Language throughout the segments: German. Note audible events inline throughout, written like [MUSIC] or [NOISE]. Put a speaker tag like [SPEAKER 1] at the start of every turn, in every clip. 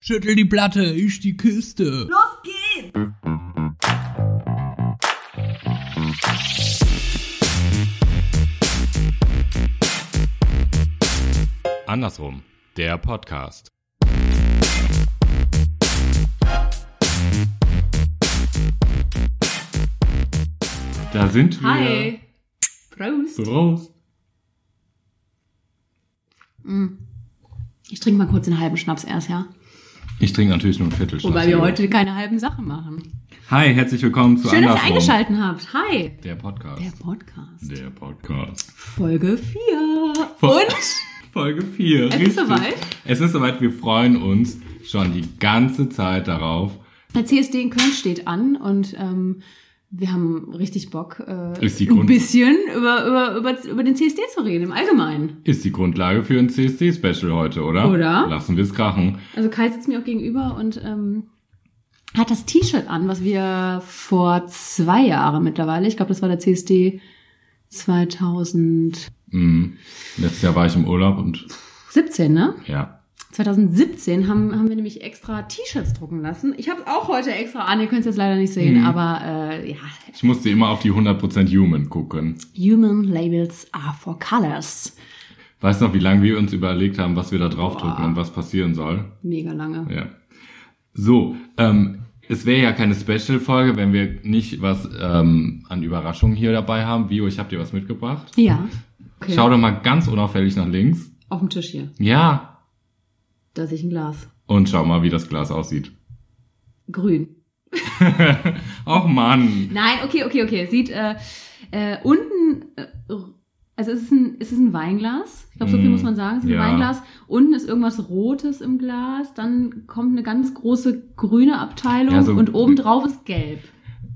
[SPEAKER 1] Schüttel die Platte, ich die Kiste.
[SPEAKER 2] Los geht's!
[SPEAKER 3] Andersrum, der Podcast. Da sind wir.
[SPEAKER 4] Hi. Prost.
[SPEAKER 3] Prost.
[SPEAKER 4] Ich trinke mal kurz einen halben Schnaps erst, ja?
[SPEAKER 3] Ich trinke natürlich nur ein Viertel.
[SPEAKER 4] Wobei wir heute keine halben Sachen machen.
[SPEAKER 3] Hi, herzlich willkommen zu
[SPEAKER 4] Schön, dass ihr
[SPEAKER 3] Also Andersrum.
[SPEAKER 4] eingeschaltet habt. Hi.
[SPEAKER 3] Der Podcast.
[SPEAKER 4] Der Podcast.
[SPEAKER 3] Der Podcast.
[SPEAKER 4] Folge 4.
[SPEAKER 3] Fol-
[SPEAKER 4] Und?
[SPEAKER 3] [LAUGHS] Folge 4.
[SPEAKER 4] ist
[SPEAKER 3] Richtig.
[SPEAKER 4] soweit.
[SPEAKER 3] Es ist soweit. Wir freuen uns schon die ganze Zeit darauf.
[SPEAKER 4] Der CSD in Köln steht an und ähm, wir haben richtig Bock, äh,
[SPEAKER 3] Ist die
[SPEAKER 4] ein
[SPEAKER 3] Grund-
[SPEAKER 4] bisschen über, über, über, über den CSD zu reden im Allgemeinen.
[SPEAKER 3] Ist die Grundlage für ein CSD-Special heute, oder?
[SPEAKER 4] Oder?
[SPEAKER 3] Lassen wir es krachen.
[SPEAKER 4] Also Kai sitzt mir auch gegenüber und ähm, hat das T-Shirt an, was wir vor zwei Jahren mittlerweile, ich glaube, das war der CSD 2000...
[SPEAKER 3] Mhm. Letztes Jahr war ich im Urlaub und
[SPEAKER 4] 17, ne?
[SPEAKER 3] ja.
[SPEAKER 4] 2017 haben, haben wir nämlich extra T-Shirts drucken lassen. Ich habe es auch heute extra an, ihr könnt es jetzt leider nicht sehen,
[SPEAKER 3] Mhm.
[SPEAKER 4] aber äh, ja,
[SPEAKER 3] Ich musste immer auf die 100% Human gucken.
[SPEAKER 4] Human Labels are for Colors.
[SPEAKER 3] Weißt du noch, wie lange wir uns überlegt haben, was wir da draufdrücken und was passieren soll?
[SPEAKER 4] Mega lange.
[SPEAKER 3] Ja. So, ähm, es wäre ja keine Special-Folge, wenn wir nicht was ähm, an Überraschungen hier dabei haben. Vio, ich habe dir was mitgebracht.
[SPEAKER 4] Ja. Okay.
[SPEAKER 3] Schau doch mal ganz unauffällig nach links.
[SPEAKER 4] Auf dem Tisch hier.
[SPEAKER 3] Ja.
[SPEAKER 4] Da sehe ich ein Glas.
[SPEAKER 3] Und schau mal, wie das Glas aussieht.
[SPEAKER 4] Grün.
[SPEAKER 3] Och Mann.
[SPEAKER 4] Nein, okay, okay, okay. Es Sieht äh, äh, unten, äh, also es ist ein, es ist ein Weinglas. Ich glaube, so viel
[SPEAKER 3] Mhm.
[SPEAKER 4] muss man sagen. Es ist
[SPEAKER 3] Ja.
[SPEAKER 4] ein Weinglas. Unten ist irgendwas Rotes im Glas. Dann kommt eine ganz große grüne Abteilung
[SPEAKER 3] Ja, so-
[SPEAKER 4] und obendrauf ist gelb.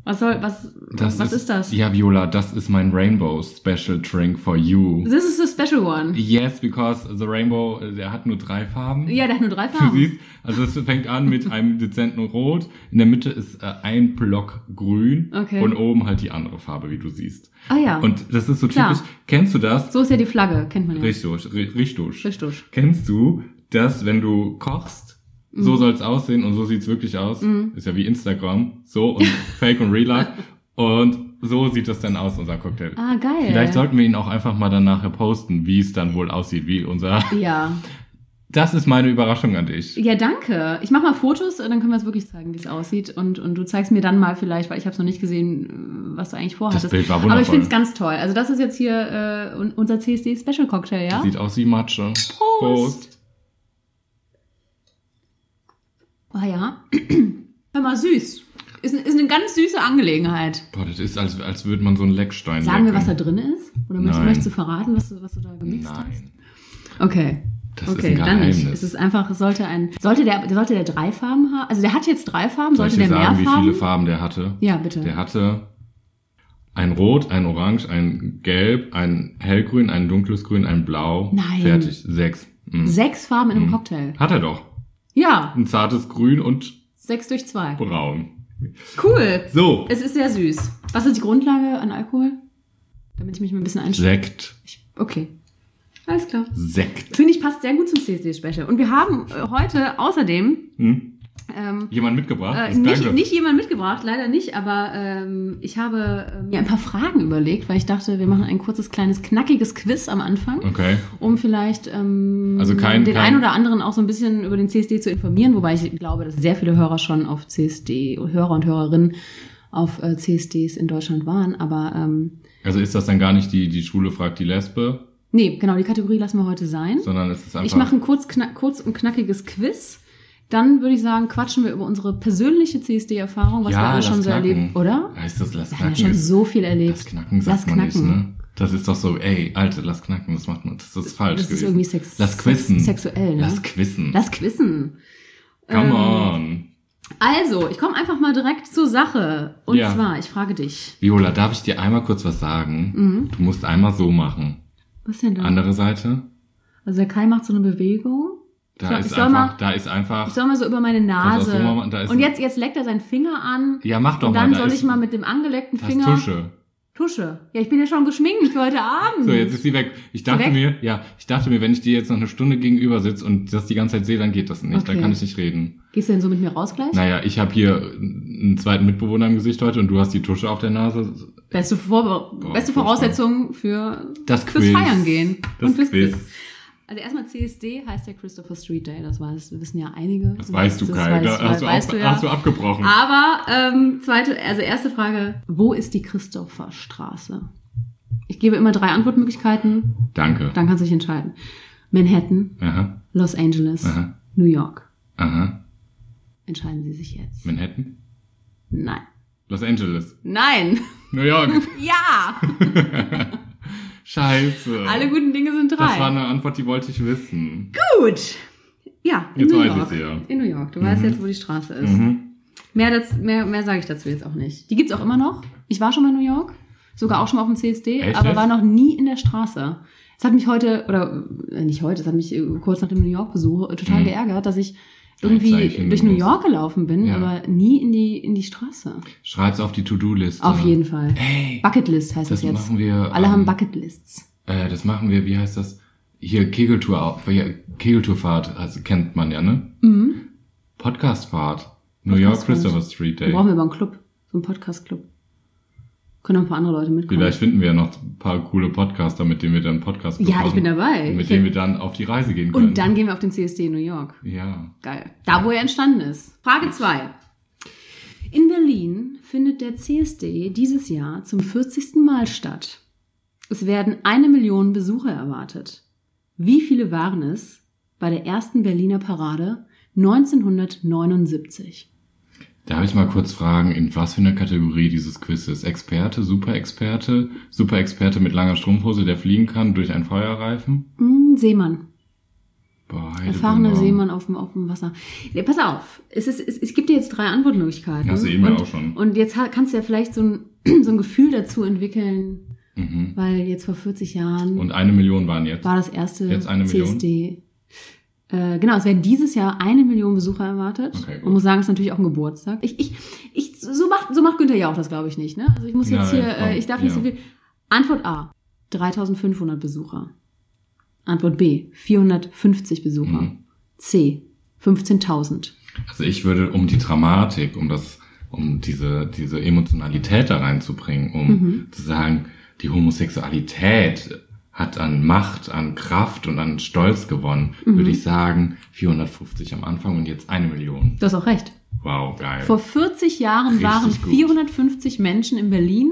[SPEAKER 4] Was soll, was,
[SPEAKER 3] Das
[SPEAKER 4] was ist, das?
[SPEAKER 3] Ja, Viola, das ist mein Rainbow Special Drink for you.
[SPEAKER 4] This is the special one.
[SPEAKER 3] Yes, because the Rainbow, äh, der hat nur drei Farben.
[SPEAKER 4] Ja, der hat nur drei
[SPEAKER 3] Du
[SPEAKER 4] Farben.
[SPEAKER 3] siehst, also es fängt an mit einem dezenten Rot, in der Mitte ist äh, ein Block grün
[SPEAKER 4] Okay.
[SPEAKER 3] und oben halt die andere Farbe, wie du siehst.
[SPEAKER 4] Ah ja.
[SPEAKER 3] Und das ist so
[SPEAKER 4] Klar.
[SPEAKER 3] typisch, kennst du das?
[SPEAKER 4] so ist ja die Flagge, kennt man ja.
[SPEAKER 3] Richtig, ri- richtig.
[SPEAKER 4] Richtig.
[SPEAKER 3] Kennst du das, wenn du kochst,
[SPEAKER 4] Mhm.
[SPEAKER 3] so soll's aussehen und so sieht's wirklich aus? Ist ja wie Instagram, so
[SPEAKER 4] [LAUGHS]
[SPEAKER 3] und Fake und Real Life und so sieht das dann aus, unser Cocktail.
[SPEAKER 4] Ah, geil.
[SPEAKER 3] Vielleicht sollten wir ihn auch einfach mal dann nachher posten, wie es dann wohl aussieht, wie
[SPEAKER 4] [LAUGHS]
[SPEAKER 3] unser...
[SPEAKER 4] ja.
[SPEAKER 3] Das ist meine Überraschung an dich.
[SPEAKER 4] Ja, danke. Ich mache mal Fotos, äh, dann können wir es wirklich zeigen, wie es aussieht. Und, und du zeigst mir dann mal vielleicht, weil ich habe es noch nicht gesehen, äh, was du eigentlich vorhattest.
[SPEAKER 3] Das Bild war
[SPEAKER 4] Aber ich
[SPEAKER 3] wundervoll.
[SPEAKER 4] finde es ganz toll. Also das ist jetzt hier äh, un- unser CSD Special Cocktail, ja?
[SPEAKER 3] Sieht aus wie Matsche.
[SPEAKER 4] Prost. Ah ja. [CLEARS THROAT] Hör mal, süß. Ist, ist eine ganz süße Angelegenheit.
[SPEAKER 3] Boah, das ist, als, als würde man so einen Leckstein
[SPEAKER 4] Sagen wir, was da
[SPEAKER 3] lecken.
[SPEAKER 4] drin ist? Oder möchtest,
[SPEAKER 3] Nein.
[SPEAKER 4] möchtest du verraten, was du, was du da gemixt hast?
[SPEAKER 3] Nein,
[SPEAKER 4] Okay.
[SPEAKER 3] das
[SPEAKER 4] Okay,
[SPEAKER 3] ist ein
[SPEAKER 4] dann nicht.
[SPEAKER 3] Geheimnis.
[SPEAKER 4] Es ist einfach, es sollte ein, sollte der, sollte der drei Farben haben? Also der hat jetzt drei Farben,
[SPEAKER 3] Soll ich
[SPEAKER 4] sollte
[SPEAKER 3] dir
[SPEAKER 4] der mehr
[SPEAKER 3] sagen, wie
[SPEAKER 4] Farben?
[SPEAKER 3] viele Farben der hatte?
[SPEAKER 4] Ja, bitte.
[SPEAKER 3] Der hatte ein Rot, ein Orange, ein Gelb, ein Hellgrün, ein dunkles Grün, ein Blau.
[SPEAKER 4] Nein.
[SPEAKER 3] Fertig. Sechs. Mhm.
[SPEAKER 4] Sechs Farben in einem
[SPEAKER 3] Mhm.
[SPEAKER 4] Cocktail.
[SPEAKER 3] Hat er doch.
[SPEAKER 4] Ja,
[SPEAKER 3] Ein zartes Grün und
[SPEAKER 4] sechs durch zwei.
[SPEAKER 3] Braun.
[SPEAKER 4] Cool.
[SPEAKER 3] So.
[SPEAKER 4] Es ist sehr süß. Was ist die Grundlage an Alkohol? Damit ich mich mal ein bisschen einstelle.
[SPEAKER 3] Sekt.
[SPEAKER 4] Ich- Okay. Alles klar.
[SPEAKER 3] Sekt.
[SPEAKER 4] Finde ich passt sehr gut zum CSD-Special. Und wir haben äh, heute außerdem
[SPEAKER 3] Hm?
[SPEAKER 4] ähm,
[SPEAKER 3] Jemand mitgebracht?
[SPEAKER 4] äh,
[SPEAKER 3] Das
[SPEAKER 4] nicht,
[SPEAKER 3] Danke.
[SPEAKER 4] nicht jemand mitgebracht, leider nicht, aber ähm, ich habe äh, mir ein paar Fragen überlegt, weil ich dachte, wir machen ein kurzes, kleines, knackiges Quiz am Anfang.
[SPEAKER 3] Okay.
[SPEAKER 4] um vielleicht ähm,
[SPEAKER 3] Also kein-
[SPEAKER 4] den
[SPEAKER 3] kein-
[SPEAKER 4] einen oder anderen auch so ein bisschen über den CSD zu informieren, wobei ich glaube, dass sehr viele Hörer schon auf CSD, Hörer und Hörerinnen auf äh, CSDs in Deutschland waren, aber ähm,
[SPEAKER 3] Also ist das dann gar nicht die, die Schule fragt die Lesbe,
[SPEAKER 4] nee, genau, die Kategorie lassen wir heute sein.
[SPEAKER 3] sondern es ist einfach...
[SPEAKER 4] Ich mache ein kurz, knack, kurz und knackiges Quiz. Dann würde ich sagen, quatschen wir über unsere persönliche CSD-Erfahrung, was wir alle
[SPEAKER 3] lass
[SPEAKER 4] schon so
[SPEAKER 3] knacken.
[SPEAKER 4] erlebt, oder?
[SPEAKER 3] Heißt das, lass
[SPEAKER 4] Wir haben ja
[SPEAKER 3] knacken?
[SPEAKER 4] schon
[SPEAKER 3] ist,
[SPEAKER 4] so viel erlebt.
[SPEAKER 3] lass knacken sagt
[SPEAKER 4] Lass
[SPEAKER 3] man nicht,
[SPEAKER 4] knacken.
[SPEAKER 3] ne? Das ist doch so, ey, Alte, lass knacken, das macht man, das ist falsch
[SPEAKER 4] Das ist
[SPEAKER 3] gewesen.
[SPEAKER 4] irgendwie sex
[SPEAKER 3] lass quissen.
[SPEAKER 4] sex- sexuell, ne?
[SPEAKER 3] Lass quissen.
[SPEAKER 4] Lass quissen.
[SPEAKER 3] Come
[SPEAKER 4] ähm,
[SPEAKER 3] on.
[SPEAKER 4] Also, ich komme einfach mal direkt zur Sache. Und
[SPEAKER 3] Ja.
[SPEAKER 4] zwar, ich frage dich.
[SPEAKER 3] Viola, darf ich dir einmal kurz was sagen?
[SPEAKER 4] Mhm.
[SPEAKER 3] Du musst einmal so machen.
[SPEAKER 4] Was denn da?
[SPEAKER 3] Andere Seite,
[SPEAKER 4] Also der Kai macht so eine Bewegung.
[SPEAKER 3] da
[SPEAKER 4] So, ich
[SPEAKER 3] ist
[SPEAKER 4] soll
[SPEAKER 3] einfach,
[SPEAKER 4] mal-
[SPEAKER 3] da ist einfach,
[SPEAKER 4] Ich soll mal so über meine
[SPEAKER 3] Kannst du
[SPEAKER 4] Nase.
[SPEAKER 3] das so machen? Da ist
[SPEAKER 4] und
[SPEAKER 3] ein-
[SPEAKER 4] jetzt, jetzt leckt er seinen Finger an.
[SPEAKER 3] ja, mach doch
[SPEAKER 4] und
[SPEAKER 3] mal,
[SPEAKER 4] dann
[SPEAKER 3] da
[SPEAKER 4] soll
[SPEAKER 3] ist,
[SPEAKER 4] ich mal mit dem angeleckten
[SPEAKER 3] das
[SPEAKER 4] Finger.
[SPEAKER 3] Tusche.
[SPEAKER 4] Tusche. Ja, ich bin ja schon geschminkt für heute Abend.
[SPEAKER 3] So, jetzt ist sie weg. Ich dachte
[SPEAKER 4] weg?
[SPEAKER 3] mir, ja, ich dachte mir, wenn ich dir jetzt noch eine Stunde gegenüber sitze und das die ganze Zeit sehe, dann geht das nicht. Dann
[SPEAKER 4] Okay.
[SPEAKER 3] kann ich nicht reden.
[SPEAKER 4] Gehst du denn so mit mir raus gleich?
[SPEAKER 3] Naja, ich habe hier einen zweiten Mitbewohner im Gesicht heute und du hast die Tusche auf der Nase.
[SPEAKER 4] Beste, Vor
[SPEAKER 3] furchtbar.
[SPEAKER 4] beste Voraussetzung für
[SPEAKER 3] Das
[SPEAKER 4] fürs
[SPEAKER 3] Quiz.
[SPEAKER 4] Feiern gehen.
[SPEAKER 3] Das
[SPEAKER 4] und fürs
[SPEAKER 3] Quiz.
[SPEAKER 4] Also erstmal CSD heißt ja Christopher Street Day, das weiß, wissen ja einige.
[SPEAKER 3] Das weißt du,
[SPEAKER 4] das
[SPEAKER 3] Kai.
[SPEAKER 4] weiß- halt.
[SPEAKER 3] Da hast, du
[SPEAKER 4] weißt
[SPEAKER 3] ab,
[SPEAKER 4] du ja. Ah.
[SPEAKER 3] hast du abgebrochen.
[SPEAKER 4] Aber ähm, zweite, also erste Frage, wo ist die Christopherstraße? Ich gebe immer drei Antwortmöglichkeiten,
[SPEAKER 3] Danke.
[SPEAKER 4] dann kannst du dich entscheiden. Manhattan,
[SPEAKER 3] Aha,
[SPEAKER 4] Los Angeles,
[SPEAKER 3] Aha.
[SPEAKER 4] New York.
[SPEAKER 3] aha.
[SPEAKER 4] Entscheiden Sie sich jetzt.
[SPEAKER 3] Manhattan?
[SPEAKER 4] Nein.
[SPEAKER 3] Los Angeles.
[SPEAKER 4] Nein. [LAUGHS]
[SPEAKER 3] New York.
[SPEAKER 4] Ja.
[SPEAKER 3] Scheiße.
[SPEAKER 4] Alle guten Dinge sind drei.
[SPEAKER 3] Das war eine Antwort, die wollte ich wissen.
[SPEAKER 4] Gut. Ja, in
[SPEAKER 3] Jetzt
[SPEAKER 4] New
[SPEAKER 3] weiß
[SPEAKER 4] York.
[SPEAKER 3] ich sie, ja.
[SPEAKER 4] In New York. Du weißt jetzt, wo die Straße ist.
[SPEAKER 3] Mhm.
[SPEAKER 4] Mehr, daz- mehr, mehr sage ich dazu jetzt auch nicht. Die gibt's auch immer noch. Ich war schon mal in New York, sogar auch schon mal auf dem CSD,
[SPEAKER 3] Echt
[SPEAKER 4] aber
[SPEAKER 3] jetzt?
[SPEAKER 4] war noch nie in der Straße. Es hat mich heute, oder äh, nicht heute, es hat mich äh, kurz nach dem New York-Besuch äh, total
[SPEAKER 3] Mhm.
[SPEAKER 4] geärgert, dass ich
[SPEAKER 3] Ja, jetzt sag
[SPEAKER 4] irgendwie
[SPEAKER 3] ich
[SPEAKER 4] durch New
[SPEAKER 3] irgendwie
[SPEAKER 4] York gelaufen bin,
[SPEAKER 3] Ja.
[SPEAKER 4] aber nie in die, in die Straße.
[SPEAKER 3] Schreib's auf die To-Do-Liste.
[SPEAKER 4] Auf jeden Fall.
[SPEAKER 3] Ähm, Hey,
[SPEAKER 4] Bucketlist heißt
[SPEAKER 3] das
[SPEAKER 4] es jetzt.
[SPEAKER 3] machen wir.
[SPEAKER 4] Alle haben
[SPEAKER 3] ähm,
[SPEAKER 4] Bucketlists.
[SPEAKER 3] Äh, das machen wir, wie heißt das? Hier Kegeltour, auf- hier, Kegeltourfahrt also, kennt man ja, ne?
[SPEAKER 4] Mhm.
[SPEAKER 3] Podcastfahrt. New York
[SPEAKER 4] Podcastfahrt.
[SPEAKER 3] Christopher Street
[SPEAKER 4] Dann
[SPEAKER 3] Day.
[SPEAKER 4] brauchen wir aber einen Club, so einen Podcast-Club. Können auch ein paar andere Leute mitkommen.
[SPEAKER 3] Vielleicht finden wir ja noch ein paar coole Podcaster, mit denen wir dann Podcast
[SPEAKER 4] Mhm. Ja, ich
[SPEAKER 3] bekommen.
[SPEAKER 4] bin dabei.
[SPEAKER 3] Und
[SPEAKER 4] Ich
[SPEAKER 3] Mit denen
[SPEAKER 4] hab-
[SPEAKER 3] wir dann auf die Reise gehen können.
[SPEAKER 4] Und dann gehen wir auf den CSD in New York.
[SPEAKER 3] ja.
[SPEAKER 4] Geil. Da, wo er entstanden ist. Frage 2. In Berlin findet der CSD dieses Jahr zum 40. Mal statt. Es werden eine Million Besucher erwartet. Wie viele waren es bei der ersten Berliner Parade 1979?
[SPEAKER 3] Darf ich mal kurz fragen, in was für einer Kategorie dieses Quiz ist? Experte, Superexperte, Superexperte mit langer Strumpfhose, der fliegen kann durch einen Feuerreifen?
[SPEAKER 4] Hm, Seemann.
[SPEAKER 3] Boah,
[SPEAKER 4] Erfahrener
[SPEAKER 3] Heidebumm.
[SPEAKER 4] Seemann auf dem, auf dem Wasser. Ja, pass auf, es, ist, es, es gibt dir jetzt drei Antwortmöglichkeiten.
[SPEAKER 3] Hast du eben ja
[SPEAKER 4] und,
[SPEAKER 3] auch schon.
[SPEAKER 4] Und jetzt ha- kannst du ja vielleicht so ein, [CLEARS THROAT] so ein Gefühl dazu entwickeln,
[SPEAKER 3] Mhm.
[SPEAKER 4] weil jetzt vor 40 Jahren
[SPEAKER 3] Und eine Million waren jetzt.
[SPEAKER 4] war das erste
[SPEAKER 3] Jetzt eine Million?
[SPEAKER 4] CSD. Äh, genau, es werden dieses Jahr eine Million Besucher erwartet.
[SPEAKER 3] Okay, gut.
[SPEAKER 4] Man muss sagen, es ist natürlich auch ein Geburtstag. Ich, ich, ich, so macht, so macht Günther ja auch das, glaube ich, nicht. Ne? Also ich muss jetzt
[SPEAKER 3] Nein,
[SPEAKER 4] hier,
[SPEAKER 3] komm,
[SPEAKER 4] äh, ich darf nicht
[SPEAKER 3] ja.
[SPEAKER 4] so viel. Antwort A, 3500 Besucher. Antwort B, 450 Besucher.
[SPEAKER 3] Mhm.
[SPEAKER 4] C, 15.000.
[SPEAKER 3] Also ich würde, um die Dramatik, um das, um diese, diese Emotionalität da reinzubringen, um
[SPEAKER 4] Mhm.
[SPEAKER 3] zu sagen, die Homosexualität hat an Macht, an Kraft und an Stolz gewonnen,
[SPEAKER 4] Mhm.
[SPEAKER 3] würde ich sagen, 450 am Anfang und jetzt eine Million.
[SPEAKER 4] Du hast auch recht.
[SPEAKER 3] Wow, geil.
[SPEAKER 4] Vor 40 Jahren
[SPEAKER 3] Richtig
[SPEAKER 4] waren
[SPEAKER 3] gut.
[SPEAKER 4] 450 Menschen in Berlin.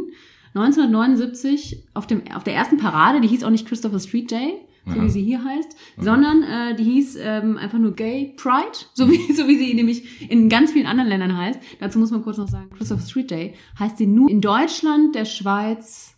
[SPEAKER 4] 1979 auf, dem, auf der ersten Parade, die hieß auch nicht Christopher Street Day, so
[SPEAKER 3] Aha.
[SPEAKER 4] wie sie hier heißt, sondern äh, die hieß ähm, einfach nur Gay Pride, so wie, [LAUGHS] so wie sie nämlich in ganz vielen anderen Ländern heißt. Dazu muss man kurz noch sagen, Christopher Street Day heißt sie nur in Deutschland, der Schweiz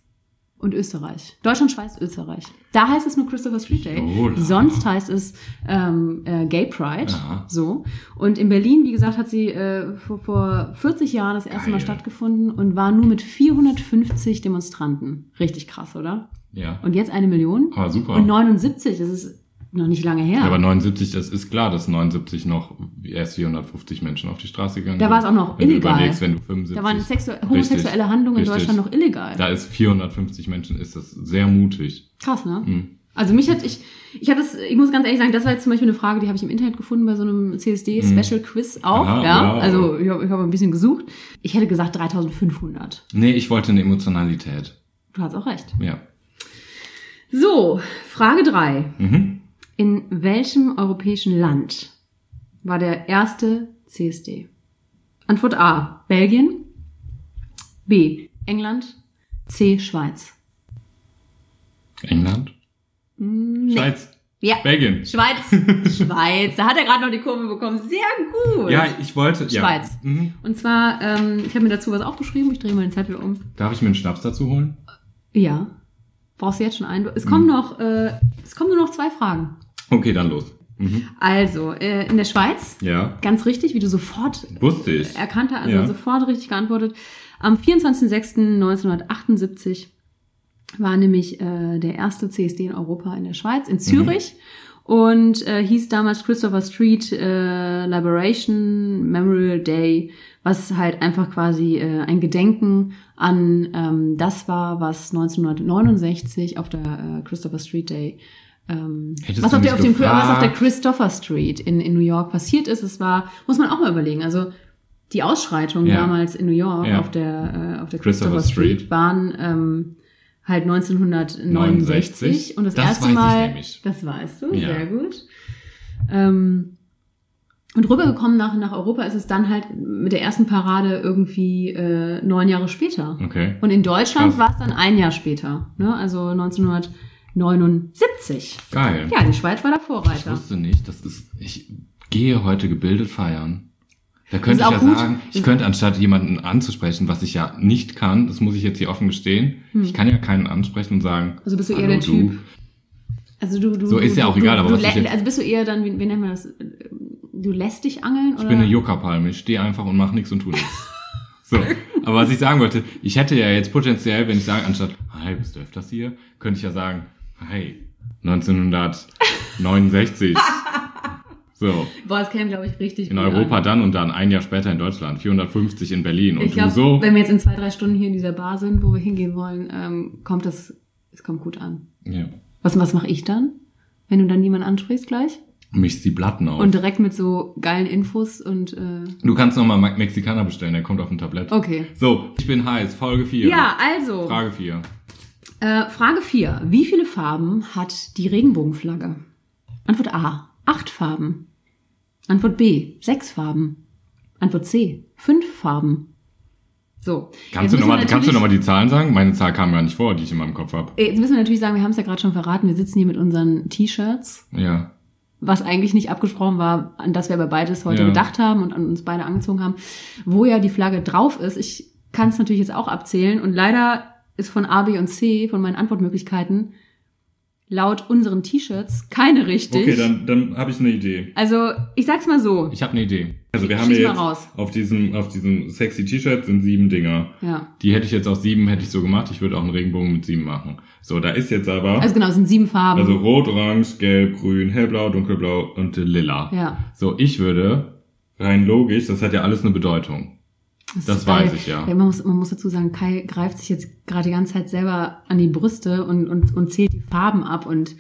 [SPEAKER 4] und Österreich. Deutschland, Schweiz, Österreich. Da heißt es nur Christopher Street Day.
[SPEAKER 3] Jola.
[SPEAKER 4] Sonst heißt es ähm, äh, Gay Pride.
[SPEAKER 3] Aha.
[SPEAKER 4] So. Und in Berlin, wie gesagt, hat sie äh, vor, vor 40 Jahren das erste
[SPEAKER 3] Geil.
[SPEAKER 4] Mal stattgefunden und war nur mit 450 Demonstranten. Richtig krass, oder?
[SPEAKER 3] Ja.
[SPEAKER 4] Und jetzt eine Million.
[SPEAKER 3] Aber super.
[SPEAKER 4] Und 79, das ist noch nicht lange her.
[SPEAKER 3] Oh, Ja, aber 79, das ist klar, dass 79 noch erst 450 Menschen auf die Straße gegangen
[SPEAKER 4] Da
[SPEAKER 3] sind.
[SPEAKER 4] war es auch noch
[SPEAKER 3] wenn
[SPEAKER 4] illegal.
[SPEAKER 3] Du überlegst, wenn du 75,
[SPEAKER 4] da waren sexu homosexuelle
[SPEAKER 3] Richtig,
[SPEAKER 4] Handlungen in
[SPEAKER 3] richtig.
[SPEAKER 4] Deutschland noch illegal.
[SPEAKER 3] Da ist 450 Menschen, ist das sehr mutig.
[SPEAKER 4] Krass, ne?
[SPEAKER 3] Mhm.
[SPEAKER 4] Also mich hat ich, ich hatte das, ich muss ganz ehrlich sagen, das war jetzt zum Beispiel eine Frage, die habe ich im Internet gefunden bei so einem CSD-Special-Quiz auch,
[SPEAKER 3] Mhm. Aha,
[SPEAKER 4] ja.
[SPEAKER 3] wow.
[SPEAKER 4] Also ich habe ich hab ein bisschen gesucht. Ich hätte gesagt 3500.
[SPEAKER 3] Nee, ich wollte eine Emotionalität.
[SPEAKER 4] Du hast auch recht.
[SPEAKER 3] Ja.
[SPEAKER 4] So, Frage drei.
[SPEAKER 3] Mhm.
[SPEAKER 4] In welchem europäischen Land war der erste CSD? Antwort A. Belgien. B. England. C. Schweiz.
[SPEAKER 3] England? Schweiz?
[SPEAKER 4] Mm, Ja.
[SPEAKER 3] Belgien? [LAUGHS]
[SPEAKER 4] Schweiz. Schweiz. Da hat er gerade noch die Kurve bekommen. Sehr gut.
[SPEAKER 3] Ja, ich wollte. Ja.
[SPEAKER 4] Schweiz.
[SPEAKER 3] Mhm.
[SPEAKER 4] Und zwar, ähm, ich habe mir dazu was aufgeschrieben. Ich drehe mal den Zettel um.
[SPEAKER 3] Darf ich mir einen Schnaps dazu holen?
[SPEAKER 4] Ja. Brauchst du jetzt schon einen? Es
[SPEAKER 3] Hm.
[SPEAKER 4] kommen noch, äh, es kommen nur noch zwei Fragen.
[SPEAKER 3] Okay, dann los. Mhm.
[SPEAKER 4] Also, äh, in der Schweiz.
[SPEAKER 3] Ja.
[SPEAKER 4] Ganz richtig, wie du sofort
[SPEAKER 3] Wusste ich.
[SPEAKER 4] erkannte, also
[SPEAKER 3] Ja.
[SPEAKER 4] sofort richtig geantwortet. Am
[SPEAKER 3] Mhm.
[SPEAKER 4] 24.06.1978 war nämlich äh, der erste CSD in Europa in der Schweiz, in Zürich. und äh, hieß damals Christopher Street äh, Liberation Memorial Day, was halt einfach quasi äh, ein Gedenken an ähm, das war, was 1969 auf der äh, Christopher Street Day ähm,
[SPEAKER 3] Hättest
[SPEAKER 4] was,
[SPEAKER 3] du
[SPEAKER 4] auf der, auf,
[SPEAKER 3] mich
[SPEAKER 4] dem, was auf der
[SPEAKER 3] gefragt?
[SPEAKER 4] Christopher Street in, in New York passiert ist, es war, muss man auch mal überlegen. Also die Ausschreitungen
[SPEAKER 3] Ja.
[SPEAKER 4] damals in New York
[SPEAKER 3] Ja.
[SPEAKER 4] auf der, äh, auf der Christopher,
[SPEAKER 3] Christopher
[SPEAKER 4] Street,
[SPEAKER 3] Street.
[SPEAKER 4] waren ähm, halt 1969. Und das,
[SPEAKER 3] Das
[SPEAKER 4] erste
[SPEAKER 3] weiß ich
[SPEAKER 4] Mal,
[SPEAKER 3] nämlich.
[SPEAKER 4] das weißt du,
[SPEAKER 3] Ja.
[SPEAKER 4] sehr gut. Ähm, und rübergekommen nach, nach Europa ist es dann halt mit der ersten Parade irgendwie äh, neun Jahre später.
[SPEAKER 3] Okay.
[SPEAKER 4] Und in Deutschland
[SPEAKER 3] Krass.
[SPEAKER 4] war es dann ein Jahr später, ne? also 1979.
[SPEAKER 3] Geil.
[SPEAKER 4] Ja, die Schweiz war der
[SPEAKER 3] Ich
[SPEAKER 4] Vorreiter.
[SPEAKER 3] wusste nicht, das ist, ich gehe heute gebildet feiern. Da könnte ich
[SPEAKER 4] ist auch
[SPEAKER 3] ja
[SPEAKER 4] gut.
[SPEAKER 3] sagen, ich
[SPEAKER 4] Ist-
[SPEAKER 3] könnte anstatt jemanden anzusprechen, was ich ja nicht kann, das muss ich jetzt hier offen gestehen, ich kann ja keinen ansprechen und sagen,
[SPEAKER 4] Hm. Also bist du eher
[SPEAKER 3] "Hallo,
[SPEAKER 4] der Typ. Also du, du,
[SPEAKER 3] So, ist
[SPEAKER 4] du,
[SPEAKER 3] ja auch
[SPEAKER 4] du,
[SPEAKER 3] egal,
[SPEAKER 4] du,
[SPEAKER 3] aber
[SPEAKER 4] du
[SPEAKER 3] was
[SPEAKER 4] lä-
[SPEAKER 3] ich jetzt-
[SPEAKER 4] Also bist du eher dann, wie, wie nennt man das? Du lässt dich angeln?
[SPEAKER 3] Ich
[SPEAKER 4] oder?
[SPEAKER 3] bin eine Juckerpalme, ich stehe einfach und mache nichts und tu nichts. So, aber was ich sagen wollte, ich hätte ja jetzt potenziell, wenn ich sage, anstatt, hi, bist du öfters hier, könnte ich ja sagen, hey,
[SPEAKER 4] [LAUGHS]
[SPEAKER 3] 1969. So,
[SPEAKER 4] Boah, das käme, glaube ich, richtig
[SPEAKER 3] in
[SPEAKER 4] gut
[SPEAKER 3] Europa
[SPEAKER 4] an.
[SPEAKER 3] dann und dann, ein Jahr später in Deutschland, 450 in Berlin und
[SPEAKER 4] Ich glaube,
[SPEAKER 3] du so.
[SPEAKER 4] wenn wir jetzt in zwei, drei Stunden hier in dieser Bar sind, wo wir hingehen wollen, ähm, kommt das, es kommt gut an.
[SPEAKER 3] Ja.
[SPEAKER 4] Was, was mache ich dann? Wenn du dann niemanden ansprichst gleich?
[SPEAKER 3] Mischst die Platten auf.
[SPEAKER 4] Und direkt mit so geilen Infos und, äh,
[SPEAKER 3] du kannst nochmal Me Mexikaner bestellen, der kommt auf dem Tablett.
[SPEAKER 4] okay.
[SPEAKER 3] So, ich bin heiß, Folge 4.
[SPEAKER 4] Ja, also.
[SPEAKER 3] Frage 4.
[SPEAKER 4] Äh, Frage 4. Wie viele Farben hat die Regenbogenflagge? Antwort A. Acht Farben. Antwort B. Sechs Farben. Antwort C. Fünf Farben. So.
[SPEAKER 3] Kannst
[SPEAKER 4] jetzt
[SPEAKER 3] du
[SPEAKER 4] müssen wir
[SPEAKER 3] nochmal kannst du
[SPEAKER 4] natürlich-
[SPEAKER 3] noch mal die Zahlen sagen? Meine Zahl kam gar nicht vor, die ich in meinem Kopf habe.
[SPEAKER 4] Äh, Jetzt müssen wir natürlich sagen, wir haben es ja gerade schon verraten, wir sitzen hier mit unseren T-Shirts,
[SPEAKER 3] Ja.
[SPEAKER 4] was eigentlich nicht abgesprochen war, an das wir aber beides heute
[SPEAKER 3] Ja.
[SPEAKER 4] gedacht haben und an uns beide angezogen haben, wo ja die Flagge drauf ist. Ich kann es natürlich jetzt auch abzählen und leider ist von A, B und C, von meinen Antwortmöglichkeiten, laut unseren T-Shirts keine richtig.
[SPEAKER 3] Okay, dann, dann habe ich eine Idee.
[SPEAKER 4] Also, ich sag's mal so.
[SPEAKER 3] Ich habe eine Idee. Also wir haben
[SPEAKER 4] Schieß
[SPEAKER 3] hier
[SPEAKER 4] mal
[SPEAKER 3] jetzt
[SPEAKER 4] raus.
[SPEAKER 3] auf diesem auf diesem sexy T-Shirt sind sieben Dinger.
[SPEAKER 4] Ja.
[SPEAKER 3] Die hätte ich jetzt aus sieben hätte ich so gemacht. Ich würde auch einen Regenbogen mit sieben machen. So, da ist jetzt aber
[SPEAKER 4] Also
[SPEAKER 3] also,
[SPEAKER 4] genau, es sind sieben Farben.
[SPEAKER 3] rot, orange, gelb, grün, hellblau, dunkelblau und lila.
[SPEAKER 4] ja.
[SPEAKER 3] So, ich würde rein logisch, das hat ja alles eine Bedeutung. Das
[SPEAKER 4] ist geil.
[SPEAKER 3] weiß ich, ja.
[SPEAKER 4] Man muss, man muss dazu sagen, Kai greift sich jetzt gerade die ganze Zeit selber an die Brüste und, und, und zählt die Farben ab und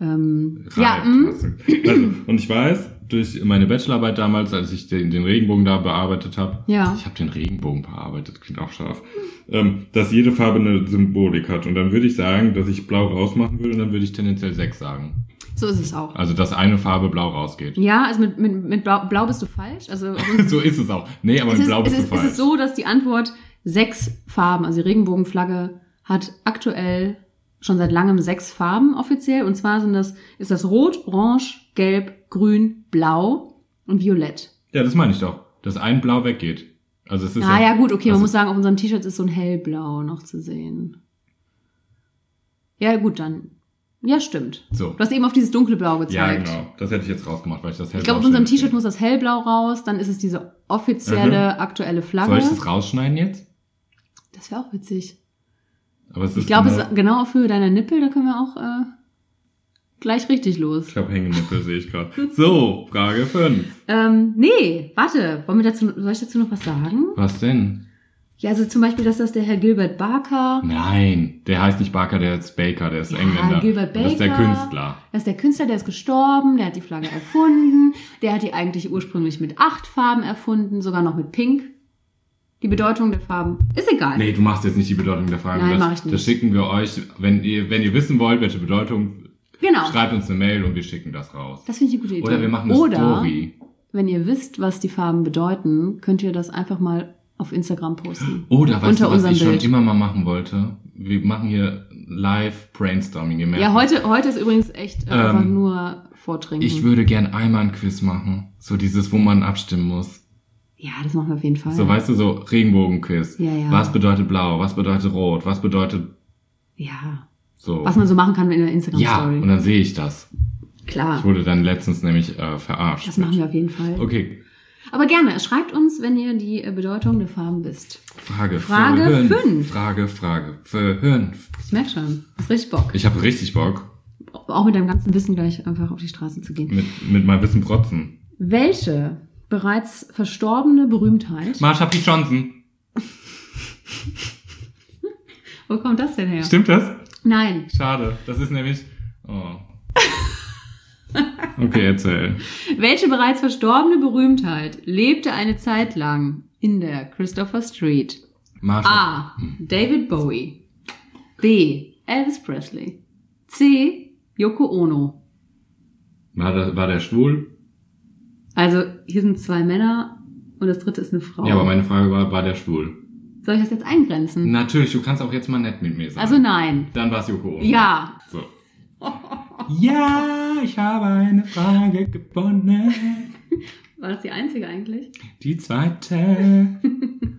[SPEAKER 4] ähm, ja,
[SPEAKER 3] Reibt,
[SPEAKER 4] hm?
[SPEAKER 3] hast du. also, und ich weiß, durch meine Bachelorarbeit damals, als ich den, den Regenbogen da bearbeitet habe,
[SPEAKER 4] Ja.
[SPEAKER 3] ich habe den Regenbogen bearbeitet, klingt auch scharf, ähm, dass jede Farbe eine Symbolik hat. Und dann würde ich sagen, dass ich blau rausmachen würde und dann würde ich tendenziell sechs sagen.
[SPEAKER 4] so ist es auch.
[SPEAKER 3] Also, dass eine Farbe blau rausgeht. [LAUGHS]
[SPEAKER 4] Ja, also mit, mit, mit Blau, Blau bist du falsch. Also sonst-
[SPEAKER 3] so ist es auch. Nee, aber
[SPEAKER 4] es,
[SPEAKER 3] in
[SPEAKER 4] ist,
[SPEAKER 3] blau
[SPEAKER 4] es,
[SPEAKER 3] bist du
[SPEAKER 4] ist, es
[SPEAKER 3] falsch.
[SPEAKER 4] ist so, dass die Antwort sechs Farben, also die Regenbogenflagge hat aktuell schon seit langem sechs Farben offiziell. Und zwar sind das, ist das Rot, Orange, Gelb, Grün, Blau und Violett.
[SPEAKER 3] ja, das meine ich doch. Dass ein blau weggeht. Also, es ist
[SPEAKER 4] Ah ja, gut, okay, man
[SPEAKER 3] also-
[SPEAKER 4] muss sagen, auf unserem T-Shirt ist so ein hellblau noch zu sehen. Ja, gut, dann. Ja, stimmt.
[SPEAKER 3] So.
[SPEAKER 4] Du hast eben auf dieses dunkle Blau
[SPEAKER 3] ja,
[SPEAKER 4] gezeigt.
[SPEAKER 3] genau. Das hätte ich jetzt rausgemacht, weil ich das
[SPEAKER 4] Ich glaube, auf unserem T-Shirt muss das hellblau raus, dann ist es diese offizielle, aktuelle
[SPEAKER 3] Mhm. Soll
[SPEAKER 4] Flagge.
[SPEAKER 3] ich das rausschneiden jetzt?
[SPEAKER 4] Das wäre auch witzig.
[SPEAKER 3] Aber es ist
[SPEAKER 4] Ich glaube, es
[SPEAKER 3] genau-
[SPEAKER 4] ist genau auf Höhe deiner Nippel, da können wir auch äh, gleich richtig los.
[SPEAKER 3] Ich habe Hängenippel, sehe ich gerade. So, Frage 5.
[SPEAKER 4] Ähm, nee, warte, wollen wir dazu, soll ich dazu noch was sagen?
[SPEAKER 3] Was denn?
[SPEAKER 4] Ja, also zum Beispiel, dass das der Herr Gilbert Barker,
[SPEAKER 3] Nein, der heißt nicht Barker, der ist Baker, der ist
[SPEAKER 4] Ja,
[SPEAKER 3] Engländer.
[SPEAKER 4] Gilbert
[SPEAKER 3] Das ist der
[SPEAKER 4] Baker.
[SPEAKER 3] Künstler.
[SPEAKER 4] Das ist der Künstler, der ist gestorben, der hat die Flagge erfunden, der hat die eigentlich ursprünglich mit acht Farben erfunden, sogar noch mit Pink. Die Bedeutung der Farben ist egal.
[SPEAKER 3] Nee, du machst jetzt nicht die Bedeutung der Frage.
[SPEAKER 4] Nein,
[SPEAKER 3] das,
[SPEAKER 4] mach ich nicht.
[SPEAKER 3] das schicken wir euch, wenn ihr, wenn ihr wissen wollt, welche Bedeutung,
[SPEAKER 4] genau.
[SPEAKER 3] schreibt uns eine Mail und wir schicken das raus.
[SPEAKER 4] Das finde ich eine gute Idee.
[SPEAKER 3] Oder wir machen eine
[SPEAKER 4] Oder,
[SPEAKER 3] Story.
[SPEAKER 4] wenn ihr wisst, was die Farben bedeuten, könnt ihr das einfach mal auf Instagram posten.
[SPEAKER 3] Oder weißt
[SPEAKER 4] unter
[SPEAKER 3] du, was
[SPEAKER 4] unserem
[SPEAKER 3] ich
[SPEAKER 4] Bild.
[SPEAKER 3] schon immer mal machen wollte? Wir machen hier live Brainstorming. Ihr merkt
[SPEAKER 4] Ja,
[SPEAKER 3] es.
[SPEAKER 4] heute, heute ist übrigens echt äh, einfach
[SPEAKER 3] Ähm,
[SPEAKER 4] nur vortrinken.
[SPEAKER 3] Ich würde gern einmal ein Quiz machen. So dieses, wo man abstimmen muss.
[SPEAKER 4] ja, das machen wir auf jeden Fall.
[SPEAKER 3] So, weißt du, so Regenbogenquiz.
[SPEAKER 4] Mhm. Ja, ja.
[SPEAKER 3] Was bedeutet blau? Was bedeutet rot? Was bedeutet
[SPEAKER 4] ja.
[SPEAKER 3] so?
[SPEAKER 4] Was man so machen kann in der
[SPEAKER 3] ja, und
[SPEAKER 4] Instagram-Story.
[SPEAKER 3] dann sehe ich das. Ich
[SPEAKER 4] Klar.
[SPEAKER 3] wurde dann letztens nämlich äh, verarscht.
[SPEAKER 4] Das machen wir auf jeden Fall.
[SPEAKER 3] Okay,
[SPEAKER 4] Aber gerne, schreibt uns, wenn ihr die äh, Bedeutung der Farben wisst.
[SPEAKER 3] Frage
[SPEAKER 4] Frage
[SPEAKER 3] fünf.
[SPEAKER 4] fünf.
[SPEAKER 3] Frage, Frage fünf.
[SPEAKER 4] Ich merke schon. Hast richtig Bock.
[SPEAKER 3] Ich habe richtig Bock.
[SPEAKER 4] auch mit deinem ganzen Wissen gleich einfach auf die Straße zu gehen.
[SPEAKER 3] Mit, mit meinem Wissen protzen.
[SPEAKER 4] Welche bereits verstorbene Berühmtheit?
[SPEAKER 3] Marsha P. Johnson.
[SPEAKER 4] Wo kommt das denn her?
[SPEAKER 3] Stimmt das?
[SPEAKER 4] Nein.
[SPEAKER 3] Schade. Das ist nämlich.
[SPEAKER 4] [LAUGHS]
[SPEAKER 3] Oh. Okay, erzähl.
[SPEAKER 4] Welche bereits verstorbene Berühmtheit lebte eine Zeit lang in der Christopher Street?
[SPEAKER 3] Marsha.
[SPEAKER 4] A. David Bowie. B. Elvis Presley. C. Yoko Ono.
[SPEAKER 3] War, das, war der schwul?
[SPEAKER 4] Also hier sind zwei Männer und das dritte ist eine Frau.
[SPEAKER 3] Ja, aber meine Frage war, war der schwul?
[SPEAKER 4] Soll ich das jetzt eingrenzen?
[SPEAKER 3] Natürlich, du kannst auch jetzt mal nett mit mir sein.
[SPEAKER 4] Also nein.
[SPEAKER 3] Dann war's Joko Ono.
[SPEAKER 4] Ja.
[SPEAKER 3] So. Ja, ich habe eine Frage gewonnen.
[SPEAKER 4] War das die einzige eigentlich?
[SPEAKER 3] Die zweite.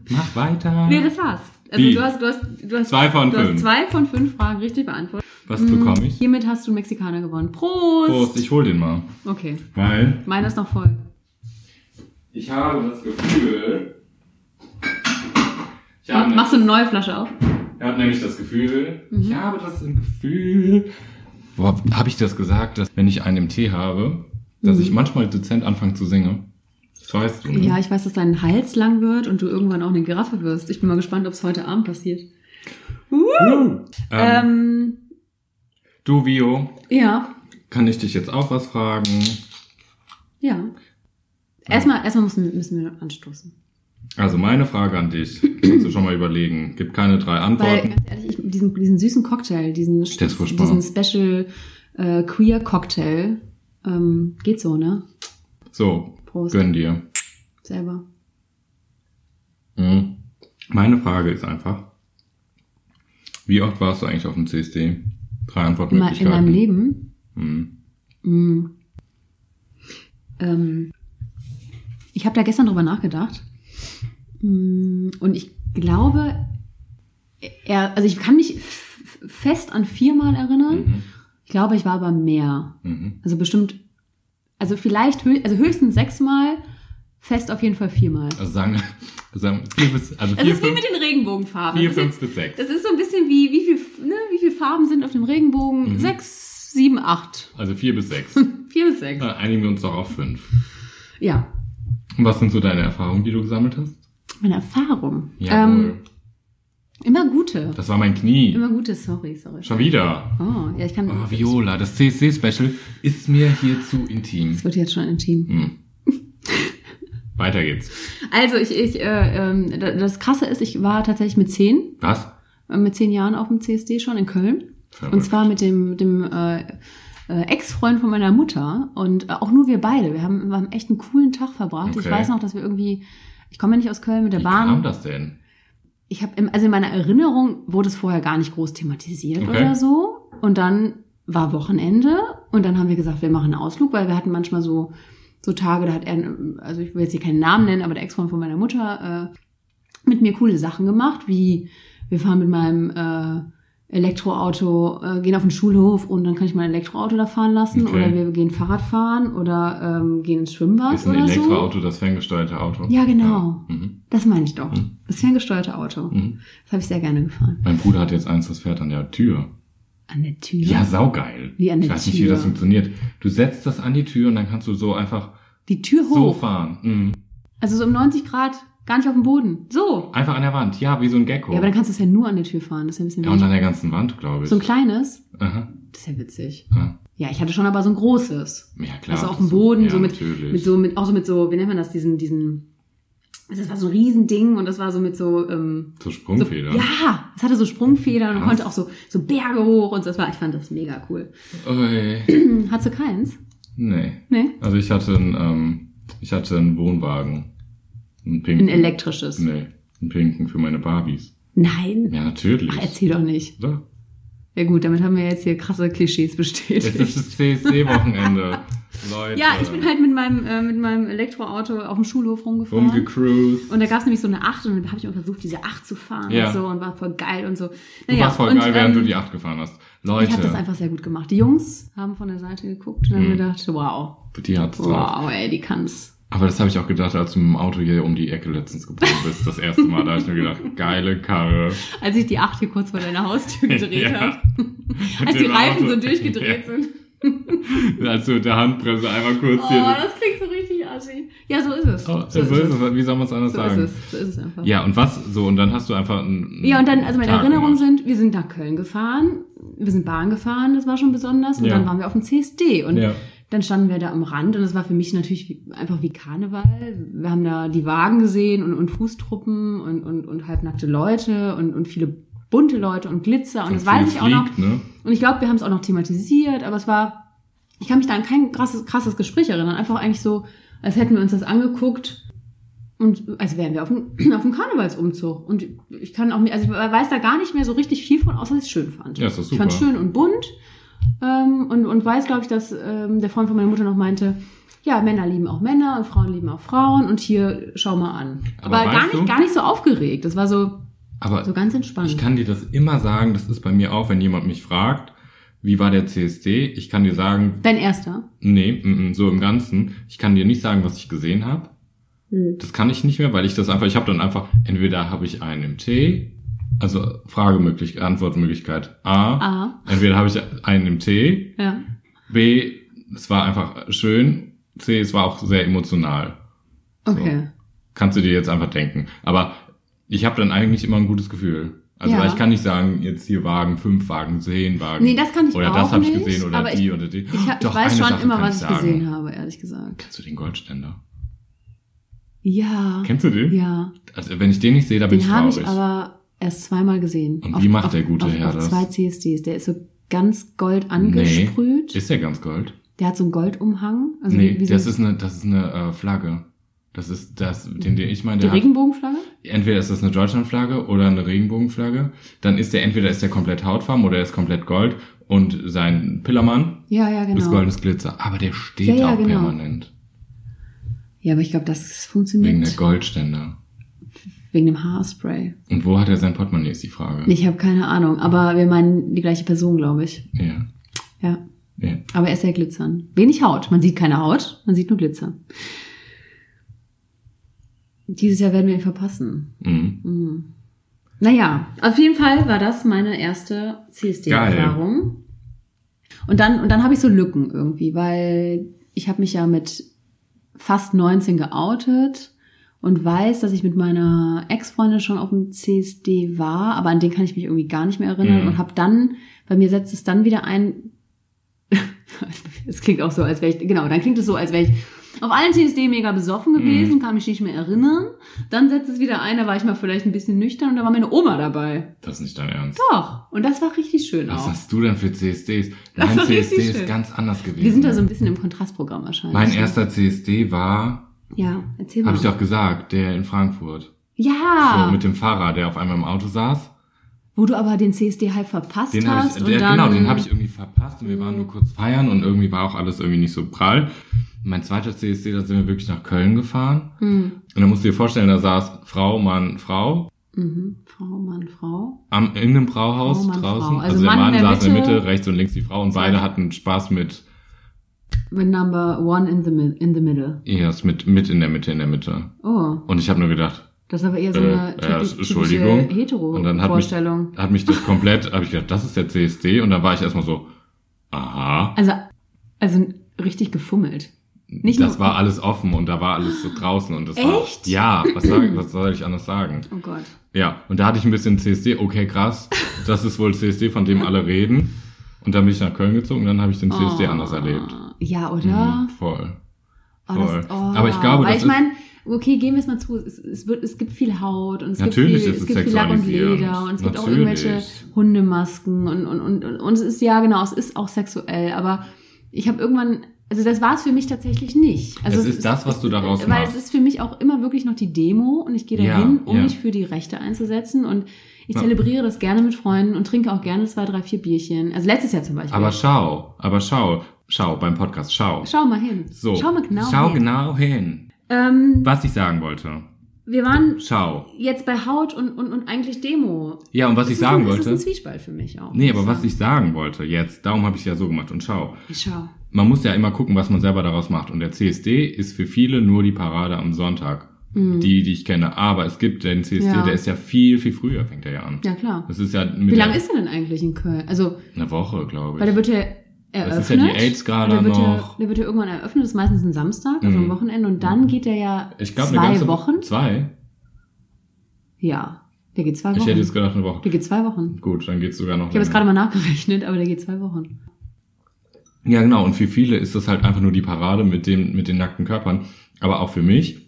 [SPEAKER 3] Mach weiter.
[SPEAKER 4] Nee, das war's. Also
[SPEAKER 3] Wie?
[SPEAKER 4] du hast, du hast, du hast,
[SPEAKER 3] Zwei von
[SPEAKER 4] du
[SPEAKER 3] fünf.
[SPEAKER 4] hast zwei von fünf Fragen richtig beantwortet.
[SPEAKER 3] Was bekomme ich?
[SPEAKER 4] Hiermit hast du einen Mexikaner gewonnen. Prost!
[SPEAKER 3] Prost, ich hol den mal.
[SPEAKER 4] Okay,
[SPEAKER 3] Weil
[SPEAKER 4] meiner ist noch voll.
[SPEAKER 3] Ich habe das Gefühl. Ich habe,
[SPEAKER 4] Machst du Mhm. eine neue Flasche auf?
[SPEAKER 3] ich habe nämlich das Gefühl. Ich habe das Gefühl. Wo hab- habe ich das gesagt, dass wenn ich einen im Tee habe, dass ich manchmal dezent anfange zu singen? Das weißt du, ne?
[SPEAKER 4] Mhm. Ja, ich weiß, dass dein Hals lang wird und du irgendwann auch eine Giraffe wirst. Ich bin mal gespannt, ob es heute Abend passiert.
[SPEAKER 3] Uh. Ähm,
[SPEAKER 4] Ähm,
[SPEAKER 3] du, Vio,
[SPEAKER 4] ja,
[SPEAKER 3] kann ich dich jetzt auch was fragen?
[SPEAKER 4] ja. Erstmal, erstmal müssen, müssen wir anstoßen.
[SPEAKER 3] Also meine Frage an dich. Kannst du schon mal überlegen. Gibt keine drei
[SPEAKER 4] Weil,
[SPEAKER 3] Antworten.
[SPEAKER 4] ganz ehrlich, ich, diesen, diesen süßen Cocktail, diesen,
[SPEAKER 3] Der ist furchtbar.
[SPEAKER 4] diesen Special äh, Queer Cocktail, ähm, geht so, ne?
[SPEAKER 3] So,
[SPEAKER 4] Prost.
[SPEAKER 3] gönn dir.
[SPEAKER 4] Selber.
[SPEAKER 3] Mhm. Meine Frage ist einfach, wie oft warst du eigentlich auf dem CSD? Drei
[SPEAKER 4] In, mein- in
[SPEAKER 3] Antwortmöglichkeiten.
[SPEAKER 4] meinem Leben.
[SPEAKER 3] Mhm.
[SPEAKER 4] Mm. Ähm, ich habe da gestern drüber nachgedacht. Mm, Und ich glaube, er, also ich kann mich f- fest an viermal erinnern.
[SPEAKER 3] Mhm.
[SPEAKER 4] Ich glaube, ich war aber mehr.
[SPEAKER 3] Mhm.
[SPEAKER 4] Also bestimmt, also vielleicht, hö also höchstens sechsmal, fest auf jeden Fall viermal.
[SPEAKER 3] Also sagen, sagen vier bis, also
[SPEAKER 4] Es
[SPEAKER 3] vier,
[SPEAKER 4] ist wie
[SPEAKER 3] fünf,
[SPEAKER 4] mit den Regenbogenfarben.
[SPEAKER 3] vier,
[SPEAKER 4] das, ist
[SPEAKER 3] fünf bis
[SPEAKER 4] jetzt,
[SPEAKER 3] sechs.
[SPEAKER 4] das ist so ein bisschen wie, wie viel, ne, wie viel Farben sind auf dem Regenbogen?
[SPEAKER 3] Mhm.
[SPEAKER 4] Sechs, sieben, acht.
[SPEAKER 3] Also vier bis sechs.
[SPEAKER 4] Vier bis sechs.
[SPEAKER 3] Dann einigen wir uns doch auf fünf.
[SPEAKER 4] Ja,
[SPEAKER 3] Und was sind so deine Erfahrungen, die du gesammelt hast?
[SPEAKER 4] meine Erfahrung. Ähm,
[SPEAKER 3] Jawohl.
[SPEAKER 4] immer gute.
[SPEAKER 3] das war mein Knie.
[SPEAKER 4] Immer gute, sorry, sorry.
[SPEAKER 3] Schon wieder.
[SPEAKER 4] Oh, ja, ich kann.
[SPEAKER 3] Oh, Viola, das CSD-Special ist mir hier zu intim.
[SPEAKER 4] Das wird jetzt schon intim.
[SPEAKER 3] Mhm. Weiter geht's.
[SPEAKER 4] Also, ich, ich, äh, ähm, da- das Krasse ist, ich war tatsächlich mit zehn,
[SPEAKER 3] Was?
[SPEAKER 4] äh, mit zehn Jahren auf dem CSD schon in Köln. Und
[SPEAKER 3] Verrückt.
[SPEAKER 4] zwar mit dem, mit dem äh, äh, Ex-Freund von meiner Mutter und äh, auch nur wir beide. Wir haben, wir haben echt einen coolen Tag verbracht.
[SPEAKER 3] Okay.
[SPEAKER 4] Ich weiß noch, dass wir irgendwie, ich komme ja nicht aus Köln mit der
[SPEAKER 3] Wie kam
[SPEAKER 4] Bahn.
[SPEAKER 3] das denn?
[SPEAKER 4] Ich habe, im- also in meiner Erinnerung wurde es vorher gar nicht groß thematisiert
[SPEAKER 3] Okay.
[SPEAKER 4] oder so. Und dann war Wochenende und dann haben wir gesagt, wir machen einen Ausflug, weil wir hatten manchmal so so Tage, da hat er, also ich will jetzt hier keinen Namen nennen, aber der Ex-Freund von meiner Mutter äh, mit mir coole Sachen gemacht, wie wir fahren mit meinem äh, Elektroauto, äh, gehen auf den Schulhof und dann kann ich mein Elektroauto da fahren lassen
[SPEAKER 3] Okay.
[SPEAKER 4] oder wir gehen Fahrrad fahren oder ähm, gehen ins Schwimmbad
[SPEAKER 3] Ist ein
[SPEAKER 4] oder so.
[SPEAKER 3] Elektroauto das ferngesteuerte Auto?
[SPEAKER 4] Ja, genau.
[SPEAKER 3] Ja. Mhm.
[SPEAKER 4] Das meine ich doch.
[SPEAKER 3] Mhm.
[SPEAKER 4] Das ferngesteuerte Auto.
[SPEAKER 3] Mhm.
[SPEAKER 4] Das habe ich sehr gerne gefahren.
[SPEAKER 3] Mein Bruder hat jetzt eins, das fährt an der Tür.
[SPEAKER 4] An der Tür.
[SPEAKER 3] Ja, saugeil.
[SPEAKER 4] Wie an der
[SPEAKER 3] ich weiß nicht, wie
[SPEAKER 4] Tür.
[SPEAKER 3] das funktioniert. Du setzt das an die Tür und dann kannst du so einfach
[SPEAKER 4] Die Tür
[SPEAKER 3] so
[SPEAKER 4] hoch.
[SPEAKER 3] fahren. Mhm.
[SPEAKER 4] Also so um 90 Grad, gar nicht auf dem Boden. So.
[SPEAKER 3] Einfach an der Wand. Ja, wie so ein Gecko.
[SPEAKER 4] Ja, aber dann kannst du es ja nur an der Tür fahren. Das ist ja ein bisschen
[SPEAKER 3] ja, und an
[SPEAKER 4] wild.
[SPEAKER 3] der ganzen Wand, glaube ich.
[SPEAKER 4] So ein kleines.
[SPEAKER 3] Aha.
[SPEAKER 4] Das ist ja witzig.
[SPEAKER 3] Ja,
[SPEAKER 4] Ja, ich hatte schon aber so ein großes.
[SPEAKER 3] Ja, klar.
[SPEAKER 4] also auf dem Boden,
[SPEAKER 3] ja,
[SPEAKER 4] so mit,
[SPEAKER 3] natürlich.
[SPEAKER 4] mit so, mit, auch so mit so, wie nennt man das, diesen, diesen, also das war so ein Riesending und das war so mit so, ähm,
[SPEAKER 3] So
[SPEAKER 4] so,
[SPEAKER 3] Sprungfeder.
[SPEAKER 4] ja, es hatte so Sprungfedern und
[SPEAKER 3] Krass.
[SPEAKER 4] konnte auch so, so Berge hoch und so, das war, ich fand das mega cool.
[SPEAKER 3] Ui.
[SPEAKER 4] Hm, Hattest du keins?
[SPEAKER 3] Nee.
[SPEAKER 4] Nee?
[SPEAKER 3] Also ich hatte einen, ähm, ich hatte einen Wohnwagen. Einen pinken.
[SPEAKER 4] Ein elektrisches.
[SPEAKER 3] Nee, einen pinken für meine Barbies.
[SPEAKER 4] Nein.
[SPEAKER 3] Ja, natürlich.
[SPEAKER 4] Ach, erzähl doch nicht.
[SPEAKER 3] Oder?
[SPEAKER 4] Ja gut, damit haben wir jetzt hier krasse Klischees
[SPEAKER 3] Es
[SPEAKER 4] bestätigt.
[SPEAKER 3] ist das CSD-Wochenende.
[SPEAKER 4] [LAUGHS]
[SPEAKER 3] Leute.
[SPEAKER 4] Ja, ich bin halt mit meinem, äh, mit meinem Elektroauto auf dem Schulhof rumgefahren.
[SPEAKER 3] rumgecruised.
[SPEAKER 4] und da gab's nämlich so eine 8 und dann habe ich immer versucht, diese 8 zu fahren
[SPEAKER 3] Ja.
[SPEAKER 4] und so und war voll geil und so. Naja,
[SPEAKER 3] Du warst voll
[SPEAKER 4] und,
[SPEAKER 3] geil, während
[SPEAKER 4] ähm,
[SPEAKER 3] du die 8 gefahren hast. Leute,
[SPEAKER 4] Ich habe das einfach sehr gut gemacht. Die Jungs haben von der Seite geguckt und haben
[SPEAKER 3] Mhm.
[SPEAKER 4] gedacht, wow,
[SPEAKER 3] die hat's drauf.
[SPEAKER 4] wow, ey, die kann's.
[SPEAKER 3] Aber das habe ich auch gedacht, als du mit dem Auto hier um die Ecke letztens gebogen bist. Das erste Mal, da habe ich mir
[SPEAKER 4] [LAUGHS]
[SPEAKER 3] gedacht, geile Karre.
[SPEAKER 4] Als ich die acht hier kurz vor
[SPEAKER 3] [LAUGHS]
[SPEAKER 4] deiner Haustür gedreht
[SPEAKER 3] Ja.
[SPEAKER 4] habe.
[SPEAKER 3] Mit
[SPEAKER 4] Als die
[SPEAKER 3] dem
[SPEAKER 4] Reifen
[SPEAKER 3] Auto.
[SPEAKER 4] so durchgedreht
[SPEAKER 3] [LAUGHS] Ja.
[SPEAKER 4] sind.
[SPEAKER 3] Als du mit der Handbremse einmal kurz
[SPEAKER 4] Oh,
[SPEAKER 3] hier...
[SPEAKER 4] das klingt so richtig assi. Ja, so ist es.
[SPEAKER 3] Oh, so ist es. Wie soll man es anders
[SPEAKER 4] So ist
[SPEAKER 3] sagen?
[SPEAKER 4] es. So ist es einfach.
[SPEAKER 3] Ja, und was? So, und dann hast du einfach einen
[SPEAKER 4] Ja, und dann, also meine
[SPEAKER 3] Tag
[SPEAKER 4] Erinnerungen
[SPEAKER 3] gemacht.
[SPEAKER 4] sind, wir sind nach Köln gefahren, wir sind Bahn gefahren, das war schon besonders, und
[SPEAKER 3] Ja.
[SPEAKER 4] dann waren wir auf dem CSD und
[SPEAKER 3] Ja.
[SPEAKER 4] dann standen wir da am Rand und das war für mich natürlich wie, einfach wie Karneval. Wir haben da die Wagen gesehen und, und Fußtruppen und, und, und halbnackte Leute und, und viele bunte Leute und Glitzer und, das
[SPEAKER 3] viel
[SPEAKER 4] weiß ich auch noch.
[SPEAKER 3] fliegt, Ne?
[SPEAKER 4] Und ich glaube, wir haben es auch noch thematisiert, aber es war, ich kann mich da an kein krasses, krasses Gespräch erinnern. Einfach eigentlich so, als hätten wir uns das angeguckt und als wären wir auf dem, [CLEARS THROAT] auf dem Karnevalsumzug. Und ich kann auch, nicht- also ich weiß da gar nicht mehr so richtig viel von, außer dass ich es schön fand.
[SPEAKER 3] Ja, ist doch
[SPEAKER 4] Ich
[SPEAKER 3] super.
[SPEAKER 4] fand es schön und bunt ähm, und, und weiß, glaube ich, dass ähm, der Freund von meiner Mutter noch meinte, ja, Männer lieben auch Männer und Frauen lieben auch Frauen und hier schau mal an.
[SPEAKER 3] Aber
[SPEAKER 4] Aber, gar,
[SPEAKER 3] weißt du-
[SPEAKER 4] nicht, gar nicht so aufgeregt. Das war so,
[SPEAKER 3] Aber
[SPEAKER 4] so ganz entspannt.
[SPEAKER 3] ich kann dir das immer sagen, das ist bei mir auch, wenn jemand mich fragt, wie war der CSD? Ich kann dir sagen,
[SPEAKER 4] Dein erster.
[SPEAKER 3] nee, mm, mm, so im Ganzen, ich kann dir nicht sagen, was ich gesehen habe.
[SPEAKER 4] Hm.
[SPEAKER 3] Das kann ich nicht mehr, weil ich das einfach, ich habe dann einfach, entweder habe ich einen im Tee, also Fragemöglichkeit, Antwortmöglichkeit A,
[SPEAKER 4] Ah,
[SPEAKER 3] entweder habe ich einen im Tee,
[SPEAKER 4] ja.
[SPEAKER 3] B, es war einfach schön, C, es war auch sehr emotional.
[SPEAKER 4] Okay.
[SPEAKER 3] Kannst du dir jetzt einfach denken. Aber ich habe dann eigentlich immer ein gutes Gefühl. Also
[SPEAKER 4] Ja.
[SPEAKER 3] weil ich kann nicht sagen, jetzt hier Wagen, fünf Wagen, zehn Wagen.
[SPEAKER 4] Nee, das kann ich
[SPEAKER 3] Oder
[SPEAKER 4] auch
[SPEAKER 3] das habe ich
[SPEAKER 4] nicht,
[SPEAKER 3] gesehen oder
[SPEAKER 4] aber
[SPEAKER 3] die
[SPEAKER 4] ich-
[SPEAKER 3] oder die.
[SPEAKER 4] Ich, hab, ich weiß
[SPEAKER 3] eine
[SPEAKER 4] schon
[SPEAKER 3] Sache
[SPEAKER 4] immer,
[SPEAKER 3] kann
[SPEAKER 4] was ich
[SPEAKER 3] sagen.
[SPEAKER 4] gesehen habe, ehrlich gesagt.
[SPEAKER 3] Kennst du den Goldständer?
[SPEAKER 4] Ja.
[SPEAKER 3] Kennst du den?
[SPEAKER 4] Ja.
[SPEAKER 3] Also wenn ich den nicht sehe, da bin ich
[SPEAKER 4] Den habe
[SPEAKER 3] traurig.
[SPEAKER 4] ich aber erst zweimal gesehen.
[SPEAKER 3] Und wie macht der gute
[SPEAKER 4] auf,
[SPEAKER 3] Herr
[SPEAKER 4] auf
[SPEAKER 3] das?
[SPEAKER 4] zwei CSDs. Der ist so ganz gold angesprüht.
[SPEAKER 3] Ist der ganz gold?
[SPEAKER 4] der hat so einen Goldumhang. Also
[SPEAKER 3] nee,
[SPEAKER 4] wie, wie so
[SPEAKER 3] das ist eine, das ist eine äh, Flagge. Das ist das, den, den ich meine,
[SPEAKER 4] die
[SPEAKER 3] der hat,
[SPEAKER 4] Regenbogenflagge.
[SPEAKER 3] entweder ist das eine Deutschlandflagge oder eine Regenbogenflagge. Dann ist der entweder ist der komplett hautfarben oder er ist komplett gold und sein Pillermann
[SPEAKER 4] Ja, ja,
[SPEAKER 3] Das
[SPEAKER 4] genau.
[SPEAKER 3] goldenes Glitzer. Aber der steht
[SPEAKER 4] Ja, ja,
[SPEAKER 3] auch
[SPEAKER 4] genau.
[SPEAKER 3] permanent.
[SPEAKER 4] Ja, aber ich glaube, das
[SPEAKER 3] Wegen
[SPEAKER 4] funktioniert
[SPEAKER 3] der Goldständer.
[SPEAKER 4] wegen dem Haarspray.
[SPEAKER 3] Und wo hat er sein Portemonnaie, ist die Frage.
[SPEAKER 4] Ich habe keine Ahnung, aber wir meinen die gleiche Person, glaube ich.
[SPEAKER 3] Ja.
[SPEAKER 4] Ja.
[SPEAKER 3] ja.
[SPEAKER 4] Aber er ist ja glitzern. Wenig Haut. Man sieht keine Haut, man sieht nur Glitzer. Dieses Jahr werden wir ihn verpassen.
[SPEAKER 3] Mhm.
[SPEAKER 4] Naja, auf jeden Fall war das meine erste CSD-Erfahrung. Und dann, und dann habe ich so Lücken irgendwie, weil ich habe mich ja mit fast 19 geoutet und weiß, dass ich mit meiner Ex-Freundin schon auf dem CSD war, aber an den kann ich mich irgendwie gar nicht mehr erinnern
[SPEAKER 3] Mhm.
[SPEAKER 4] und habe dann, bei mir setzt es dann wieder ein, [LAUGHS] es klingt auch so, als wäre ich, genau, dann klingt es so, als wäre ich auf allen CSD mega besoffen
[SPEAKER 3] Mhm.
[SPEAKER 4] gewesen, kann mich nicht mehr erinnern. Dann setzt es wieder ein, da war ich mal vielleicht ein bisschen nüchtern und da war meine Oma dabei.
[SPEAKER 3] Das ist nicht dein Ernst.
[SPEAKER 4] Doch, und das war richtig schön
[SPEAKER 3] Was
[SPEAKER 4] auch.
[SPEAKER 3] hast du denn für CSDs?
[SPEAKER 4] Das
[SPEAKER 3] Mein
[SPEAKER 4] war Genau. richtig
[SPEAKER 3] CSD ist
[SPEAKER 4] schön.
[SPEAKER 3] ganz anders gewesen.
[SPEAKER 4] Wir sind da so ein bisschen Genau. im Kontrastprogramm wahrscheinlich.
[SPEAKER 3] ne? mein erster CSD war,
[SPEAKER 4] Ja, erzähl mal.
[SPEAKER 3] habe ich doch gesagt, der in Frankfurt.
[SPEAKER 4] ja,
[SPEAKER 3] So, mit dem Fahrer, der auf einmal im Auto saß.
[SPEAKER 4] wo du aber den CSD halb verpasst
[SPEAKER 3] Den habe
[SPEAKER 4] hast.
[SPEAKER 3] ich,
[SPEAKER 4] und
[SPEAKER 3] der,
[SPEAKER 4] dann,
[SPEAKER 3] genau, den habe ich irgendwie verpasst und wir waren nur kurz feiern und irgendwie war auch alles irgendwie nicht so prall. Mein zweiter CSD, da sind wir wirklich nach Köln gefahren.
[SPEAKER 4] Hm.
[SPEAKER 3] Und dann musst du dir vorstellen, da saß Frau, Mann, Frau
[SPEAKER 4] Mhm. Frau, Mann, Frau.
[SPEAKER 3] am, in einem Brauhaus
[SPEAKER 4] Frau, Mann,
[SPEAKER 3] draußen.
[SPEAKER 4] Frau.
[SPEAKER 3] Also,
[SPEAKER 4] Also
[SPEAKER 3] der
[SPEAKER 4] Mann
[SPEAKER 3] Mann
[SPEAKER 4] in der
[SPEAKER 3] saß in der
[SPEAKER 4] Mitte.
[SPEAKER 3] Mitte, rechts und links die Frau und beide hatten Spaß mit,
[SPEAKER 4] Mit Number One in the, mi- in the Middle.
[SPEAKER 3] ja, ist mit, mit in der Mitte, in der Mitte.
[SPEAKER 4] Oh,
[SPEAKER 3] Und ich habe nur gedacht,
[SPEAKER 4] das ist aber eher so
[SPEAKER 3] Äh,
[SPEAKER 4] eine
[SPEAKER 3] ja,
[SPEAKER 4] typisch, typische
[SPEAKER 3] Entschuldigung. Und dann hat mich-
[SPEAKER 4] Hetero-Vorstellung.
[SPEAKER 3] hat mich das komplett, habe ich gedacht, das ist der CSD und dann war ich erstmal so, aha.
[SPEAKER 4] Also, also richtig gefummelt. Nicht
[SPEAKER 3] das
[SPEAKER 4] nur-
[SPEAKER 3] war alles offen und da war alles so draußen und das war
[SPEAKER 4] Echt?
[SPEAKER 3] ja, was soll, was soll ich anders sagen?
[SPEAKER 4] Oh Gott.
[SPEAKER 3] Ja, und da hatte ich ein bisschen CSD, okay, krass, das ist wohl CSD, von dem alle reden. Und dann bin ich nach Köln gezogen und dann habe ich den CSD
[SPEAKER 4] Oh.
[SPEAKER 3] anders erlebt.
[SPEAKER 4] Ja, oder?
[SPEAKER 3] Mhm, voll.
[SPEAKER 4] Oh,
[SPEAKER 3] Voll.
[SPEAKER 4] das, oh.
[SPEAKER 3] Aber ich glaube,
[SPEAKER 4] Weil
[SPEAKER 3] das
[SPEAKER 4] ich meine, okay, gehen wir es mal zu, es, es, wird, es gibt viel Haut und es
[SPEAKER 3] Natürlich
[SPEAKER 4] gibt
[SPEAKER 3] ist
[SPEAKER 4] viel,
[SPEAKER 3] es
[SPEAKER 4] es gibt viel Lack und
[SPEAKER 3] sexualisierend.
[SPEAKER 4] Leder und es gibt auch
[SPEAKER 3] Natürlich.
[SPEAKER 4] irgendwelche Hundemasken und, und, und, und, und es ist, ja genau, es ist auch sexuell, aber ich habe irgendwann, also das war es für mich tatsächlich nicht. Also äh,
[SPEAKER 3] Es ist das, was du daraus
[SPEAKER 4] Weil
[SPEAKER 3] machst.
[SPEAKER 4] es ist für mich auch immer wirklich noch die Demo und ich gehe
[SPEAKER 3] Ja,
[SPEAKER 4] dahin, um
[SPEAKER 3] ja.
[SPEAKER 4] mich für die Rechte einzusetzen und ich
[SPEAKER 3] Ja.
[SPEAKER 4] zelebriere das gerne mit Freunden und trinke auch gerne zwei, drei, vier Bierchen. Also letztes Jahr zum Beispiel.
[SPEAKER 3] Aber schau, aber schau, schau beim Podcast, schau.
[SPEAKER 4] Schau mal hin.
[SPEAKER 3] So,
[SPEAKER 4] Schau mal genau
[SPEAKER 3] schau
[SPEAKER 4] hin.
[SPEAKER 3] genau hin.
[SPEAKER 4] Ähm,
[SPEAKER 3] Was ich sagen wollte.
[SPEAKER 4] wir waren
[SPEAKER 3] Schau.
[SPEAKER 4] jetzt bei Haut und, und, und eigentlich Demo.
[SPEAKER 3] Ja, und was
[SPEAKER 4] Das
[SPEAKER 3] ich
[SPEAKER 4] ist
[SPEAKER 3] sagen
[SPEAKER 4] ein, Das ist ein
[SPEAKER 3] wollte.
[SPEAKER 4] Zwiespalt für mich auch.
[SPEAKER 3] Nee,
[SPEAKER 4] muss
[SPEAKER 3] aber was
[SPEAKER 4] sagen.
[SPEAKER 3] ich sagen wollte jetzt, darum habe ich ja so gemacht und schau.
[SPEAKER 4] Ich schau.
[SPEAKER 3] man muss ja immer gucken, was man selber daraus macht. Und der CSD ist für viele nur die Parade am Sonntag. Die, die ich kenne. Aber es gibt den CSD,
[SPEAKER 4] Mhm. Ja.
[SPEAKER 3] der ist ja viel, viel früher, fängt er ja an.
[SPEAKER 4] Ja, klar.
[SPEAKER 3] Das ist ja mit
[SPEAKER 4] Wie lange
[SPEAKER 3] der-
[SPEAKER 4] ist er denn eigentlich in Köln? Also,
[SPEAKER 3] eine Woche, glaube ich.
[SPEAKER 4] weil der wird ja eröffnet.
[SPEAKER 3] Das ist ja die AIDS-Gala
[SPEAKER 4] Der wird ja-
[SPEAKER 3] noch.
[SPEAKER 4] Der wird ja irgendwann eröffnet, das ist meistens ein Samstag, also
[SPEAKER 3] Mhm.
[SPEAKER 4] am Wochenende. Und dann geht der ja
[SPEAKER 3] ich glaube, eine
[SPEAKER 4] zwei
[SPEAKER 3] ganze
[SPEAKER 4] Wochen.
[SPEAKER 3] Zwei?
[SPEAKER 4] Ja, der geht zwei
[SPEAKER 3] Ich
[SPEAKER 4] Wochen.
[SPEAKER 3] hätte jetzt Mhm. gedacht, eine Woche.
[SPEAKER 4] der geht zwei Wochen.
[SPEAKER 3] Gut, dann geht's sogar noch.
[SPEAKER 4] Ich habe jetzt
[SPEAKER 3] länger.
[SPEAKER 4] gerade mal nachgerechnet, aber der geht zwei Wochen.
[SPEAKER 3] Ja, genau. Und für viele ist das halt einfach nur die Parade mit dem, mit den nackten Körpern. Aber auch für mich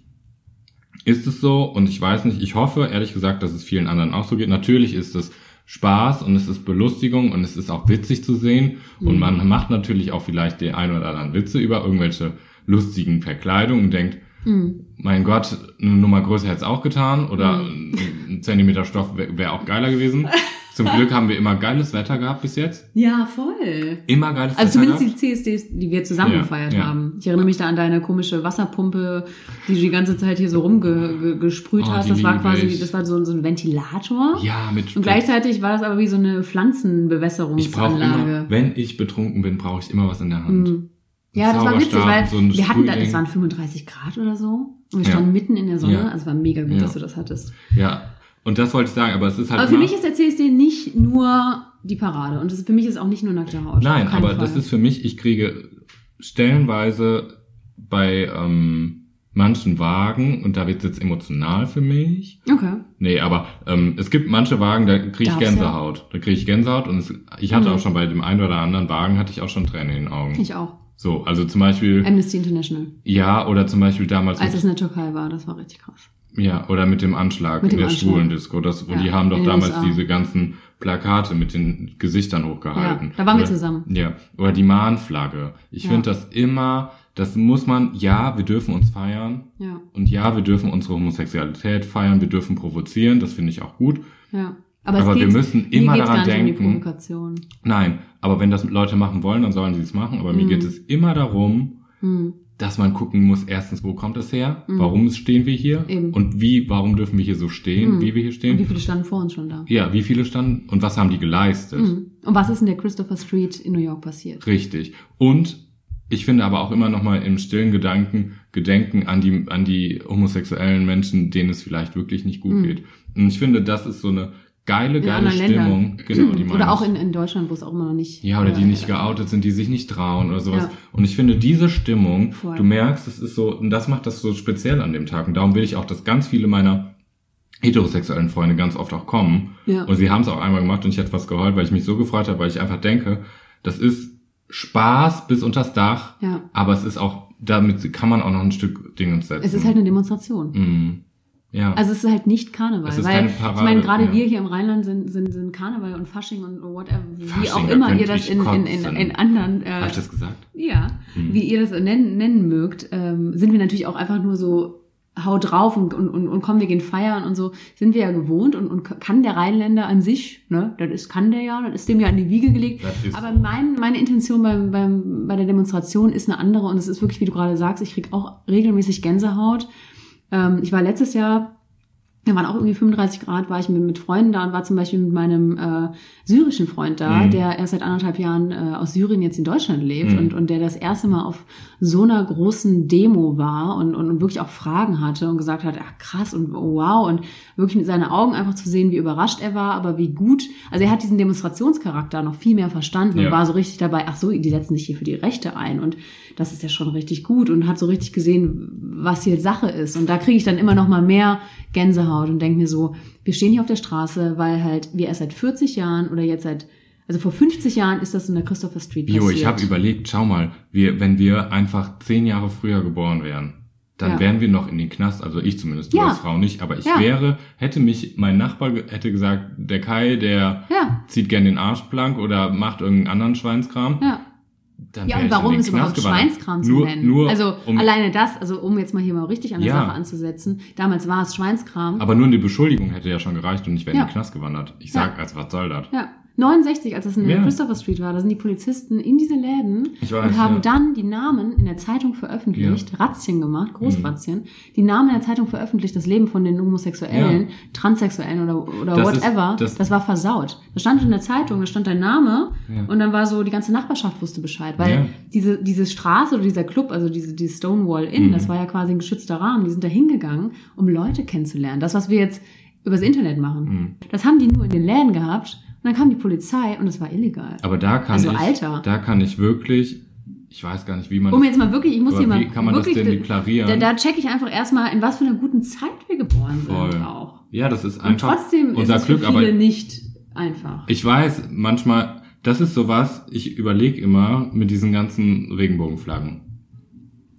[SPEAKER 3] ist es so. Und ich weiß nicht, ich hoffe, ehrlich gesagt, dass es vielen anderen auch so geht. Natürlich ist es Spaß und es ist Belustigung und es ist auch witzig zu sehen.
[SPEAKER 4] Mhm.
[SPEAKER 3] Und man macht natürlich auch vielleicht den einen oder anderen Witze über irgendwelche lustigen Verkleidungen und denkt,
[SPEAKER 4] Mhm.
[SPEAKER 3] mein Gott, eine Nummer größer hätte es auch getan oder ein Zentimeter Stoff wäre wär auch geiler
[SPEAKER 4] [LAUGHS]
[SPEAKER 3] gewesen. Zum Glück haben wir immer geiles Wetter gehabt bis jetzt.
[SPEAKER 4] Ja, voll.
[SPEAKER 3] Immer geiles
[SPEAKER 4] Also
[SPEAKER 3] Wetter
[SPEAKER 4] zumindest
[SPEAKER 3] gehabt.
[SPEAKER 4] die CSDs, die wir zusammen
[SPEAKER 3] Ja,
[SPEAKER 4] gefeiert
[SPEAKER 3] ja.
[SPEAKER 4] haben. Ich erinnere mich da an deine komische Wasserpumpe, die du die ganze Zeit hier so rumgesprüht
[SPEAKER 3] Oh,
[SPEAKER 4] hast.
[SPEAKER 3] die
[SPEAKER 4] Das war
[SPEAKER 3] liebe
[SPEAKER 4] quasi,
[SPEAKER 3] ich.
[SPEAKER 4] das war so, so ein Ventilator.
[SPEAKER 3] Ja, mit
[SPEAKER 4] Und gleichzeitig war das aber wie so eine
[SPEAKER 3] Ich brauche immer,
[SPEAKER 4] Pflanzenbewässerungsanlage.
[SPEAKER 3] wenn ich betrunken bin, brauche ich immer was in der Hand.
[SPEAKER 4] Mhm. Ja, das war
[SPEAKER 3] Zauberstab,
[SPEAKER 4] witzig, weil
[SPEAKER 3] so ein
[SPEAKER 4] wir hatten da,
[SPEAKER 3] Sprühding.
[SPEAKER 4] es waren 35 Grad oder so. Und wir
[SPEAKER 3] Ja.
[SPEAKER 4] standen mitten in der Sonne.
[SPEAKER 3] Ja.
[SPEAKER 4] Also es war mega gut,
[SPEAKER 3] Ja.
[SPEAKER 4] dass du das hattest.
[SPEAKER 3] Ja, und das wollte ich sagen, aber es ist halt.
[SPEAKER 4] Aber für
[SPEAKER 3] immer-
[SPEAKER 4] mich ist der CSD nicht nur die Parade. Und es ist, für mich ist auch nicht nur nackte Haut.
[SPEAKER 3] Nein,
[SPEAKER 4] Auf keinen
[SPEAKER 3] aber
[SPEAKER 4] Fall.
[SPEAKER 3] das ist für mich, ich kriege stellenweise bei ähm, manchen Wagen, und da wird es jetzt emotional für mich.
[SPEAKER 4] Okay.
[SPEAKER 3] Nee, aber ähm, es gibt manche Wagen, da kriege ich
[SPEAKER 4] Darf's ja.
[SPEAKER 3] Gänsehaut. Da kriege ich Gänsehaut und es, ich hatte
[SPEAKER 4] Mhm.
[SPEAKER 3] auch schon bei dem einen oder anderen Wagen, hatte ich auch schon Tränen in den Augen.
[SPEAKER 4] Ich Ähm, auch.
[SPEAKER 3] So, also zum Beispiel,
[SPEAKER 4] Amnesty International.
[SPEAKER 3] ja, oder zum Beispiel damals
[SPEAKER 4] Als
[SPEAKER 3] mit
[SPEAKER 4] es in der Türkei war, das war richtig krass.
[SPEAKER 3] Ja, oder mit dem Anschlag
[SPEAKER 4] Mit
[SPEAKER 3] in
[SPEAKER 4] dem
[SPEAKER 3] der
[SPEAKER 4] Anschlag.
[SPEAKER 3] Schwulendisco. Das, und
[SPEAKER 4] Ja,
[SPEAKER 3] die haben doch
[SPEAKER 4] in den
[SPEAKER 3] damals
[SPEAKER 4] USA.
[SPEAKER 3] diese ganzen Plakate mit den Gesichtern hochgehalten.
[SPEAKER 4] Ja, da waren wir
[SPEAKER 3] oder,
[SPEAKER 4] zusammen.
[SPEAKER 3] Ja, oder die Mahnflagge. Ich
[SPEAKER 4] Ja.
[SPEAKER 3] finde das immer, das muss man, ja, wir dürfen uns feiern.
[SPEAKER 4] Ja,
[SPEAKER 3] Und ja, wir dürfen unsere Homosexualität feiern, wir dürfen provozieren, das finde ich auch gut.
[SPEAKER 4] ja.
[SPEAKER 3] Aber,
[SPEAKER 4] es geht,
[SPEAKER 3] wir müssen
[SPEAKER 4] mir
[SPEAKER 3] immer
[SPEAKER 4] geht's
[SPEAKER 3] daran
[SPEAKER 4] gar nicht um die
[SPEAKER 3] denken.
[SPEAKER 4] Provokation.
[SPEAKER 3] Nein, aber wenn das Leute machen wollen, dann sollen sie es machen. Aber mir
[SPEAKER 4] Mhm.
[SPEAKER 3] geht es immer darum,
[SPEAKER 4] Hm.
[SPEAKER 3] dass man gucken muss, erstens, wo kommt es her?
[SPEAKER 4] Mhm.
[SPEAKER 3] Warum stehen wir hier?
[SPEAKER 4] Eben.
[SPEAKER 3] Und wie, warum dürfen wir hier so stehen,
[SPEAKER 4] Mhm.
[SPEAKER 3] wie wir hier
[SPEAKER 4] Und
[SPEAKER 3] stehen?
[SPEAKER 4] wie viele standen vor uns schon da?
[SPEAKER 3] Ja, wie viele standen und was haben die geleistet?
[SPEAKER 4] Hm. Und was ist in der Christopher Street in New York passiert?
[SPEAKER 3] Richtig. Und ich finde aber auch immer nochmal im stillen Gedanken, Gedenken an die, an die homosexuellen Menschen, denen es vielleicht wirklich nicht gut
[SPEAKER 4] Mhm.
[SPEAKER 3] geht. Und ich finde, das ist so eine geile,
[SPEAKER 4] In
[SPEAKER 3] geile
[SPEAKER 4] anderen
[SPEAKER 3] Stimmung. Genau, die man
[SPEAKER 4] Oder auch in, in Deutschland, wo es auch immer noch nicht.
[SPEAKER 3] ja, oder die nicht
[SPEAKER 4] äh,
[SPEAKER 3] geoutet sind, die sich nicht trauen oder sowas.
[SPEAKER 4] Ja.
[SPEAKER 3] Und ich finde diese Stimmung,
[SPEAKER 4] Voll.
[SPEAKER 3] du merkst, das ist so, und das macht das so speziell an dem Tag. Und darum will ich auch, dass ganz viele meiner heterosexuellen Freunde ganz oft auch kommen.
[SPEAKER 4] Ja.
[SPEAKER 3] Und sie haben es auch einmal gemacht und ich hatte was geheult, weil ich mich so gefreut habe, weil ich einfach denke, das ist Spaß bis unters Dach,
[SPEAKER 4] Ja.
[SPEAKER 3] aber es ist auch, damit kann man auch noch ein Stück Dingens setzen.
[SPEAKER 4] Es ist halt eine Demonstration.
[SPEAKER 3] Mhm. Ja.
[SPEAKER 4] Also es ist halt nicht Karneval,
[SPEAKER 3] Es ist
[SPEAKER 4] weil
[SPEAKER 3] keine Parade,
[SPEAKER 4] ich meine, gerade
[SPEAKER 3] ja.
[SPEAKER 4] wir hier im Rheinland sind, sind, sind Karneval und Fasching und whatever, wie
[SPEAKER 3] Fasching,
[SPEAKER 4] auch
[SPEAKER 3] da
[SPEAKER 4] immer
[SPEAKER 3] könnte
[SPEAKER 4] ihr das
[SPEAKER 3] ich
[SPEAKER 4] in, in, in,
[SPEAKER 3] kotzen.
[SPEAKER 4] in anderen
[SPEAKER 3] habe
[SPEAKER 4] äh,
[SPEAKER 3] ich das gesagt?
[SPEAKER 4] Ja,
[SPEAKER 3] Mhm.
[SPEAKER 4] wie ihr das nennen, nennen mögt, ähm, sind wir natürlich auch einfach nur so haut drauf und, und, und, und komm, wir gehen feiern und so, sind wir ja gewohnt und, und kann der Rheinländer an sich, ne, das ist, kann der ja, das ist dem ja in die Wiege gelegt.
[SPEAKER 3] Das ist
[SPEAKER 4] Aber
[SPEAKER 3] so.
[SPEAKER 4] mein, meine Intention beim, beim, bei der Demonstration ist eine andere und es ist wirklich, wie du gerade sagst, ich krieg auch regelmäßig Gänsehaut. Ähm, ich war letztes Jahr da waren auch irgendwie 35 Grad, war ich mit, mit Freunden da und war zum Beispiel mit meinem äh, syrischen Freund da,
[SPEAKER 3] Mhm.
[SPEAKER 4] der erst seit anderthalb Jahren äh, aus Syrien jetzt in Deutschland lebt
[SPEAKER 3] Mhm.
[SPEAKER 4] und, und der das erste Mal auf so einer großen Demo war und, und, und wirklich auch Fragen hatte und gesagt hat, ach krass und wow und wirklich mit seinen Augen einfach zu sehen, wie überrascht er war, aber wie gut, also er hat diesen Demonstrationscharakter noch viel mehr verstanden
[SPEAKER 3] Ja.
[SPEAKER 4] und war so richtig dabei, ach so, die setzen sich hier für die Rechte ein und das ist ja schon richtig gut und hat so richtig gesehen, was hier Sache ist. Und da kriege ich dann immer noch mal mehr Gänsehaut und denke mir so, wir stehen hier auf der Straße, weil halt wir erst seit 40 Jahren oder jetzt seit, also vor 50 Jahren ist das in der Christopher Street
[SPEAKER 3] Bio,
[SPEAKER 4] passiert.
[SPEAKER 3] ich habe überlegt, schau mal, wir, wenn wir einfach zehn Jahre früher geboren wären, dann
[SPEAKER 4] Ja.
[SPEAKER 3] wären wir noch in den Knast, also ich zumindest, du
[SPEAKER 4] Ja.
[SPEAKER 3] als Frau nicht, aber ich
[SPEAKER 4] Ja.
[SPEAKER 3] wäre, hätte mich, mein Nachbar ge- hätte gesagt, der Kai, der
[SPEAKER 4] Ja,
[SPEAKER 3] zieht gern den Arsch blank oder macht irgendeinen anderen Schweinskram,
[SPEAKER 4] ja.
[SPEAKER 3] dann
[SPEAKER 4] Ja,
[SPEAKER 3] wär
[SPEAKER 4] und
[SPEAKER 3] ich in
[SPEAKER 4] warum
[SPEAKER 3] den
[SPEAKER 4] ist
[SPEAKER 3] Knast
[SPEAKER 4] überhaupt
[SPEAKER 3] gewandert.
[SPEAKER 4] Schweinskram zu
[SPEAKER 3] nur,
[SPEAKER 4] nennen?
[SPEAKER 3] Nur
[SPEAKER 4] also
[SPEAKER 3] um,
[SPEAKER 4] alleine das, also um jetzt mal hier mal richtig an der
[SPEAKER 3] Ja.
[SPEAKER 4] Sache anzusetzen, damals war es Schweinskram.
[SPEAKER 3] aber nur eine Beschuldigung hätte ja schon gereicht und ich wäre
[SPEAKER 4] Ja.
[SPEAKER 3] in den Knast gewandert. Ich
[SPEAKER 4] Ja.
[SPEAKER 3] sag, als was soll das?
[SPEAKER 4] ja. 69, als das in der
[SPEAKER 3] Ja.
[SPEAKER 4] Christopher Street war, da sind die Polizisten in diese Läden
[SPEAKER 3] Ich
[SPEAKER 4] und
[SPEAKER 3] weiß,
[SPEAKER 4] haben
[SPEAKER 3] ja.
[SPEAKER 4] dann die Namen in der Zeitung veröffentlicht, Razzien gemacht,
[SPEAKER 3] Mhm.
[SPEAKER 4] Großrazzien, die Namen in der Zeitung veröffentlicht, das Leben von den Homosexuellen,
[SPEAKER 3] Ja.
[SPEAKER 4] Transsexuellen oder, oder
[SPEAKER 3] Das ist-
[SPEAKER 4] whatever, das,
[SPEAKER 3] das-
[SPEAKER 4] war versaut. Das stand in der Zeitung, da stand dein Name
[SPEAKER 3] Ja.
[SPEAKER 4] und dann war so, die ganze Nachbarschaft wusste Bescheid, weil
[SPEAKER 3] Ja.
[SPEAKER 4] diese, diese Straße oder dieser Club, also diese, die Stonewall Inn,
[SPEAKER 3] Mhm.
[SPEAKER 4] das war ja quasi ein geschützter Rahmen, die sind da hingegangen, um Leute kennenzulernen. Das, was wir jetzt übers Internet machen.
[SPEAKER 3] Mhm.
[SPEAKER 4] Das haben die nur in den Läden gehabt und dann kam die Polizei und es war illegal.
[SPEAKER 3] Aber da kann
[SPEAKER 4] Also
[SPEAKER 3] ich,
[SPEAKER 4] Alter.
[SPEAKER 3] da kann ich wirklich, ich weiß gar nicht, wie man,
[SPEAKER 4] Um jetzt mal wirklich, ich muss
[SPEAKER 3] aber
[SPEAKER 4] hier mal
[SPEAKER 3] wie kann man das
[SPEAKER 4] wirklich,
[SPEAKER 3] denn
[SPEAKER 4] da,
[SPEAKER 3] deklarieren?
[SPEAKER 4] da checke ich einfach erstmal, in was für einer guten Zeit wir geboren
[SPEAKER 3] Voll.
[SPEAKER 4] sind auch.
[SPEAKER 3] ja, das ist
[SPEAKER 4] Und
[SPEAKER 3] einfach
[SPEAKER 4] trotzdem
[SPEAKER 3] unser
[SPEAKER 4] ist es
[SPEAKER 3] Glück,
[SPEAKER 4] für
[SPEAKER 3] aber
[SPEAKER 4] viele nicht einfach.
[SPEAKER 3] Ich weiß, manchmal, das ist sowas, ich überlege immer mit diesen ganzen Regenbogenflaggen.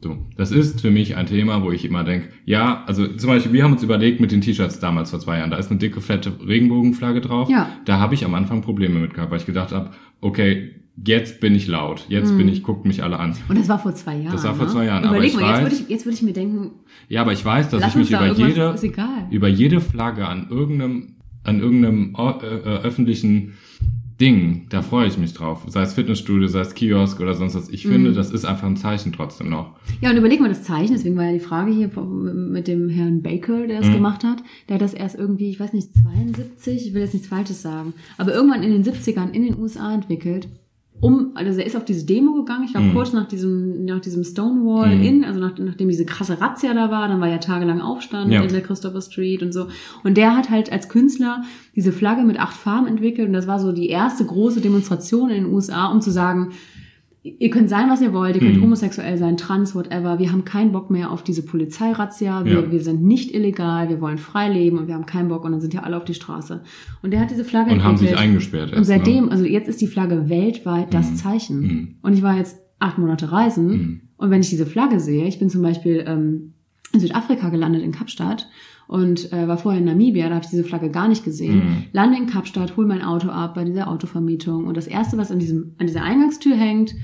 [SPEAKER 3] So, das ist für mich ein Thema, wo ich immer denke, ja, also zum Beispiel, wir haben uns überlegt mit den T-Shirts damals vor zwei Jahren, da ist eine dicke, fette Regenbogenflagge drauf.
[SPEAKER 4] Ja.
[SPEAKER 3] Da habe ich am Anfang Probleme mit gehabt, weil ich gedacht habe, okay, jetzt bin ich laut, jetzt
[SPEAKER 4] Hm.
[SPEAKER 3] bin ich, guckt mich alle an.
[SPEAKER 4] Und das war vor zwei Jahren.
[SPEAKER 3] Das war vor
[SPEAKER 4] ne?
[SPEAKER 3] zwei Jahren, aber
[SPEAKER 4] Überleg
[SPEAKER 3] ich
[SPEAKER 4] mal, jetzt,
[SPEAKER 3] weiß-
[SPEAKER 4] würde ich, jetzt würde ich mir denken,
[SPEAKER 3] Ja, aber ich weiß, dass
[SPEAKER 4] lass
[SPEAKER 3] ich mich
[SPEAKER 4] uns da
[SPEAKER 3] über
[SPEAKER 4] irgendwas,
[SPEAKER 3] jede,
[SPEAKER 4] ist egal.
[SPEAKER 3] über jede Flagge an irgendeinem, an irgendeinem o- äh, äh, öffentlichen Ding, da freue ich mich drauf. Sei es Fitnessstudio, sei es Kiosk oder sonst was. Ich
[SPEAKER 4] Mhm.
[SPEAKER 3] finde, das ist einfach ein Zeichen trotzdem noch.
[SPEAKER 4] Ja, und überleg mal das Zeichen, deswegen war ja die Frage hier vom- mit dem Herrn Baker, der das
[SPEAKER 3] Mhm.
[SPEAKER 4] gemacht hat. Der hat das erst irgendwie, ich weiß nicht, 72, ich will jetzt nichts Falsches sagen, aber irgendwann in den 70ern in den USA entwickelt. Um, also er ist auf diese Demo gegangen, ich glaube
[SPEAKER 3] Mhm.
[SPEAKER 4] kurz nach diesem, nach diesem Stonewall
[SPEAKER 3] Mhm.
[SPEAKER 4] Inn, also nach, nachdem diese krasse Razzia da war, dann war ja tagelang Aufstand
[SPEAKER 3] Ja.
[SPEAKER 4] in der Christopher Street und so. Und der hat halt als Künstler diese Flagge mit acht Farben entwickelt und das war so die erste große Demonstration in den USA, um zu sagen, ihr könnt sein, was ihr wollt, ihr könnt
[SPEAKER 3] Mhm.
[SPEAKER 4] homosexuell sein, trans, whatever. Wir haben keinen Bock mehr auf diese Polizeirazzia. Wir,
[SPEAKER 3] Ja.
[SPEAKER 4] wir sind nicht illegal, wir wollen frei leben und wir haben keinen Bock und dann sind ja alle auf die Straße. Und der hat diese Flagge
[SPEAKER 3] Und haben sich
[SPEAKER 4] entwickelt.
[SPEAKER 3] eingesperrt.
[SPEAKER 4] und
[SPEAKER 3] erst, ne?
[SPEAKER 4] seitdem, also jetzt ist die Flagge weltweit das
[SPEAKER 3] Mhm.
[SPEAKER 4] Zeichen.
[SPEAKER 3] Mhm.
[SPEAKER 4] Und ich war jetzt acht Monate reisen
[SPEAKER 3] Mhm.
[SPEAKER 4] und wenn ich diese Flagge sehe, ich bin zum Beispiel ähm, in Südafrika gelandet, in Kapstadt und äh, war vorher in Namibia, da habe ich diese Flagge gar nicht gesehen.
[SPEAKER 3] Mhm.
[SPEAKER 4] Lande in Kapstadt, hol mein Auto ab bei dieser Autovermietung und das erste, was an diesem an dieser Eingangstür hängt,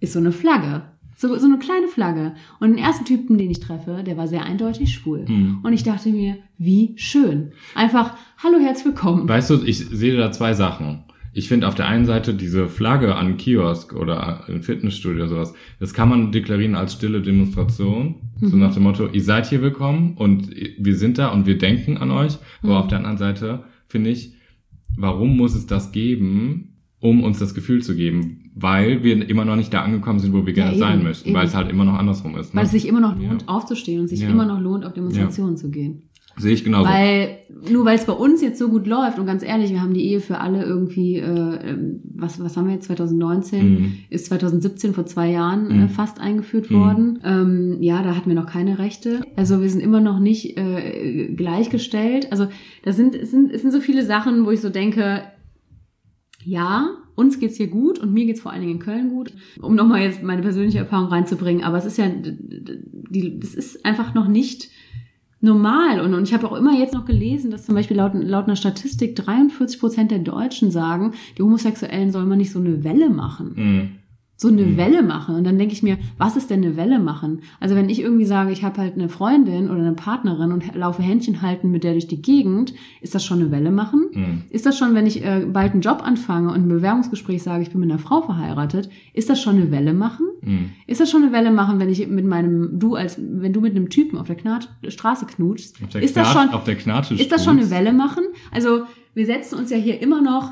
[SPEAKER 4] ist so eine Flagge. So, so eine kleine Flagge. Und den ersten Typen, den ich treffe, der war sehr eindeutig schwul.
[SPEAKER 3] Mhm.
[SPEAKER 4] Und ich dachte mir, wie schön. Einfach, hallo, herzlich willkommen.
[SPEAKER 3] Weißt du, ich sehe da zwei Sachen. Ich finde auf der einen Seite diese Flagge an Kiosk oder im Fitnessstudio oder sowas, das kann man deklarieren als stille Demonstration.
[SPEAKER 4] Mhm.
[SPEAKER 3] So nach dem Motto, ihr seid hier willkommen und wir sind da und wir denken an euch.
[SPEAKER 4] Mhm.
[SPEAKER 3] Aber auf der anderen Seite finde ich, warum muss es das geben, um uns das Gefühl zu geben? Weil wir immer noch nicht da angekommen sind, wo wir gerne
[SPEAKER 4] eben,
[SPEAKER 3] sein möchten,
[SPEAKER 4] eben.
[SPEAKER 3] weil es halt immer noch andersrum ist.
[SPEAKER 4] Weil
[SPEAKER 3] Ne?
[SPEAKER 4] es sich immer noch lohnt,
[SPEAKER 3] Ja.
[SPEAKER 4] aufzustehen und sich
[SPEAKER 3] Ja.
[SPEAKER 4] immer noch lohnt, auf Demonstrationen zu gehen.
[SPEAKER 3] Sehe ich genauso.
[SPEAKER 4] Weil, nur weil es bei uns jetzt so gut läuft, und ganz ehrlich, wir haben die Ehe für alle irgendwie, äh, ähm, was, was haben wir jetzt, 2019,
[SPEAKER 3] Mhm.
[SPEAKER 4] ist 2017 vor zwei Jahren
[SPEAKER 3] Mhm.
[SPEAKER 4] äh, fast eingeführt
[SPEAKER 3] Mhm.
[SPEAKER 4] worden. Ähm, ja, da hatten wir noch keine Rechte. Also wir sind immer noch nicht äh, gleichgestellt. Also das sind, es sind, es sind so viele Sachen, wo ich so denke, ja, uns geht's hier gut und mir geht's vor allen Dingen in Köln gut, um nochmal jetzt meine persönliche Erfahrung reinzubringen. Aber es ist ja, d- d- die, das ist einfach noch nicht normal. Und, und ich habe auch immer jetzt noch gelesen, dass zum Beispiel laut, laut einer Statistik 43 Prozent der Deutschen sagen, die Homosexuellen soll man nicht so eine Welle machen
[SPEAKER 3] Mhm.
[SPEAKER 4] so eine
[SPEAKER 3] Mhm.
[SPEAKER 4] Welle machen. Und dann denke ich mir, was ist denn eine Welle machen? Also wenn ich irgendwie sage, ich habe halt eine Freundin oder eine Partnerin und laufe Händchen halten mit der durch die Gegend, ist das schon eine Welle machen?
[SPEAKER 3] Mhm.
[SPEAKER 4] Ist das schon, wenn ich äh, bald einen Job anfange und im Bewerbungsgespräch sage, ich bin mit einer Frau verheiratet, ist das schon eine Welle machen?
[SPEAKER 3] Mhm.
[SPEAKER 4] Ist das schon eine Welle machen, wenn ich mit meinem, du als, wenn du mit einem Typen auf der Knatsch, Straße knutschst?
[SPEAKER 3] Auf der
[SPEAKER 4] Ist das
[SPEAKER 3] Knatsch-
[SPEAKER 4] schon,
[SPEAKER 3] auf der Knatsch
[SPEAKER 4] ist das schon eine Welle machen? Also wir setzen uns ja hier immer noch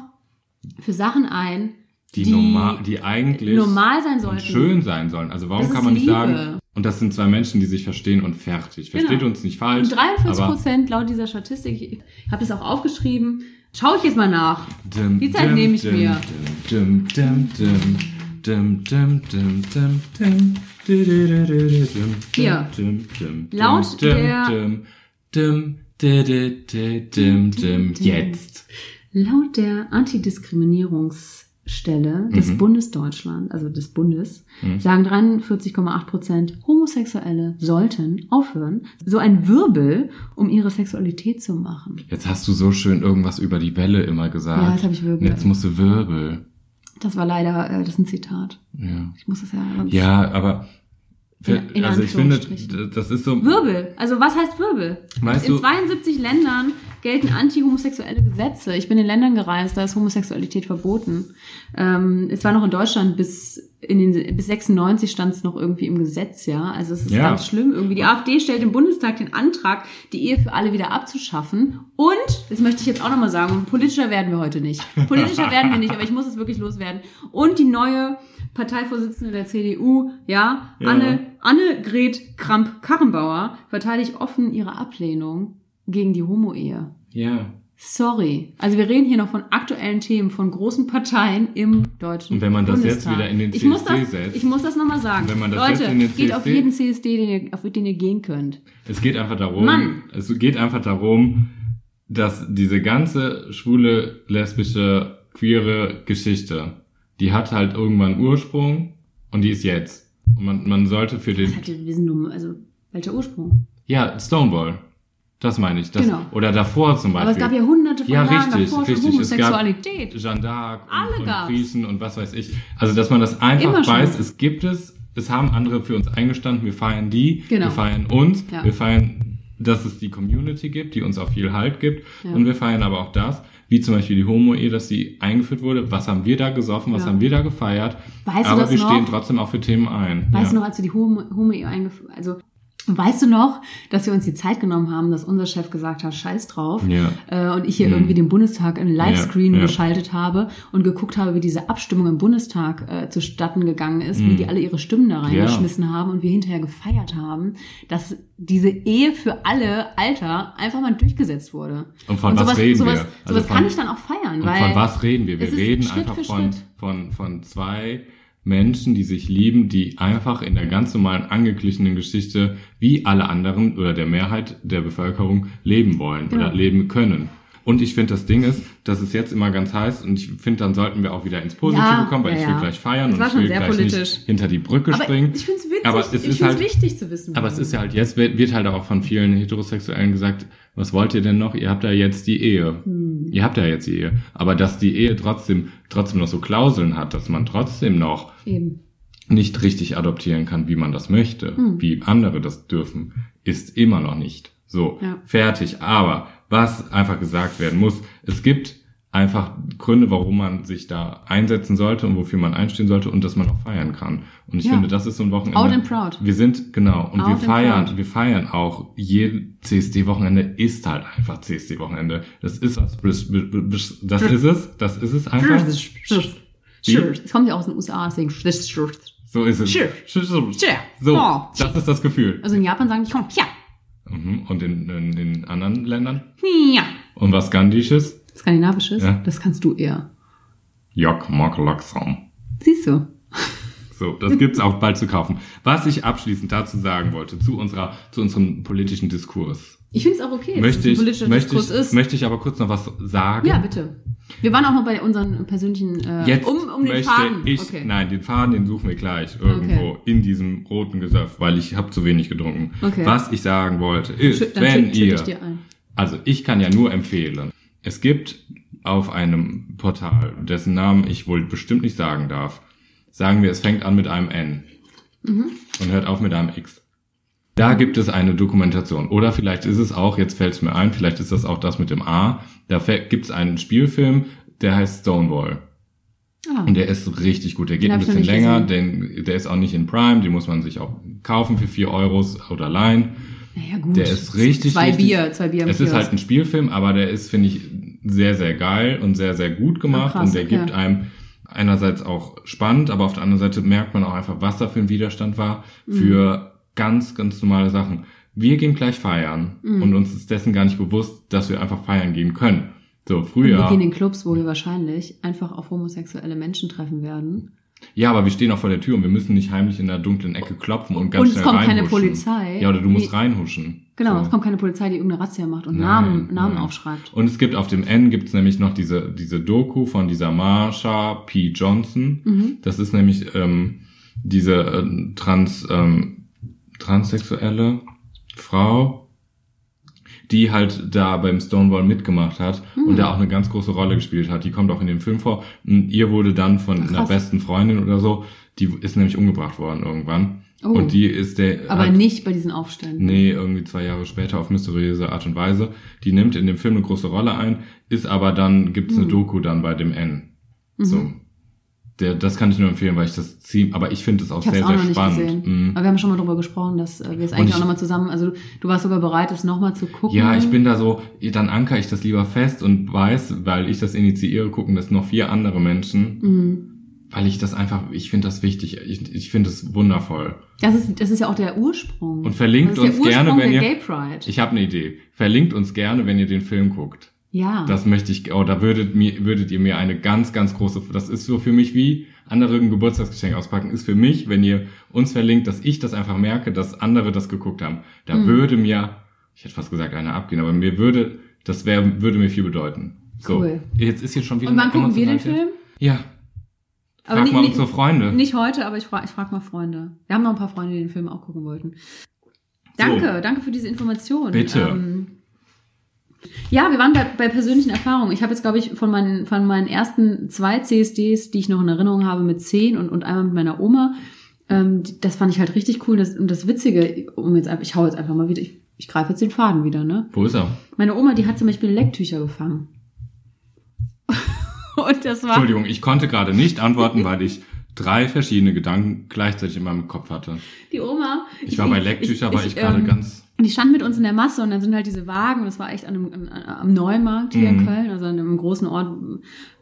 [SPEAKER 4] für Sachen ein,
[SPEAKER 3] die,
[SPEAKER 4] die
[SPEAKER 3] normal, die eigentlich
[SPEAKER 4] normal sein sollten.
[SPEAKER 3] und schön sein sollen. Also warum
[SPEAKER 4] Das
[SPEAKER 3] kann
[SPEAKER 4] ist
[SPEAKER 3] man nicht
[SPEAKER 4] Liebe.
[SPEAKER 3] sagen, und das sind zwei Menschen, die sich verstehen und fertig. Versteht
[SPEAKER 4] Genau.
[SPEAKER 3] uns nicht falsch.
[SPEAKER 4] Und 43
[SPEAKER 3] aber
[SPEAKER 4] Prozent laut dieser Statistik, ich habe das auch aufgeschrieben, schaue ich jetzt mal nach.
[SPEAKER 3] Dim,
[SPEAKER 4] Die Zeit
[SPEAKER 3] dim,
[SPEAKER 4] nehme ich
[SPEAKER 3] dim,
[SPEAKER 4] mir.
[SPEAKER 3] Dim, dim, dim, dim, dim, dim, dim, dim, dim, dim, dim, dim,
[SPEAKER 4] Hier.
[SPEAKER 3] dim, dim, dim,
[SPEAKER 4] Laut
[SPEAKER 3] dim,
[SPEAKER 4] der-
[SPEAKER 3] dim, dim, dim, dim, dim, dim, dim, Jetzt.
[SPEAKER 4] Laut der Antidiskriminierungsstelle
[SPEAKER 3] Mhm.
[SPEAKER 4] des Bundes Deutschland, also des Bundes, sagen 43,8 Prozent Homosexuelle sollten aufhören, so ein Wirbel, um ihre Sexualität zu machen.
[SPEAKER 3] Jetzt hast du so schön irgendwas über die Welle immer gesagt.
[SPEAKER 4] Ja, jetzt habe ich Wirbel.
[SPEAKER 3] Und Jetzt musst du Wirbel.
[SPEAKER 4] Das war leider, äh, das ist ein Zitat.
[SPEAKER 3] Ja.
[SPEAKER 4] Ich muss das ja. sonst-
[SPEAKER 3] Ja, aber
[SPEAKER 4] In- in
[SPEAKER 3] also ich finde,
[SPEAKER 4] Anführungsstrichen.
[SPEAKER 3] d- das ist so.
[SPEAKER 4] Wirbel. Also was heißt Wirbel?
[SPEAKER 3] Weißt
[SPEAKER 4] In
[SPEAKER 3] du-
[SPEAKER 4] 72 Ländern gelten anti-homosexuelle Gesetze. Ich bin in Ländern gereist, da ist Homosexualität verboten. Ähm, es war noch in Deutschland bis in den bis 96 stand es noch irgendwie im Gesetz, ja. Also es ist
[SPEAKER 3] Ja.
[SPEAKER 4] ganz schlimm irgendwie. Die AfD stellt im Bundestag den Antrag, die Ehe für alle wieder abzuschaffen. Und, das möchte ich jetzt auch nochmal sagen, und politischer werden wir heute nicht. Politischer werden wir nicht, aber ich muss es wirklich loswerden. Und die neue Parteivorsitzende der CDU, ja,
[SPEAKER 3] Ja.
[SPEAKER 4] Anne, Annegret Kramp-Karrenbauer, verteidigt offen ihre Ablehnung gegen die Homo-Ehe.
[SPEAKER 3] Ja.
[SPEAKER 4] Sorry. Also wir reden hier noch von aktuellen Themen, von großen Parteien im deutschen
[SPEAKER 3] Und wenn man das
[SPEAKER 4] Bundestag.
[SPEAKER 3] jetzt wieder in den
[SPEAKER 4] ich muss
[SPEAKER 3] CSD
[SPEAKER 4] das,
[SPEAKER 3] setzt.
[SPEAKER 4] Ich muss das nochmal sagen.
[SPEAKER 3] Und wenn man das
[SPEAKER 4] Leute,
[SPEAKER 3] jetzt in den
[SPEAKER 4] geht auf
[SPEAKER 3] CSD
[SPEAKER 4] jeden CSD, den ihr, auf den ihr gehen könnt.
[SPEAKER 3] Es geht einfach darum,
[SPEAKER 4] Mann.
[SPEAKER 3] es geht einfach darum, dass diese ganze schwule, lesbische, queere Geschichte, die hat halt irgendwann Ursprung und die ist jetzt. Und man, man sollte für
[SPEAKER 4] Das
[SPEAKER 3] den,
[SPEAKER 4] hatte, wir sind nur, also, welcher Ursprung?
[SPEAKER 3] ja, Stonewall. Das meine ich. Das,
[SPEAKER 4] Genau.
[SPEAKER 3] Oder davor zum Beispiel.
[SPEAKER 4] Aber es gab ja hunderte von
[SPEAKER 3] Ja,
[SPEAKER 4] Jahren
[SPEAKER 3] richtig,
[SPEAKER 4] davor schon
[SPEAKER 3] richtig. Es gab-
[SPEAKER 4] Homosexualität.
[SPEAKER 3] Jeanne d'Arc
[SPEAKER 4] Alle
[SPEAKER 3] und, und
[SPEAKER 4] gab's.
[SPEAKER 3] Griechen und was weiß ich. Also, dass man das einfach
[SPEAKER 4] Immer schon.
[SPEAKER 3] weiß, es gibt es, es haben andere für uns eingestanden, wir feiern die,
[SPEAKER 4] Genau.
[SPEAKER 3] wir feiern uns,
[SPEAKER 4] Ja.
[SPEAKER 3] wir feiern, dass es die Community gibt, die uns auch viel Halt gibt
[SPEAKER 4] Ja.
[SPEAKER 3] und wir feiern aber auch das, wie zum Beispiel die Homo-Ehe, dass sie eingeführt wurde. Was haben wir da gesoffen, was
[SPEAKER 4] Ja.
[SPEAKER 3] haben wir da gefeiert?
[SPEAKER 4] Weißt du
[SPEAKER 3] aber
[SPEAKER 4] das
[SPEAKER 3] wir
[SPEAKER 4] noch?
[SPEAKER 3] stehen trotzdem auch für Themen ein.
[SPEAKER 4] Weißt
[SPEAKER 3] ja.
[SPEAKER 4] du noch, als wir die Homo, Homo eingeführt, also, weißt du noch, dass wir uns die Zeit genommen haben, dass unser Chef gesagt hat, scheiß drauf.
[SPEAKER 3] Ja.
[SPEAKER 4] Äh, und ich hier
[SPEAKER 3] Mhm.
[SPEAKER 4] irgendwie den Bundestag in einen Livescreen
[SPEAKER 3] Ja, ja.
[SPEAKER 4] geschaltet habe und geguckt habe, wie diese Abstimmung im Bundestag äh, zustatten gegangen ist, wie
[SPEAKER 3] Mhm.
[SPEAKER 4] die alle ihre Stimmen da
[SPEAKER 3] Ja.
[SPEAKER 4] reingeschmissen haben und wir hinterher gefeiert haben, dass diese Ehe für alle Alter einfach mal durchgesetzt wurde.
[SPEAKER 3] Und von
[SPEAKER 4] und
[SPEAKER 3] was
[SPEAKER 4] sowas,
[SPEAKER 3] reden
[SPEAKER 4] sowas,
[SPEAKER 3] wir? Also
[SPEAKER 4] sowas
[SPEAKER 3] von-
[SPEAKER 4] kann ich dann auch feiern,
[SPEAKER 3] Und
[SPEAKER 4] weil
[SPEAKER 3] von was reden wir?
[SPEAKER 4] es
[SPEAKER 3] Wir
[SPEAKER 4] ist
[SPEAKER 3] reden
[SPEAKER 4] Schritt
[SPEAKER 3] einfach
[SPEAKER 4] für
[SPEAKER 3] von,
[SPEAKER 4] Schritt.
[SPEAKER 3] von, von zwei Menschen, die sich lieben, die einfach in der ganz normalen angeglichenen Geschichte wie alle anderen oder der Mehrheit der Bevölkerung leben wollen
[SPEAKER 4] Genau.
[SPEAKER 3] oder leben können. Und ich finde, das Ding ist, dass es jetzt immer ganz heiß und ich finde, dann sollten wir auch wieder ins Positive
[SPEAKER 4] Ja,
[SPEAKER 3] kommen, weil
[SPEAKER 4] ja,
[SPEAKER 3] ich will
[SPEAKER 4] ja.
[SPEAKER 3] gleich feiern
[SPEAKER 4] Das war
[SPEAKER 3] und ich
[SPEAKER 4] schon
[SPEAKER 3] will
[SPEAKER 4] sehr
[SPEAKER 3] gleich
[SPEAKER 4] politisch.
[SPEAKER 3] nicht hinter die Brücke
[SPEAKER 4] aber
[SPEAKER 3] springen.
[SPEAKER 4] ich finde es witzig,
[SPEAKER 3] Aber es
[SPEAKER 4] ich
[SPEAKER 3] ist
[SPEAKER 4] finde es
[SPEAKER 3] halt-
[SPEAKER 4] wichtig zu wissen.
[SPEAKER 3] Aber es ist ja halt, jetzt wird, wird halt auch von vielen Heterosexuellen gesagt, was wollt ihr denn noch? Ihr habt ja jetzt die Ehe. Ihr habt ja jetzt die Ehe. Aber dass die Ehe trotzdem, trotzdem noch so Klauseln hat, dass man trotzdem noch
[SPEAKER 4] Eben.
[SPEAKER 3] nicht richtig adoptieren kann, wie man das möchte,
[SPEAKER 4] Hm.
[SPEAKER 3] wie andere das dürfen, ist immer noch nicht. So,
[SPEAKER 4] Ja.
[SPEAKER 3] fertig. Aber was einfach gesagt werden muss, es gibt einfach Gründe, warum man sich da einsetzen sollte und wofür man einstehen sollte und dass man auch feiern kann. Und ich
[SPEAKER 4] Ja.
[SPEAKER 3] finde, das ist so ein Wochenende.
[SPEAKER 4] Out and proud.
[SPEAKER 3] Wir sind, genau, und
[SPEAKER 4] Out
[SPEAKER 3] wir
[SPEAKER 4] and
[SPEAKER 3] feiern,
[SPEAKER 4] proud.
[SPEAKER 3] wir feiern auch. Jedes CSD-Wochenende ist halt einfach CSD-Wochenende. Das ist was, das ist es, das ist es einfach. Hm? Wie?
[SPEAKER 4] Shirt. Es kommt ja auch aus den USA, deswegen Shirt.
[SPEAKER 3] So ist es.
[SPEAKER 4] Sure.
[SPEAKER 3] So,
[SPEAKER 4] Sure. Oh.
[SPEAKER 3] das ist das Gefühl.
[SPEAKER 4] Also in Japan sagen die, komm, ja,
[SPEAKER 3] Mhm. Und in, in, in anderen Ländern?
[SPEAKER 4] ja.
[SPEAKER 3] Und was Gandhisches?
[SPEAKER 4] Skandinavisches,
[SPEAKER 3] Ja.
[SPEAKER 4] das kannst du eher.
[SPEAKER 3] Jok, Mok, Loksam.
[SPEAKER 4] Siehst du?
[SPEAKER 3] So,
[SPEAKER 4] [LAUGHS]
[SPEAKER 3] das gibt's auch bald zu kaufen. Was ich abschließend dazu sagen wollte, zu unserer, zu unserem politischen Diskurs.
[SPEAKER 4] Ich finde es auch okay,
[SPEAKER 3] Möchte ich,
[SPEAKER 4] dass es ein politischer
[SPEAKER 3] möchte, ich,
[SPEAKER 4] Diskurs ist.
[SPEAKER 3] möchte ich aber kurz noch was sagen?
[SPEAKER 4] ja, bitte. Wir waren auch noch bei unseren persönlichen, äh,
[SPEAKER 3] Jetzt
[SPEAKER 4] um, um den
[SPEAKER 3] möchte
[SPEAKER 4] Faden.
[SPEAKER 3] ich,
[SPEAKER 4] okay.
[SPEAKER 3] nein, den Faden, den suchen wir gleich irgendwo in diesem roten Gesöff, weil ich habe zu wenig getrunken.
[SPEAKER 4] Okay.
[SPEAKER 3] Was ich sagen wollte, ist,
[SPEAKER 4] Schü- dann
[SPEAKER 3] wenn
[SPEAKER 4] schütt- schütt
[SPEAKER 3] ihr,
[SPEAKER 4] ich dir ein.
[SPEAKER 3] Also ich kann ja nur empfehlen, es gibt auf einem Portal, dessen Namen ich wohl bestimmt nicht sagen darf, sagen wir, es fängt an mit einem N
[SPEAKER 4] Mhm.
[SPEAKER 3] und hört auf mit einem X. Da gibt es eine Dokumentation. Oder vielleicht ist es auch, jetzt fällt es mir ein, vielleicht ist das auch das mit dem A. Da fä- gibt es einen Spielfilm, der heißt Stonewall.
[SPEAKER 4] Ah,
[SPEAKER 3] Und der ist richtig gut. Der geht
[SPEAKER 4] Den
[SPEAKER 3] ein
[SPEAKER 4] hab ich noch
[SPEAKER 3] bisschen
[SPEAKER 4] nicht
[SPEAKER 3] länger, denn der ist auch nicht in Prime, den muss man sich auch kaufen für 4 Euros oder leihen.
[SPEAKER 4] naja, gut.
[SPEAKER 3] Der ist richtig,
[SPEAKER 4] Zwei
[SPEAKER 3] richtig-
[SPEAKER 4] Bier, zwei Bier im
[SPEAKER 3] Es ist
[SPEAKER 4] Kiosk.
[SPEAKER 3] halt ein Spielfilm, aber der ist, finde ich, sehr, sehr geil und sehr, sehr gut gemacht.
[SPEAKER 4] Ah, krass,
[SPEAKER 3] und der
[SPEAKER 4] okay.
[SPEAKER 3] gibt einem einerseits auch spannend, aber auf der anderen Seite merkt man auch einfach, was da für ein Widerstand war
[SPEAKER 4] Mhm.
[SPEAKER 3] für ganz, ganz normale Sachen. Wir gehen gleich feiern
[SPEAKER 4] Mhm.
[SPEAKER 3] und uns ist dessen gar nicht bewusst, dass wir einfach feiern gehen können. So,
[SPEAKER 4] Und
[SPEAKER 3] früher.
[SPEAKER 4] Wir gehen in Clubs, wo wir wahrscheinlich einfach auf homosexuelle Menschen treffen werden.
[SPEAKER 3] Ja, aber wir stehen auch vor der Tür und wir müssen nicht heimlich in der dunklen Ecke klopfen und ganz
[SPEAKER 4] Und es
[SPEAKER 3] schnell
[SPEAKER 4] kommt
[SPEAKER 3] reinhuschen.
[SPEAKER 4] keine Polizei.
[SPEAKER 3] Ja, oder du musst
[SPEAKER 4] Nee.
[SPEAKER 3] reinhuschen.
[SPEAKER 4] Genau,
[SPEAKER 3] So.
[SPEAKER 4] es kommt keine Polizei, die irgendeine Razzia macht und
[SPEAKER 3] Nein,
[SPEAKER 4] Namen, Namen
[SPEAKER 3] nein. Halt
[SPEAKER 4] aufschreibt.
[SPEAKER 3] Und es gibt auf dem N gibt's nämlich noch diese, diese Doku von dieser Marsha P. Johnson.
[SPEAKER 4] Mhm.
[SPEAKER 3] Das ist nämlich ähm, diese ähm, trans, ähm, transsexuelle Frau, die halt da beim Stonewall mitgemacht hat
[SPEAKER 4] Mhm.
[SPEAKER 3] und da auch eine ganz große Rolle gespielt hat. Die kommt auch in dem Film vor. Und ihr wurde dann von einer
[SPEAKER 4] krass.
[SPEAKER 3] besten Freundin oder so, Die ist nämlich umgebracht worden irgendwann.
[SPEAKER 4] Oh.
[SPEAKER 3] Und die ist der. halt
[SPEAKER 4] Aber
[SPEAKER 3] hat-
[SPEAKER 4] nicht bei diesen Aufständen.
[SPEAKER 3] Nee, irgendwie zwei Jahre später auf mysteriöse Art und Weise. Die nimmt in dem Film eine große Rolle ein, ist aber dann, gibt's
[SPEAKER 4] Hm.
[SPEAKER 3] eine Doku dann bei dem N.
[SPEAKER 4] Mhm.
[SPEAKER 3] So. Der, das kann ich nur empfehlen, weil ich das ziehe, aber ich finde es auch
[SPEAKER 4] Ich habe
[SPEAKER 3] sehr,
[SPEAKER 4] es auch
[SPEAKER 3] sehr
[SPEAKER 4] noch nicht
[SPEAKER 3] spannend.
[SPEAKER 4] gesehen.
[SPEAKER 3] Mhm.
[SPEAKER 4] Aber wir haben schon mal drüber gesprochen, dass äh, wir es eigentlich
[SPEAKER 3] ich-
[SPEAKER 4] auch nochmal zusammen, also du, du warst sogar bereit, es nochmal zu gucken.
[SPEAKER 3] Ja, ich bin da so, dann anker ich das lieber fest und weiß, weil ich das initiiere, gucken das noch vier andere Menschen,
[SPEAKER 4] Mhm.
[SPEAKER 3] weil ich das einfach, ich finde das wichtig, ich, ich finde es wundervoll.
[SPEAKER 4] Das ist, das ist ja auch der Ursprung.
[SPEAKER 3] Und verlinkt
[SPEAKER 4] das ist
[SPEAKER 3] uns
[SPEAKER 4] der Ursprung
[SPEAKER 3] gerne, wenn
[SPEAKER 4] der
[SPEAKER 3] ihr-
[SPEAKER 4] Gay Pride.
[SPEAKER 3] Ich habe eine Idee. Verlinkt uns gerne, wenn ihr den Film guckt.
[SPEAKER 4] ja.
[SPEAKER 3] Das möchte ich, oh, da würdet, mir, würdet ihr mir eine ganz, ganz große, das ist so für mich wie andere ein Geburtstagsgeschenk auspacken, ist für mich, wenn ihr uns verlinkt, dass ich das einfach merke, dass andere das geguckt haben. Da
[SPEAKER 4] Mhm.
[SPEAKER 3] würde mir, ich hätte fast gesagt, einer abgehen, aber mir würde, das wäre, würde mir viel bedeuten. So,
[SPEAKER 4] Cool.
[SPEAKER 3] jetzt ist hier schon wieder
[SPEAKER 4] Und wann
[SPEAKER 3] eine
[SPEAKER 4] gucken wir den
[SPEAKER 3] Emotionalität.
[SPEAKER 4] Film?
[SPEAKER 3] Ja,
[SPEAKER 4] Aber
[SPEAKER 3] frag
[SPEAKER 4] nicht-
[SPEAKER 3] mal
[SPEAKER 4] nicht-
[SPEAKER 3] unsere Freunde.
[SPEAKER 4] Nicht heute, aber ich frage ich frag mal Freunde. Wir haben noch ein paar Freunde, die den Film auch gucken wollten. Danke, danke für diese Information.
[SPEAKER 3] Bitte.
[SPEAKER 4] Ähm, ja, wir waren bei, bei persönlichen Erfahrungen. Ich habe jetzt, glaube ich, von meinen, von meinen ersten zwei CSDs, die ich noch in Erinnerung habe, mit zehn und, und einmal mit meiner Oma, ähm, die- das fand ich halt richtig cool. Das, und das Witzige, um jetzt, einfach- ich hau jetzt einfach mal wieder, ich, ich greife jetzt den Faden wieder, ne?
[SPEAKER 3] Wo ist er?
[SPEAKER 4] Meine Oma, die hat zum Beispiel Lecktücher gefangen. [LAUGHS] und das war.
[SPEAKER 3] Entschuldigung, ich konnte gerade nicht antworten, weil ich drei verschiedene Gedanken gleichzeitig in meinem Kopf hatte.
[SPEAKER 4] Die Oma.
[SPEAKER 3] Ich war bei Lecktücher, war ich gerade
[SPEAKER 4] ähm,
[SPEAKER 3] ganz...
[SPEAKER 4] Und die standen mit uns in der Masse und dann sind halt diese Wagen, das war echt an einem, an, am Neumarkt hier in
[SPEAKER 3] Mhm.
[SPEAKER 4] Köln, also an einem großen Ort,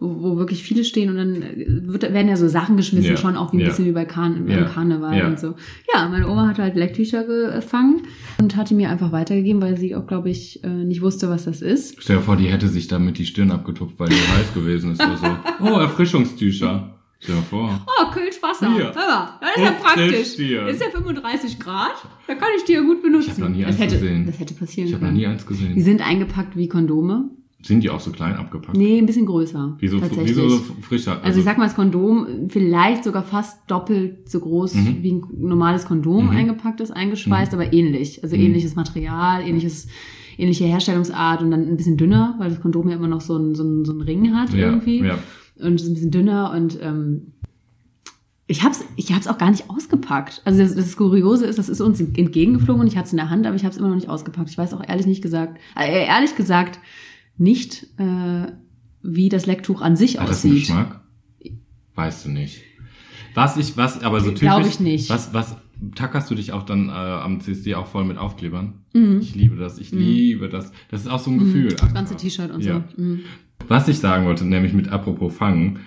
[SPEAKER 4] wo, wo wirklich viele stehen und dann äh, wird, werden ja so Sachen geschmissen,
[SPEAKER 3] Ja.
[SPEAKER 4] schon auch wie ein
[SPEAKER 3] Ja.
[SPEAKER 4] bisschen wie bei Karn
[SPEAKER 3] Ja.
[SPEAKER 4] beim Karneval
[SPEAKER 3] Ja.
[SPEAKER 4] und so. Ja, meine Oma hatte halt Lecktücher gefangen und hat die mir einfach weitergegeben, weil sie auch, glaube ich, äh, nicht wusste, was das ist.
[SPEAKER 3] Stell dir vor, die hätte sich damit die Stirn abgetupft,
[SPEAKER 4] [LAUGHS]
[SPEAKER 3] weil die heiß gewesen ist. Oder so. Oh, Erfrischungstücher. Stell dir vor.
[SPEAKER 4] Oh, Kühlschwasser.
[SPEAKER 3] Hier.
[SPEAKER 4] Hör mal, das ist ja
[SPEAKER 3] Auf
[SPEAKER 4] praktisch.
[SPEAKER 3] Tisch hier.
[SPEAKER 4] Ist ja 35 Grad, da kann ich die ja gut benutzen.
[SPEAKER 3] Ich hab noch nie
[SPEAKER 4] das
[SPEAKER 3] eins
[SPEAKER 4] hätte,
[SPEAKER 3] gesehen.
[SPEAKER 4] Das hätte passieren
[SPEAKER 3] Ich habe noch
[SPEAKER 4] können.
[SPEAKER 3] nie eins
[SPEAKER 4] die
[SPEAKER 3] gesehen.
[SPEAKER 4] sind eingepackt wie Kondome.
[SPEAKER 3] Sind die auch so klein abgepackt?
[SPEAKER 4] Nee, ein bisschen größer.
[SPEAKER 3] Wieso,
[SPEAKER 4] tatsächlich.
[SPEAKER 3] wieso so frischer?
[SPEAKER 4] Also, ich sag mal, das Kondom vielleicht sogar fast doppelt so groß
[SPEAKER 3] Mhm.
[SPEAKER 4] wie ein normales Kondom
[SPEAKER 3] Mhm.
[SPEAKER 4] eingepackt ist, eingeschweißt, aber ähnlich. Also
[SPEAKER 3] Mhm.
[SPEAKER 4] ähnliches Material, ähnliches, ähnliche Herstellungsart und dann ein bisschen dünner, weil das Kondom ja immer noch so einen, so einen, so einen Ring hat
[SPEAKER 3] ja,
[SPEAKER 4] irgendwie.
[SPEAKER 3] Ja.
[SPEAKER 4] Und es ist ein bisschen dünner und ähm, ich hab's, ich hab's auch gar nicht ausgepackt. Also das, das Kuriose ist, das ist uns entgegengeflogen und ich hatte es in der Hand, aber ich hab's immer noch nicht ausgepackt. Ich weiß auch ehrlich nicht gesagt, äh, ehrlich gesagt nicht, äh, wie das Lecktuch an sich
[SPEAKER 3] Hat Ah, das einen
[SPEAKER 4] aussieht.
[SPEAKER 3] Geschmack? Weißt du nicht. Was ich, was, aber so typisch.
[SPEAKER 4] Glaub ich nicht.
[SPEAKER 3] Was, was, tackerst du dich auch dann äh, am CSD auch voll mit Aufklebern?
[SPEAKER 4] Mhm.
[SPEAKER 3] Ich liebe das, ich liebe das. Das ist auch so ein Gefühl.
[SPEAKER 4] Das ganze
[SPEAKER 3] einfach.
[SPEAKER 4] T-Shirt und
[SPEAKER 3] Ja.
[SPEAKER 4] so. Mhm.
[SPEAKER 3] Was ich sagen wollte, nämlich mit apropos Fangen,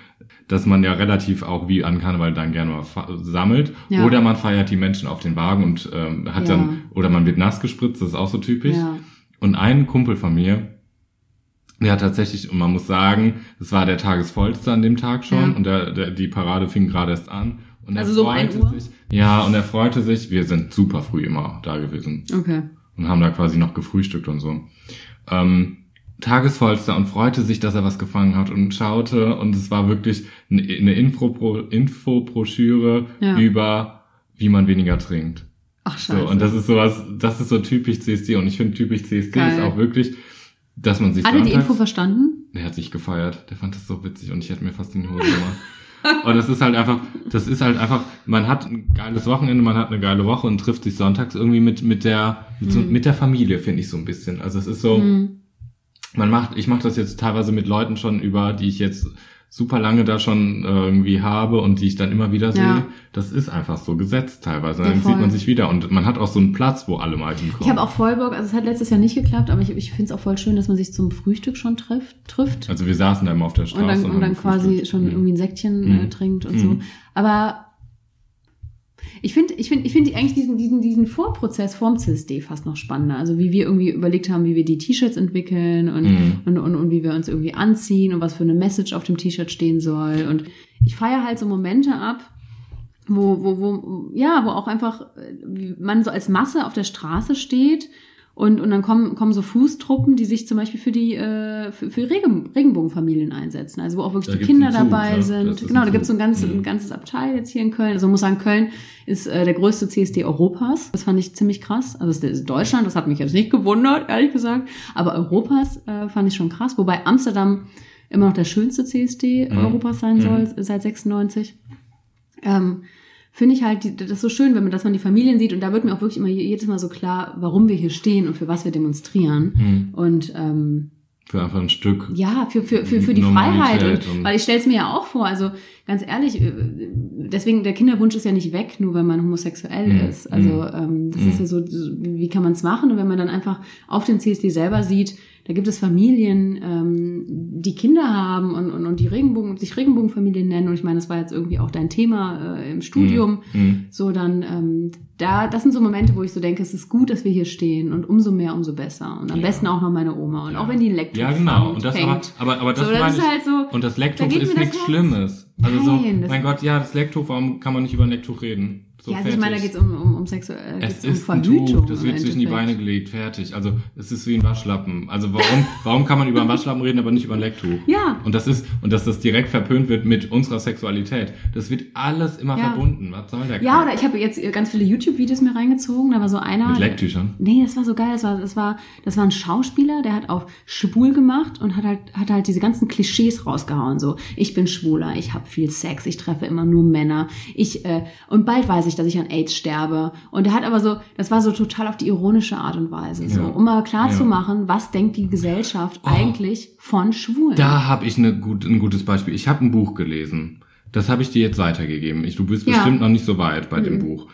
[SPEAKER 3] dass man ja relativ auch wie an Karneval dann gerne mal fa- sammelt.
[SPEAKER 4] Ja.
[SPEAKER 3] Oder man feiert die Menschen auf den Wagen und ähm, hat
[SPEAKER 4] Ja.
[SPEAKER 3] dann, oder man wird nass gespritzt, das ist auch so typisch.
[SPEAKER 4] Ja.
[SPEAKER 3] Und ein Kumpel von mir, der hat tatsächlich, und man muss sagen, es war der Tagesvollste an dem Tag schon
[SPEAKER 4] Ja.
[SPEAKER 3] und der, der, die Parade fing gerade erst an. Und er
[SPEAKER 4] Also so um 1 Uhr?
[SPEAKER 3] Sich, ja, und er freute sich, wir sind super früh immer da gewesen
[SPEAKER 4] Okay.
[SPEAKER 3] und haben da quasi noch gefrühstückt und so. Ähm, Tagesvollster und freute sich, dass er was gefangen hat und schaute und es war wirklich eine eine Infopro Infobroschüre
[SPEAKER 4] Ja.
[SPEAKER 3] über, wie man weniger trinkt.
[SPEAKER 4] Ach
[SPEAKER 3] So,
[SPEAKER 4] scheiße.
[SPEAKER 3] und das ist sowas, das ist so typisch CSD und ich finde typisch CSD ist
[SPEAKER 4] Geil.
[SPEAKER 3] auch wirklich, dass man sich
[SPEAKER 4] Hat er die
[SPEAKER 3] sonntags-
[SPEAKER 4] Info verstanden?
[SPEAKER 3] der hat sich gefeiert. Der fand das so witzig und ich hätte mir fast in die Hose gemacht. und das ist halt einfach, das ist halt einfach, man hat ein geiles Wochenende, man hat eine geile Woche und trifft sich sonntags irgendwie mit, mit der, mit, so, mit der Familie, finde ich so ein bisschen. Also es ist so,
[SPEAKER 4] Mhm.
[SPEAKER 3] man macht, ich mache das jetzt teilweise mit Leuten schon über, die ich jetzt super lange da schon äh, irgendwie habe und die ich dann immer wieder sehe.
[SPEAKER 4] Ja.
[SPEAKER 3] Das ist einfach so gesetzt teilweise.
[SPEAKER 4] Ja,
[SPEAKER 3] Dann
[SPEAKER 4] voll.
[SPEAKER 3] sieht man sich wieder und man hat auch so einen Platz, wo alle mal hinkommen.
[SPEAKER 4] Ich habe auch voll Bock, also es hat letztes Jahr nicht geklappt, aber ich, ich finde es auch voll schön, dass man sich zum Frühstück schon trifft. trifft.
[SPEAKER 3] also wir saßen da immer auf der Straße
[SPEAKER 4] und dann, und dann
[SPEAKER 3] haben
[SPEAKER 4] quasi
[SPEAKER 3] gefrühstückt.
[SPEAKER 4] schon
[SPEAKER 3] Mhm.
[SPEAKER 4] irgendwie ein Säckchen äh,
[SPEAKER 3] Mhm.
[SPEAKER 4] trinkt und so.
[SPEAKER 3] Mhm.
[SPEAKER 4] Aber ich finde ich finde, ich finde eigentlich diesen, diesen, diesen Vorprozess vorm CSD fast noch spannender. Also wie wir irgendwie überlegt haben, wie wir die T-Shirts entwickeln und,
[SPEAKER 3] Mhm.
[SPEAKER 4] und, und, und wie wir uns irgendwie anziehen und was für eine Message auf dem T-Shirt stehen soll. Und ich feiere halt so Momente ab, wo, wo, wo, ja, wo auch einfach äh, wie man so als Masse auf der Straße steht und, und dann kommen, kommen so Fußtruppen, die sich zum Beispiel für die äh, für, für Regen, Regenbogenfamilien einsetzen. Also wo auch
[SPEAKER 3] Da
[SPEAKER 4] wirklich die
[SPEAKER 3] gibt's
[SPEAKER 4] Kinder
[SPEAKER 3] einen Zug,
[SPEAKER 4] dabei
[SPEAKER 3] ne?
[SPEAKER 4] sind.
[SPEAKER 3] Das ist ein
[SPEAKER 4] Genau, da gibt's so ein,
[SPEAKER 3] Zug.
[SPEAKER 4] ganz,
[SPEAKER 3] Mhm.
[SPEAKER 4] ein ganzes Abteil jetzt hier in Köln. Also man muss sagen, Köln ist äh, der größte CSD Europas. Das fand ich ziemlich krass. Also das ist Deutschland, das hat mich jetzt nicht gewundert, ehrlich gesagt. Aber Europas äh, fand ich schon krass. Wobei Amsterdam immer noch der schönste CSD
[SPEAKER 3] Mhm.
[SPEAKER 4] Europas sein
[SPEAKER 3] Mhm.
[SPEAKER 4] soll seit 96. Ähm, finde ich halt die, das ist so schön, wenn man, dass man die Familien sieht. Und da wird mir auch wirklich immer je- jedes Mal so klar, warum wir hier stehen und für was wir demonstrieren.
[SPEAKER 3] Hm.
[SPEAKER 4] Und ähm,
[SPEAKER 3] Für einfach ein Stück.
[SPEAKER 4] ja, für, für, für, für die
[SPEAKER 3] Normalität
[SPEAKER 4] Freiheit. Und,
[SPEAKER 3] und-
[SPEAKER 4] weil ich stell's mir ja auch vor, also ganz ehrlich, äh, deswegen, der Kinderwunsch ist ja nicht weg, nur weil man homosexuell
[SPEAKER 3] Mhm.
[SPEAKER 4] ist. Also ähm, das
[SPEAKER 3] Mhm.
[SPEAKER 4] ist ja so, so, wie kann man's machen? Und wenn man dann einfach auf den CSD selber sieht, da gibt es Familien, ähm, die Kinder haben und, und, und die Regenbogen, sich Regenbogenfamilien nennen. Und ich meine, das war jetzt irgendwie auch dein Thema äh, im Studium.
[SPEAKER 3] Hm.
[SPEAKER 4] So, dann, ähm, da, das sind so Momente, wo ich so denke, es ist gut, dass wir hier stehen und umso mehr, umso besser. Und am
[SPEAKER 3] Ja.
[SPEAKER 4] besten auch noch meine Oma. Und
[SPEAKER 3] Ja.
[SPEAKER 4] auch wenn die ein Elektro
[SPEAKER 3] Ja, genau.
[SPEAKER 4] fängt-
[SPEAKER 3] Und das, aber,
[SPEAKER 4] fängt.
[SPEAKER 3] aber, aber das,
[SPEAKER 4] so, das
[SPEAKER 3] meine
[SPEAKER 4] ist
[SPEAKER 3] ich.
[SPEAKER 4] halt so.
[SPEAKER 3] Und das
[SPEAKER 4] Da
[SPEAKER 3] Lecktuch
[SPEAKER 4] geht
[SPEAKER 3] ist
[SPEAKER 4] mir das
[SPEAKER 3] nichts
[SPEAKER 4] Herz.
[SPEAKER 3] Schlimmes. Also
[SPEAKER 4] Nein,
[SPEAKER 3] so,
[SPEAKER 4] das-
[SPEAKER 3] mein Gott, ja, das Lecktuch, warum kann man nicht über ein Lecktuch reden? So
[SPEAKER 4] ja, also
[SPEAKER 3] fertig.
[SPEAKER 4] ich meine, da geht's um, um, um sexuelle,
[SPEAKER 3] es
[SPEAKER 4] geht's um
[SPEAKER 3] ist ein
[SPEAKER 4] Verhütung.
[SPEAKER 3] Tuch, das
[SPEAKER 4] im
[SPEAKER 3] wird zwischen die
[SPEAKER 4] Endeffekt.
[SPEAKER 3] Beine gelegt, fertig. Also es ist wie ein Waschlappen. Also
[SPEAKER 4] [LAUGHS]
[SPEAKER 3] warum, warum kann man über einen Waschlappen reden, aber nicht über ein Lecktuch?
[SPEAKER 4] Ja.
[SPEAKER 3] Und das ist, und dass das direkt verpönt wird mit unserer Sexualität. Das wird alles immer
[SPEAKER 4] Ja.
[SPEAKER 3] verbunden. Was soll der
[SPEAKER 4] Ja,
[SPEAKER 3] Quatsch?
[SPEAKER 4] oder ich habe jetzt ganz viele YouTube-Videos mir reingezogen, da war so einer.
[SPEAKER 3] Mit Lecktüchern.
[SPEAKER 4] Nee, das war so geil. Das war, das war, das war ein Schauspieler, der hat auf schwul gemacht und hat halt, hat halt diese ganzen Klischees rausgehauen. So, ich bin schwuler, ich habe viel Sex, ich treffe immer nur Männer, ich äh, und bald weiß ich, dass ich an AIDS sterbe. Und er hat aber so, das war so total auf die ironische Art und Weise, so
[SPEAKER 3] Ja.
[SPEAKER 4] um mal klar
[SPEAKER 3] Ja. Oh.
[SPEAKER 4] zu machen, was denkt die Gesellschaft eigentlich von Schwulen?
[SPEAKER 3] Da habe ich eine gut, ein gutes Beispiel. Ich habe ein Buch gelesen. Das habe ich dir jetzt weitergegeben. Ich, du bist
[SPEAKER 4] Ja. Mhm.
[SPEAKER 3] bestimmt noch nicht so weit bei dem Buch.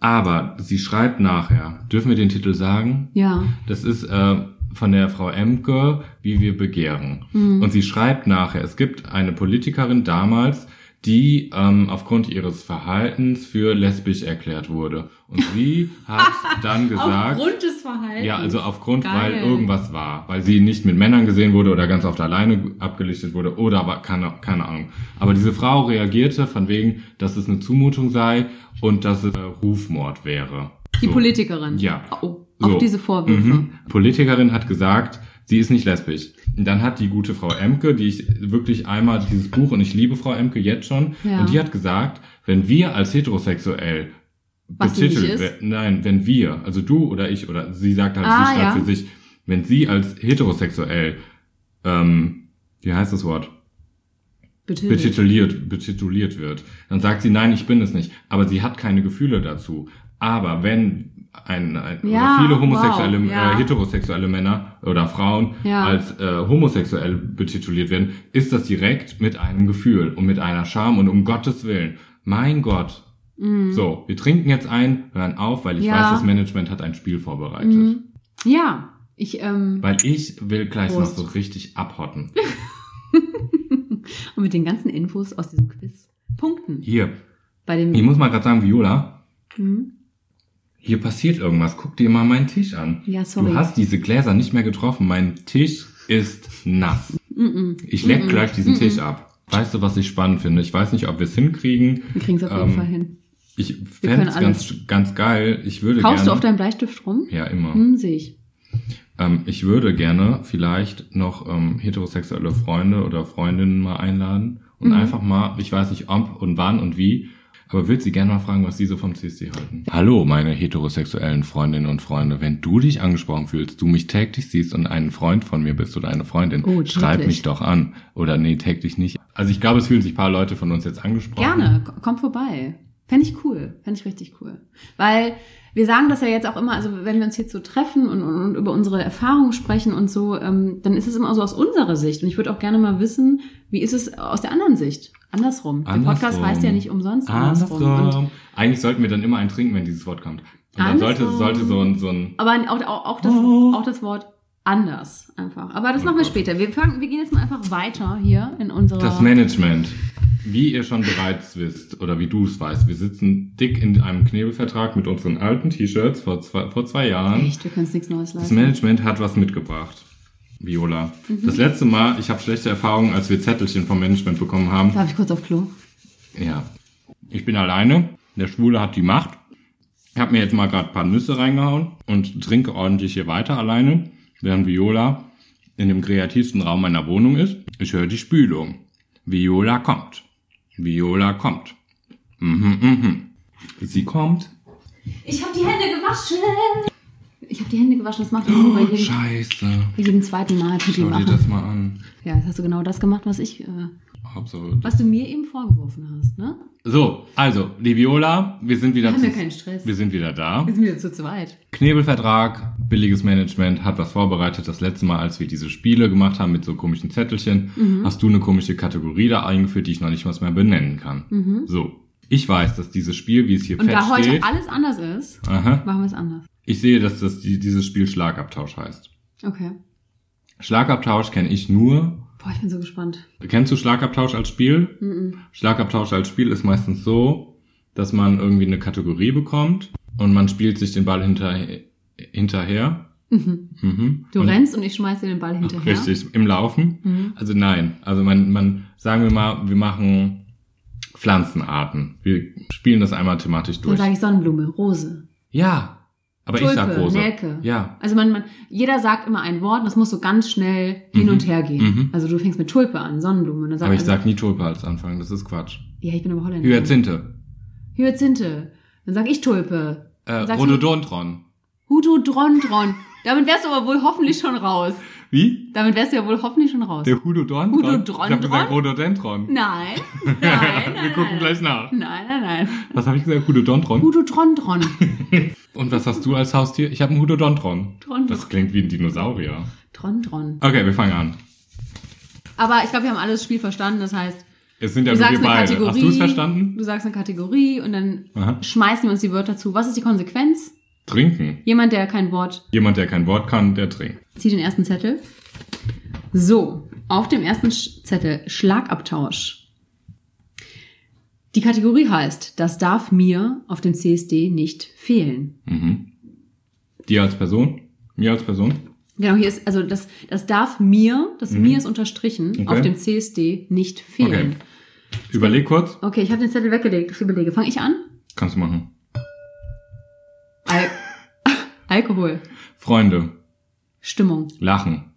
[SPEAKER 3] Aber sie schreibt nachher, dürfen wir den Titel sagen?
[SPEAKER 4] Ja,
[SPEAKER 3] Das ist äh, von der Frau Emke, wie wir begehren.
[SPEAKER 4] Mhm.
[SPEAKER 3] Und sie schreibt nachher, es gibt eine Politikerin damals, die ähm, aufgrund ihres Verhaltens für lesbisch erklärt wurde. Und
[SPEAKER 4] [LAUGHS]
[SPEAKER 3] sie hat dann gesagt,
[SPEAKER 4] aufgrund des Verhaltens.
[SPEAKER 3] ja, also aufgrund, weil
[SPEAKER 4] Geil.
[SPEAKER 3] irgendwas war, weil sie nicht mit Männern gesehen wurde oder ganz oft alleine abgelichtet wurde oder aber keine, keine Ahnung. Aber diese Frau reagierte von wegen, dass es eine Zumutung sei und dass es äh, Rufmord wäre.
[SPEAKER 4] die
[SPEAKER 3] So.
[SPEAKER 4] Politikerin.
[SPEAKER 3] Ja.
[SPEAKER 4] Oh,
[SPEAKER 3] So.
[SPEAKER 4] auf diese Vorwürfe.
[SPEAKER 3] Mhm. Politikerin hat gesagt, sie ist nicht lesbisch. Und dann hat die gute Frau Emke, die ich wirklich einmal dieses Buch und ich liebe Frau Emke jetzt schon,
[SPEAKER 4] Ja.
[SPEAKER 3] und die hat gesagt, wenn wir als heterosexuell
[SPEAKER 4] Was sie nicht ist.
[SPEAKER 3] wer- nein, wenn wir, also du oder ich oder sie sagt halt
[SPEAKER 4] Ah,
[SPEAKER 3] sie statt
[SPEAKER 4] ja.
[SPEAKER 3] für sich, wenn sie als heterosexuell, ähm, wie heißt das Wort?
[SPEAKER 4] Betitelt.
[SPEAKER 3] betituliert, betituliert wird. Dann sagt sie, nein, ich bin es nicht. Aber sie hat keine Gefühle dazu. Aber wenn ein, ein
[SPEAKER 4] Ja,
[SPEAKER 3] oder viele homosexuelle,
[SPEAKER 4] wow, ja.
[SPEAKER 3] äh, heterosexuelle Männer oder Frauen
[SPEAKER 4] Ja.
[SPEAKER 3] als äh, homosexuell betituliert werden, ist das direkt mit einem Gefühl und mit einer Scham und um Gottes Willen. Mein Gott. So, wir trinken jetzt ein, hören auf, weil ich
[SPEAKER 4] Mhm. Ja.
[SPEAKER 3] weiß, das Management hat ein Spiel vorbereitet.
[SPEAKER 4] Mhm. Ja, ich ähm,
[SPEAKER 3] Weil ich will gleich
[SPEAKER 4] Prost.
[SPEAKER 3] noch so richtig abhotten.
[SPEAKER 4] und mit den ganzen Infos aus diesem Quiz punkten.
[SPEAKER 3] Hier,
[SPEAKER 4] Bei dem
[SPEAKER 3] ich muss mal gerade sagen, Viola,
[SPEAKER 4] Hm?
[SPEAKER 3] Hier passiert irgendwas. Guck dir mal meinen Tisch an.
[SPEAKER 4] Ja, sorry.
[SPEAKER 3] Du hast diese Gläser nicht mehr getroffen. Mein Tisch ist nass.
[SPEAKER 4] Mm-mm.
[SPEAKER 3] Ich leck
[SPEAKER 4] Mm-mm.
[SPEAKER 3] gleich diesen
[SPEAKER 4] Mm-mm.
[SPEAKER 3] Tisch ab. Weißt du, was ich spannend finde? Ich weiß nicht, ob wir es hinkriegen.
[SPEAKER 4] Wir kriegen es auf jeden
[SPEAKER 3] Ähm,
[SPEAKER 4] Fall hin.
[SPEAKER 3] Ich
[SPEAKER 4] können
[SPEAKER 3] fände es ganz, ganz geil. Ich würde
[SPEAKER 4] Kaufst du
[SPEAKER 3] gerne.
[SPEAKER 4] auf deinem Bleistift rum?
[SPEAKER 3] ja, immer.
[SPEAKER 4] Hm, sehe ich.
[SPEAKER 3] Ähm, ich würde gerne vielleicht noch ähm, heterosexuelle Freunde oder Freundinnen mal einladen und
[SPEAKER 4] Mhm.
[SPEAKER 3] einfach mal, ich weiß nicht ob und wann und wie, aber würde sie gerne mal fragen, was sie so vom CSD halten. Hallo, meine heterosexuellen Freundinnen und Freunde. Wenn du dich angesprochen fühlst, du mich täglich siehst und ein Freund von mir bist oder eine Freundin,
[SPEAKER 4] Oh,
[SPEAKER 3] schreib
[SPEAKER 4] täglich.
[SPEAKER 3] mich doch an. Oder nee, täglich nicht. Also ich glaube, es fühlen sich ein paar Leute von uns jetzt angesprochen.
[SPEAKER 4] Gerne, k- komm vorbei. Fände ich cool. Fände ich richtig cool. Weil wir sagen das ja jetzt auch immer, also wenn wir uns jetzt so treffen und, und, und über unsere Erfahrungen sprechen und so, ähm, dann ist es immer so aus unserer Sicht. Und ich würde auch gerne mal wissen, wie ist es aus der anderen Sicht? Andersrum. Der Podcast
[SPEAKER 3] Andersrum.
[SPEAKER 4] heißt ja nicht umsonst andersrum. Und
[SPEAKER 3] Andersrum. Eigentlich sollten wir dann immer einen trinken, wenn dieses Wort kommt. Und dann sollte,
[SPEAKER 4] Andersrum.
[SPEAKER 3] sollte so ein, so ein
[SPEAKER 4] Aber auch, auch, auch, das,
[SPEAKER 3] Oh.
[SPEAKER 4] auch das Wort anders einfach. Aber das
[SPEAKER 3] Oh
[SPEAKER 4] machen wir
[SPEAKER 3] Gott.
[SPEAKER 4] später. Wir, fangen, wir gehen jetzt mal einfach weiter hier in unserer.
[SPEAKER 3] Das Management. Wie ihr schon bereits wisst, oder wie du es weißt, wir sitzen dick in einem Knebelvertrag mit unseren alten T-Shirts vor zwei, vor zwei Jahren.
[SPEAKER 4] Echt, wir können uns nichts Neues
[SPEAKER 3] Das
[SPEAKER 4] leisten.
[SPEAKER 3] Management hat was mitgebracht. Viola. Das letzte Mal, ich habe schlechte Erfahrungen, als wir Zettelchen vom Management bekommen haben.
[SPEAKER 4] Darf ich kurz auf Klo?
[SPEAKER 3] Ja. Ich bin alleine, der Schwule hat die Macht. Ich habe mir jetzt mal gerade ein paar Nüsse reingehauen und trinke ordentlich hier weiter alleine, während Viola in dem kreativsten Raum meiner Wohnung ist. Ich höre die Spülung. Viola kommt. Viola kommt. Mhm, mhm. Sie kommt.
[SPEAKER 2] Ich habe die Hände gewaschen.
[SPEAKER 4] Ich habe die Hände gewaschen, das macht er nur bei jedem,
[SPEAKER 3] Oh, Scheiße.
[SPEAKER 4] bei jedem zweiten Mal. tut ihm
[SPEAKER 3] Schau dir
[SPEAKER 4] auch-
[SPEAKER 3] das mal an.
[SPEAKER 4] Ja, jetzt hast du genau das gemacht, was ich, äh,
[SPEAKER 3] Absolut.
[SPEAKER 4] was du mir eben vorgeworfen hast, ne?
[SPEAKER 3] So, also, Liviola, wir sind wieder
[SPEAKER 4] Wir haben ja
[SPEAKER 3] zu-
[SPEAKER 4] keinen Stress.
[SPEAKER 3] Wir
[SPEAKER 4] Wir
[SPEAKER 3] sind wieder da.
[SPEAKER 4] sind wieder zu zweit.
[SPEAKER 3] Knebelvertrag, billiges Management, hat was vorbereitet. Das letzte Mal, als wir diese Spiele gemacht haben mit so komischen Zettelchen,
[SPEAKER 4] Mhm.
[SPEAKER 3] hast du eine komische Kategorie da eingeführt, die ich noch nicht mal mehr benennen kann. So. Ich weiß, dass dieses Spiel, wie es hier
[SPEAKER 4] Mhm. Und
[SPEAKER 3] fett
[SPEAKER 4] da heute
[SPEAKER 3] steht,
[SPEAKER 4] alles anders ist,
[SPEAKER 3] aha,
[SPEAKER 4] machen wir es anders.
[SPEAKER 3] ich sehe, dass das, die, dieses Spiel Schlagabtausch heißt.
[SPEAKER 4] Okay.
[SPEAKER 3] Schlagabtausch kenne ich nur.
[SPEAKER 4] Boah, ich bin so gespannt.
[SPEAKER 3] Kennst du Schlagabtausch als Spiel?
[SPEAKER 4] Mhm.
[SPEAKER 3] Schlagabtausch als Spiel ist meistens so, dass man irgendwie eine Kategorie bekommt und man spielt sich den Ball hinter, hinterher.
[SPEAKER 4] Mhm.
[SPEAKER 3] Mhm.
[SPEAKER 4] Du
[SPEAKER 3] und
[SPEAKER 4] rennst und ich schmeiß dir den Ball hinterher.
[SPEAKER 3] Richtig, im Laufen.
[SPEAKER 4] Mhm.
[SPEAKER 3] Also nein, also man, man, sagen wir mal, wir machen Pflanzenarten. Wir spielen das einmal thematisch
[SPEAKER 4] Dann
[SPEAKER 3] durch.
[SPEAKER 4] sage ich Sonnenblume, Rose.
[SPEAKER 3] ja, aber ich sag
[SPEAKER 4] Tulpe,
[SPEAKER 3] Rose.
[SPEAKER 4] Nelke.
[SPEAKER 3] Ja,
[SPEAKER 4] Also man, man, jeder sagt immer ein Wort und das muss so ganz schnell hin
[SPEAKER 3] Mhm.
[SPEAKER 4] und her gehen.
[SPEAKER 3] Mhm.
[SPEAKER 4] Also du fängst mit Tulpe an, Sonnenblume. Und dann sag,
[SPEAKER 3] aber ich
[SPEAKER 4] also,
[SPEAKER 3] sag nie Tulpe als Anfang, das ist Quatsch.
[SPEAKER 4] Ja, ich bin aber Holländer.
[SPEAKER 3] Hyazinthe,
[SPEAKER 4] Hyazinthe. Dann sag ich Tulpe.
[SPEAKER 3] äh,
[SPEAKER 4] Sagst du-
[SPEAKER 3] Rhododontron.
[SPEAKER 4] Hudodrondron. Damit wärst du aber wohl hoffentlich schon raus.
[SPEAKER 3] Wie?
[SPEAKER 4] Damit wärst du ja wohl hoffentlich schon raus.
[SPEAKER 3] Der Hudodontron?
[SPEAKER 4] Hudodontron?
[SPEAKER 3] Ich hab gesagt Rhododendron.
[SPEAKER 4] Nein. Nein, nein,
[SPEAKER 3] [LAUGHS] wir
[SPEAKER 4] nein,
[SPEAKER 3] gucken
[SPEAKER 4] nein.
[SPEAKER 3] gleich nach.
[SPEAKER 4] Nein, nein, nein.
[SPEAKER 3] Was habe ich gesagt? Hudodontron?
[SPEAKER 4] Hudodrondron.
[SPEAKER 3] Und was hast du als Haustier? Ich habe einen Hudodontron.
[SPEAKER 4] Dron-
[SPEAKER 3] Das klingt wie ein Dinosaurier.
[SPEAKER 4] Drondron.
[SPEAKER 3] Okay, wir fangen an.
[SPEAKER 4] Aber ich glaube, wir haben alles Spiel verstanden. Das heißt,
[SPEAKER 3] Es sind ja
[SPEAKER 4] du
[SPEAKER 3] nur
[SPEAKER 4] sagst
[SPEAKER 3] wir
[SPEAKER 4] eine
[SPEAKER 3] beide.
[SPEAKER 4] Kategorie.
[SPEAKER 3] Hast du es verstanden?
[SPEAKER 4] Du sagst eine Kategorie und dann
[SPEAKER 3] Aha.
[SPEAKER 4] schmeißen wir uns die Wörter zu. Was ist die Konsequenz?
[SPEAKER 3] Trinken.
[SPEAKER 4] Jemand, der kein Wort
[SPEAKER 3] Jemand, der kein Wort kann, der trinkt.
[SPEAKER 4] zieht, den ersten Zettel. So, auf dem ersten Sch Zettel Schlagabtausch. Die Kategorie heißt, das darf mir auf dem CSD nicht fehlen.
[SPEAKER 3] Mhm. Dir als Person? Mir als Person?
[SPEAKER 4] Genau, hier ist, also das, das darf mir, das mir ist unterstrichen,
[SPEAKER 3] Okay.
[SPEAKER 4] auf dem CSD nicht fehlen.
[SPEAKER 3] Überleg kurz.
[SPEAKER 4] Okay, ich habe den Zettel weggelegt. Ich überlege. Fange ich an?
[SPEAKER 3] Kannst du machen.
[SPEAKER 4] Al [LAUGHS] Alkohol,
[SPEAKER 3] Freunde.
[SPEAKER 4] Stimmung,
[SPEAKER 3] Lachen.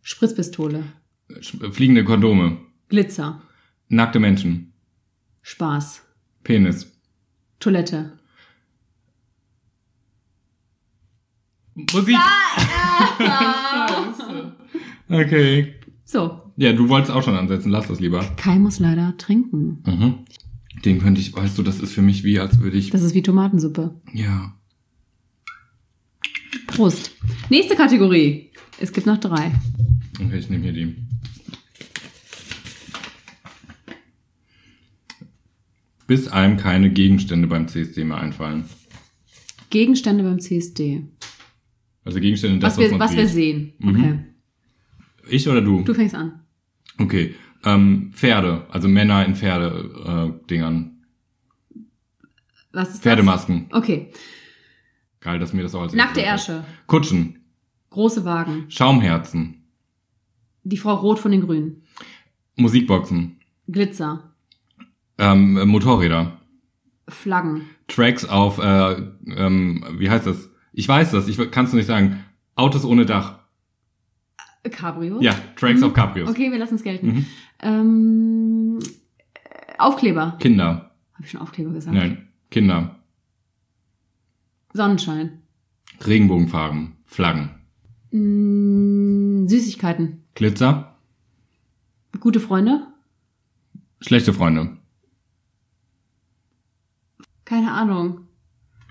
[SPEAKER 4] Spritzpistole,
[SPEAKER 3] Sch- Fliegende Kondome.
[SPEAKER 4] Glitzer,
[SPEAKER 3] Nackte Menschen.
[SPEAKER 4] Spaß,
[SPEAKER 3] Penis.
[SPEAKER 4] Toilette.
[SPEAKER 3] Musik. Scheiße. okay.
[SPEAKER 4] So,
[SPEAKER 3] Ja, du wolltest auch schon ansetzen. Lass das lieber.
[SPEAKER 4] Kai muss leider trinken.
[SPEAKER 3] Mhm. Den könnte ich, weißt du, das ist für mich wie, als würde ich,
[SPEAKER 4] Das ist wie Tomatensuppe.
[SPEAKER 3] ja.
[SPEAKER 4] Prost. Nächste Kategorie. Es gibt noch drei.
[SPEAKER 3] Okay, ich nehme hier die. Bis einem keine Gegenstände beim CSD mehr einfallen.
[SPEAKER 4] Gegenstände beim CSD.
[SPEAKER 3] Also Gegenstände, das,
[SPEAKER 4] Was,
[SPEAKER 3] was,
[SPEAKER 4] wir,
[SPEAKER 3] man
[SPEAKER 4] was wir
[SPEAKER 3] sieht.
[SPEAKER 4] sehen.
[SPEAKER 3] Mhm.
[SPEAKER 4] Okay.
[SPEAKER 3] Ich oder du?
[SPEAKER 4] Du fängst an.
[SPEAKER 3] Okay. Ähm, Pferde, also Männer in äh, Pferde-Dingern.
[SPEAKER 4] Was ist
[SPEAKER 3] Pferdemasken.
[SPEAKER 4] das? Okay.
[SPEAKER 3] Geil, dass mir das auch als
[SPEAKER 4] Nackte
[SPEAKER 3] erstes
[SPEAKER 4] Ärsche.
[SPEAKER 3] fällt. Kutschen,
[SPEAKER 4] Große Wagen.
[SPEAKER 3] Schaumherzen,
[SPEAKER 4] Die Frau Rot von den Grünen.
[SPEAKER 3] Musikboxen,
[SPEAKER 4] Glitzer.
[SPEAKER 3] ähm, äh, Motorräder,
[SPEAKER 4] Flaggen.
[SPEAKER 3] Tracks auf, äh, ähm, wie heißt das? Ich weiß das, ich kann es nicht sagen. Autos ohne Dach.
[SPEAKER 4] Cabrios.
[SPEAKER 3] Ja, Tracks auf Cabrios.
[SPEAKER 4] Mhm. Okay, wir lassen es gelten.
[SPEAKER 3] Mhm.
[SPEAKER 4] Ähm, äh, Aufkleber.
[SPEAKER 3] Kinder.
[SPEAKER 4] Habe ich schon Aufkleber gesagt?
[SPEAKER 3] Nein, Kinder.
[SPEAKER 4] Sonnenschein.
[SPEAKER 3] Regenbogenfarben, Flaggen,
[SPEAKER 4] Mm, Süßigkeiten.
[SPEAKER 3] Glitzer,
[SPEAKER 4] Gute Freunde?
[SPEAKER 3] schlechte Freunde.
[SPEAKER 4] Keine Ahnung.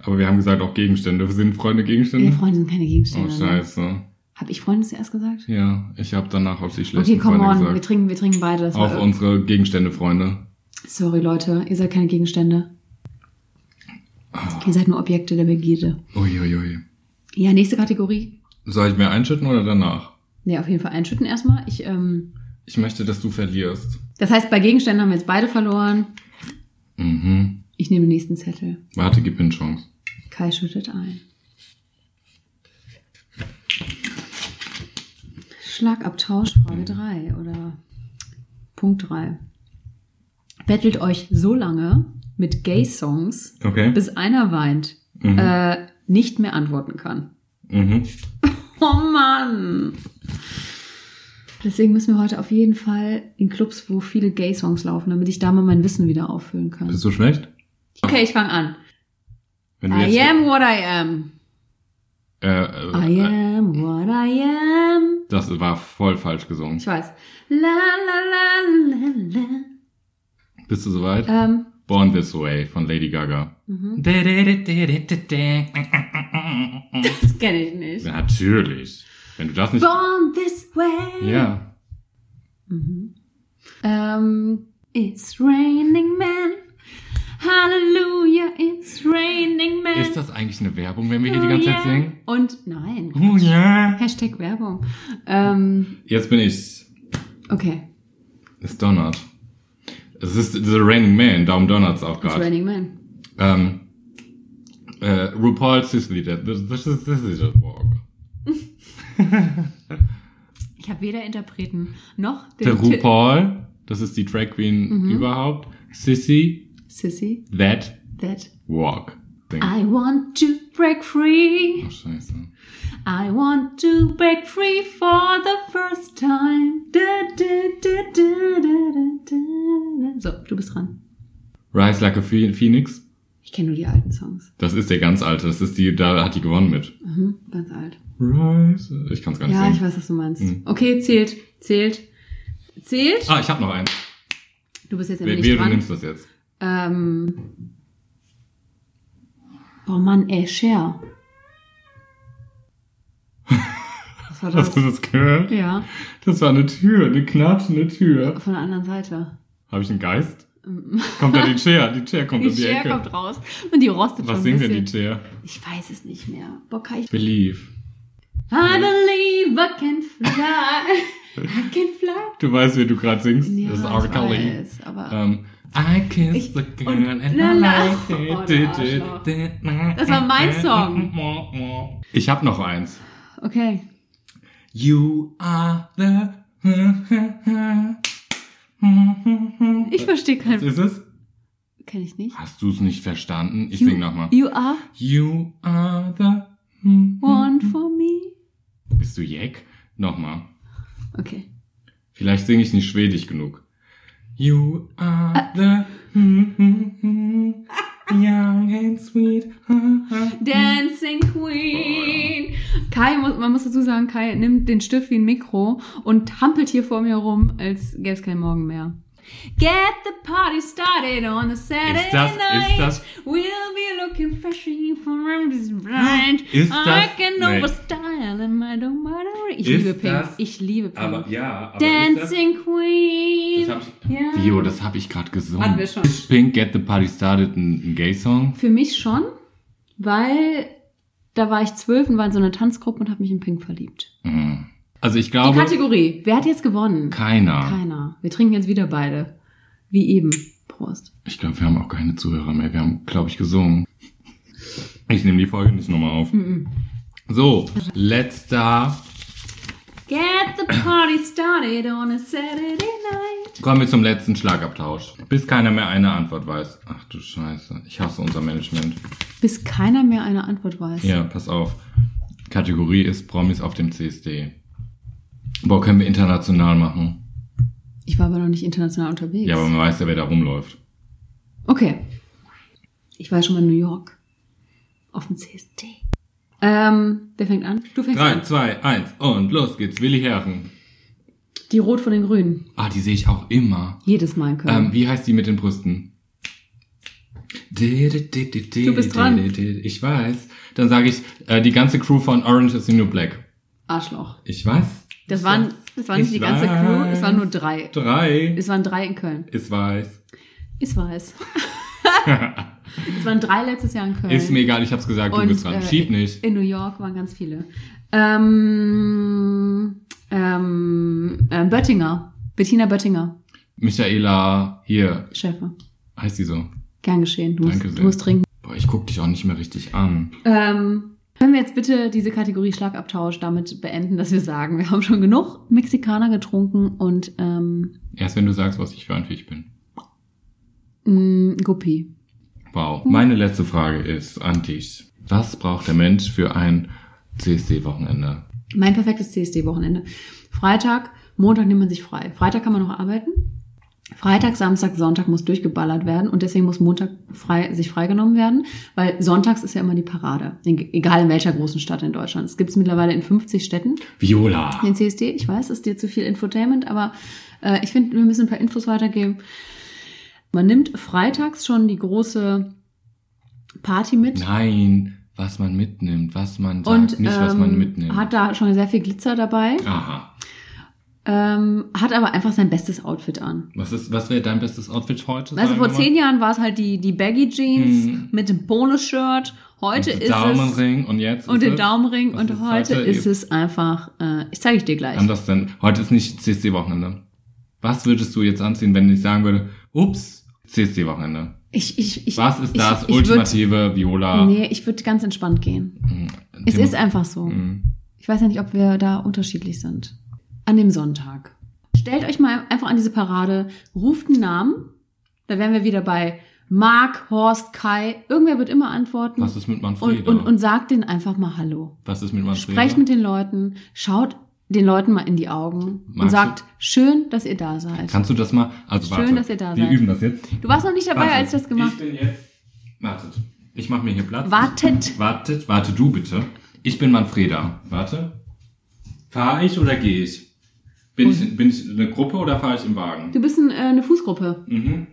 [SPEAKER 3] Aber wir haben gesagt auch Gegenstände. Sind Freunde Gegenstände?
[SPEAKER 4] Ja, Freunde sind keine
[SPEAKER 3] Mhm. Oh,
[SPEAKER 4] Gegenstände. ne?
[SPEAKER 3] scheiße.
[SPEAKER 4] Hab ich Freunde zuerst gesagt?
[SPEAKER 3] Ja, ich habe danach auf die schlechten
[SPEAKER 4] Okay, come
[SPEAKER 3] Freunde
[SPEAKER 4] on, wir
[SPEAKER 3] gesagt.
[SPEAKER 4] trinken, wir trinken beide. Das war
[SPEAKER 3] Auf
[SPEAKER 4] irre.
[SPEAKER 3] unsere Gegenstände, Freunde.
[SPEAKER 4] Sorry, Leute, ihr seid keine Gegenstände. Ihr seid nur Objekte der Begierde.
[SPEAKER 3] Uiuiui.
[SPEAKER 4] Ja, nächste Kategorie.
[SPEAKER 3] Soll ich mir einschütten oder danach?
[SPEAKER 4] Ne, auf jeden Fall einschütten erstmal. Ich, ähm,
[SPEAKER 3] Ich möchte, dass du verlierst.
[SPEAKER 4] das heißt, bei Gegenständen haben wir jetzt beide verloren.
[SPEAKER 3] Mhm.
[SPEAKER 4] Ich nehme den nächsten Zettel.
[SPEAKER 3] Warte, gib mir eine Chance.
[SPEAKER 4] Kai schüttet ein. Schlagabtausch,
[SPEAKER 3] Mhm.
[SPEAKER 4] Frage 3 oder Punkt 3. Bettelt euch so lange mit Gay-Songs,
[SPEAKER 3] Okay.
[SPEAKER 4] bis einer weint,
[SPEAKER 3] Mhm.
[SPEAKER 4] äh, nicht mehr antworten kann.
[SPEAKER 3] mhm.
[SPEAKER 4] Oh Mann! Deswegen müssen wir heute auf jeden Fall in Clubs, wo viele Gay-Songs laufen, damit ich da mal mein Wissen wieder auffüllen kann.
[SPEAKER 3] Bist du schlecht?
[SPEAKER 4] Okay, ich fange an.
[SPEAKER 3] Wenn du
[SPEAKER 4] I am what I am.
[SPEAKER 3] Äh,
[SPEAKER 4] I
[SPEAKER 3] äh,
[SPEAKER 4] am what I am.
[SPEAKER 3] das war voll falsch gesungen.
[SPEAKER 4] Ich weiß. La la la la
[SPEAKER 3] Bist du soweit?
[SPEAKER 4] la. Ähm,
[SPEAKER 3] Born This Way von Lady Gaga.
[SPEAKER 4] das kenne ich nicht.
[SPEAKER 3] Natürlich. Wenn du das nicht.
[SPEAKER 4] Born this way.
[SPEAKER 3] Ja.
[SPEAKER 4] Ähm, it's raining man. Hallelujah, it's raining man.
[SPEAKER 3] Ist das eigentlich eine Werbung, wenn wir
[SPEAKER 4] Oh,
[SPEAKER 3] hier die ganze Zeit singen?
[SPEAKER 4] Und nein.
[SPEAKER 3] Oh ja.
[SPEAKER 4] Hashtag Werbung. Ähm,
[SPEAKER 3] Jetzt bin ich's.
[SPEAKER 4] okay.
[SPEAKER 3] Es donnert. Es ist The Raining Man, darum donnert's auch
[SPEAKER 4] It's
[SPEAKER 3] gerade.
[SPEAKER 4] raining man.
[SPEAKER 3] Ähm, äh, RuPaul's Sicily, das das- das ist das ist das Walk.
[SPEAKER 4] Ich habe weder Interpreten noch den
[SPEAKER 3] Der
[SPEAKER 4] Titel.
[SPEAKER 3] RuPaul, das ist die Drag Queen
[SPEAKER 4] Mhm.
[SPEAKER 3] überhaupt. Sissy,
[SPEAKER 4] Sissy,
[SPEAKER 3] that
[SPEAKER 4] that
[SPEAKER 3] walk. Ding.
[SPEAKER 4] I want to break free.
[SPEAKER 3] Oh, scheiße.
[SPEAKER 4] I want to break free for the first time. Da, da, da, da, da, da, da, da. So, du bist dran.
[SPEAKER 3] Rise Like a Phe- Phoenix,
[SPEAKER 4] Ich kenne nur die alten Songs.
[SPEAKER 3] das ist der ganz alte, das ist die, da hat die gewonnen mit.
[SPEAKER 4] Mhm, ganz alt.
[SPEAKER 3] Rise, ich kann's gar nicht
[SPEAKER 4] Ja,
[SPEAKER 3] singen.
[SPEAKER 4] ich weiß, was du meinst.
[SPEAKER 3] Mhm.
[SPEAKER 4] Okay, zählt, zählt, zählt.
[SPEAKER 3] Ah, ich hab noch einen.
[SPEAKER 4] Du bist jetzt
[SPEAKER 3] Wer,
[SPEAKER 4] nämlich
[SPEAKER 3] wer, du
[SPEAKER 4] dran.
[SPEAKER 3] nimmst das jetzt.
[SPEAKER 4] Ähm. Oh Mann, ey, Cher. Was war
[SPEAKER 3] [LAUGHS]
[SPEAKER 4] das?
[SPEAKER 3] Hast du das gehört?
[SPEAKER 4] Ja,
[SPEAKER 3] Das war eine Tür, eine knatschende Tür.
[SPEAKER 4] von der anderen Seite.
[SPEAKER 3] Habe ich einen Geist? Kommt da die Chair? Die Chair kommt
[SPEAKER 4] Die
[SPEAKER 3] um also die
[SPEAKER 4] Cher
[SPEAKER 3] Ecke.
[SPEAKER 4] kommt raus und die rostet
[SPEAKER 3] Was
[SPEAKER 4] schon ein
[SPEAKER 3] singen denn
[SPEAKER 4] bisschen.
[SPEAKER 3] die Chair?
[SPEAKER 4] Ich weiß es nicht mehr. Boah, kann ich...
[SPEAKER 3] Believe.
[SPEAKER 4] I believe I can fly. I can fly.
[SPEAKER 3] Du weißt, wie du gerade singst.
[SPEAKER 4] Ja,
[SPEAKER 3] das ist R.
[SPEAKER 4] ich
[SPEAKER 3] Kelly.
[SPEAKER 4] weiß, aber...
[SPEAKER 3] Ähm, I kissed
[SPEAKER 4] Ich-
[SPEAKER 3] the girl
[SPEAKER 4] und-
[SPEAKER 3] and
[SPEAKER 4] la,
[SPEAKER 3] I
[SPEAKER 4] la.
[SPEAKER 3] like it.
[SPEAKER 4] Oh,
[SPEAKER 3] Di-
[SPEAKER 4] der
[SPEAKER 3] di-
[SPEAKER 4] Arschloch.
[SPEAKER 3] di-
[SPEAKER 4] Das war mein Song.
[SPEAKER 3] Ich hab noch eins.
[SPEAKER 4] Okay.
[SPEAKER 3] You are the...
[SPEAKER 4] Ich verstehe
[SPEAKER 3] Was
[SPEAKER 4] kein...
[SPEAKER 3] ist es?
[SPEAKER 4] Kenn ich nicht.
[SPEAKER 3] Hast du es nicht verstanden? Ich
[SPEAKER 4] You-
[SPEAKER 3] sing nochmal.
[SPEAKER 4] You are
[SPEAKER 3] You are the...
[SPEAKER 4] one for me.
[SPEAKER 3] Bist du Jack? Nochmal.
[SPEAKER 4] Okay.
[SPEAKER 3] Vielleicht singe ich nicht schwedisch genug. You are
[SPEAKER 4] Ah.
[SPEAKER 3] the hm, young hm, and sweet.
[SPEAKER 4] Dancing Queen. Kai, muss- man muss dazu sagen, Kai nimmt den Stift wie ein Mikro und hampelt hier vor mir rum, als gäbe es keinen Morgen mehr. Get the party started on a Saturday
[SPEAKER 3] Ist das- ist
[SPEAKER 4] night.
[SPEAKER 3] das-
[SPEAKER 4] We'll be looking freshy from this blind.
[SPEAKER 3] Ist
[SPEAKER 4] I
[SPEAKER 3] das-
[SPEAKER 4] can
[SPEAKER 3] nee.
[SPEAKER 4] overstyle and I don't matter. Ich
[SPEAKER 3] Ist
[SPEAKER 4] liebe Pink.
[SPEAKER 3] das-
[SPEAKER 4] ich liebe Pink.
[SPEAKER 3] Aber ja, aber
[SPEAKER 4] Dancing Queen.
[SPEAKER 3] ist das, das hab
[SPEAKER 4] ja.
[SPEAKER 3] ich, Dio, das habe ich gerade gesungen.
[SPEAKER 4] Hatten wir schon.
[SPEAKER 3] Ist Pink Get the Party Started ein, ein Gay-Song?
[SPEAKER 4] Für mich schon, weil da war ich zwölf und war in so einer Tanzgruppe und habe mich in Pink verliebt.
[SPEAKER 3] Mhm. Also ich
[SPEAKER 4] Die
[SPEAKER 3] glaube,
[SPEAKER 4] Kategorie. Wer hat jetzt gewonnen?
[SPEAKER 3] keiner.
[SPEAKER 4] Keiner. Wir trinken jetzt wieder beide. Wie eben. Prost.
[SPEAKER 3] Ich glaube, wir haben auch keine Zuhörer mehr. Wir haben, glaube ich, gesungen. Ich nehme die Folge nicht nochmal auf.
[SPEAKER 4] Mhm.
[SPEAKER 3] So, letzter.
[SPEAKER 4] Get the party started on a Saturday night.
[SPEAKER 3] Kommen wir zum letzten Schlagabtausch. Bis keiner mehr eine Antwort weiß. Ach du Scheiße. Ich hasse unser Management.
[SPEAKER 4] Bis keiner mehr eine Antwort weiß.
[SPEAKER 3] Ja, pass auf. Kategorie ist Promis auf dem CSD. Boah, können wir international machen.
[SPEAKER 4] Ich war aber noch nicht international unterwegs.
[SPEAKER 3] Ja, aber man weiß ja, wer da rumläuft.
[SPEAKER 4] okay. Ich war schon mal in New York. Auf dem CSD. Ähm, wer fängt an? Du fängst
[SPEAKER 3] Drei,
[SPEAKER 4] an.
[SPEAKER 3] zwei, eins und los geht's. Willi Herren.
[SPEAKER 4] Die Rot von den Grünen.
[SPEAKER 3] Ah, die sehe ich auch immer.
[SPEAKER 4] Jedes Mal in Köln.
[SPEAKER 3] Ähm, wie heißt die mit den Brüsten? Du
[SPEAKER 4] bist dran.
[SPEAKER 3] Ich weiß. Dann sage ich, äh, die ganze Crew von Orange is the New Black.
[SPEAKER 4] Arschloch.
[SPEAKER 3] Ich weiß.
[SPEAKER 4] Das waren, das waren nicht
[SPEAKER 3] Ich
[SPEAKER 4] die ganze
[SPEAKER 3] weiß.
[SPEAKER 4] Crew, es waren nur drei.
[SPEAKER 3] Drei.
[SPEAKER 4] Es waren drei in Köln.
[SPEAKER 3] Ist weiß. [LAUGHS]
[SPEAKER 4] Ich weiß. es waren drei letztes Jahr in Köln.
[SPEAKER 3] Ist mir egal, ich hab's gesagt, du bist dran.
[SPEAKER 4] äh,
[SPEAKER 3] Schieb nicht.
[SPEAKER 4] In New York waren ganz viele. Ähm, ähm, äh, Böttinger. Bettina Böttinger,
[SPEAKER 3] Michaela, hier,
[SPEAKER 4] Chefe.
[SPEAKER 3] heißt die so.
[SPEAKER 4] Gern geschehen. Du musst,
[SPEAKER 3] Danke sehr.
[SPEAKER 4] du musst trinken.
[SPEAKER 3] Boah, ich guck dich auch nicht mehr richtig an.
[SPEAKER 4] Ähm, können wir jetzt bitte diese Kategorie Schlagabtausch damit beenden, dass wir sagen, wir haben schon genug Mexikaner getrunken und ähm,
[SPEAKER 3] Erst wenn du sagst, was ich für ein Fisch bin.
[SPEAKER 4] mh, mm, Guppi. Hm.
[SPEAKER 3] Wow. Meine letzte Frage ist an dich. Was braucht der Mensch für ein CSD-Wochenende?
[SPEAKER 4] Mein perfektes CSD-Wochenende. Freitag, Montag nimmt man sich frei. Freitag kann man noch arbeiten. Freitag, Samstag, Sonntag muss durchgeballert werden und deswegen muss Montag frei, sich freigenommen werden, weil sonntags ist ja immer die Parade, in- egal in welcher großen Stadt in Deutschland. Es gibt es mittlerweile in 50 Städten,
[SPEAKER 3] Viola.
[SPEAKER 4] den CSD. Ich weiß, es ist dir zu viel Infotainment, aber äh, ich finde, wir müssen ein paar Infos weitergeben. Man nimmt freitags schon die große Party mit.
[SPEAKER 3] Nein, was man mitnimmt, was man sagt,
[SPEAKER 4] Und
[SPEAKER 3] nicht was
[SPEAKER 4] ähm,
[SPEAKER 3] man mitnimmt.
[SPEAKER 4] hat da schon sehr viel Glitzer dabei,
[SPEAKER 3] Aha.
[SPEAKER 4] ähm, hat aber einfach sein bestes Outfit an.
[SPEAKER 3] Was ist, was wäre dein bestes Outfit heute?
[SPEAKER 4] Also
[SPEAKER 3] sagen
[SPEAKER 4] vor
[SPEAKER 3] wir mal?
[SPEAKER 4] zehn Jahren war es halt die, die Baggy Jeans
[SPEAKER 3] Mhm.
[SPEAKER 4] mit dem Poloshirt. Heute
[SPEAKER 3] Und
[SPEAKER 4] ist es
[SPEAKER 3] Daumenring und jetzt
[SPEAKER 4] und
[SPEAKER 3] ist
[SPEAKER 4] den
[SPEAKER 3] es-
[SPEAKER 4] Daumenring
[SPEAKER 3] Was
[SPEAKER 4] und
[SPEAKER 3] ist
[SPEAKER 4] heute
[SPEAKER 3] heute?
[SPEAKER 4] ist es einfach. Äh, ich zeige ich dir gleich.
[SPEAKER 3] Anders denn. Heute ist nicht CSD-Wochenende. Was würdest du jetzt anziehen, wenn ich sagen würde, ups, CSD-Wochenende?
[SPEAKER 4] Ich, ich, ich,
[SPEAKER 3] Was ist
[SPEAKER 4] ich,
[SPEAKER 3] das
[SPEAKER 4] ich
[SPEAKER 3] ultimative Viola?
[SPEAKER 4] Würd, nee, ich würde ganz entspannt gehen.
[SPEAKER 3] Mm,
[SPEAKER 4] Es
[SPEAKER 3] Thema-
[SPEAKER 4] ist einfach so.
[SPEAKER 3] Mm.
[SPEAKER 4] Ich weiß ja nicht, ob wir da unterschiedlich sind. An dem Sonntag. Stellt euch mal einfach an diese Parade, ruft einen Namen. Da wären wir wieder bei Mark, Horst, Kai. Irgendwer wird immer antworten
[SPEAKER 3] Was ist mit
[SPEAKER 4] und,
[SPEAKER 3] Manfreda?
[SPEAKER 4] und, und sagt denen einfach mal Hallo.
[SPEAKER 3] was ist mit Manfreda?
[SPEAKER 4] Sprecht mit den Leuten, schaut den Leuten mal in die Augen und
[SPEAKER 3] Magst du-
[SPEAKER 4] sagt, schön, dass ihr da seid.
[SPEAKER 3] Kannst du das mal? Also
[SPEAKER 4] Schön,
[SPEAKER 3] warte.
[SPEAKER 4] dass ihr da
[SPEAKER 3] Wir
[SPEAKER 4] seid.
[SPEAKER 3] üben das jetzt.
[SPEAKER 4] Du warst noch nicht dabei,
[SPEAKER 3] Wartet.
[SPEAKER 4] als ich das gemacht
[SPEAKER 3] Ich bin jetzt. Wartet. Ich mache mir hier Platz.
[SPEAKER 4] Wartet.
[SPEAKER 3] Wartet, warte du bitte. Ich bin Manfreda. Warte. Fahre ich oder gehe ich? Bin, ich? bin ich eine Gruppe oder fahre ich im Wagen?
[SPEAKER 4] Du bist ein, äh, eine Fußgruppe.
[SPEAKER 3] Mhm.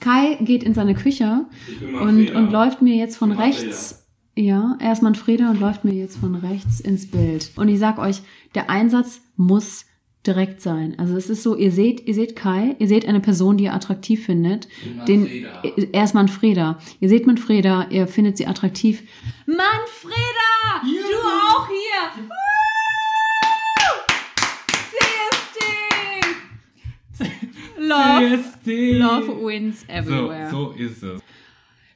[SPEAKER 4] Kai geht in seine Küche
[SPEAKER 3] Ich bin
[SPEAKER 4] und,
[SPEAKER 3] Manfreda.
[SPEAKER 4] und läuft mir jetzt von
[SPEAKER 3] Manfreda.
[SPEAKER 4] rechts. Ja, er ist Manfreda und läuft mir jetzt von rechts ins Bild. Und ich sag euch, der Einsatz muss direkt sein. Also es ist so, ihr seht, ihr seht Kai, ihr seht eine Person, die ihr attraktiv findet. Den,
[SPEAKER 3] Manfreda.
[SPEAKER 4] er ist Manfreda. Ihr seht Manfreda, ihr findet sie attraktiv. Manfreda! Du auch hier!
[SPEAKER 3] [LAUGHS]
[SPEAKER 4] Woo! CSD! Love,
[SPEAKER 3] CSD.
[SPEAKER 4] love wins
[SPEAKER 3] So,
[SPEAKER 4] everywhere.
[SPEAKER 3] so ist es.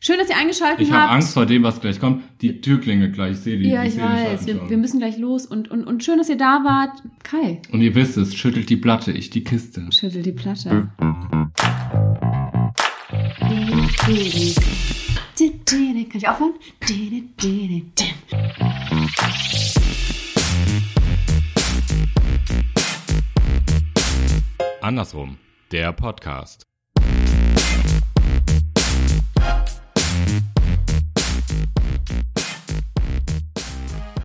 [SPEAKER 4] Schön, dass ihr eingeschaltet
[SPEAKER 3] Ich habe
[SPEAKER 4] habt.
[SPEAKER 3] Angst vor dem, was gleich kommt. Die Türklinge gleich, ich sehe die.
[SPEAKER 4] Ja, ich
[SPEAKER 3] seh die
[SPEAKER 4] weiß.
[SPEAKER 3] Schatten
[SPEAKER 4] Wir,
[SPEAKER 3] schon.
[SPEAKER 4] wir müssen gleich los. Und, und, und schön, dass ihr da wart. Kai,
[SPEAKER 3] und ihr wisst es, schüttelt die Platte, ich die Kiste.
[SPEAKER 4] schüttel die Platte. Kann ich aufhören?
[SPEAKER 3] Andersrum, der Podcast.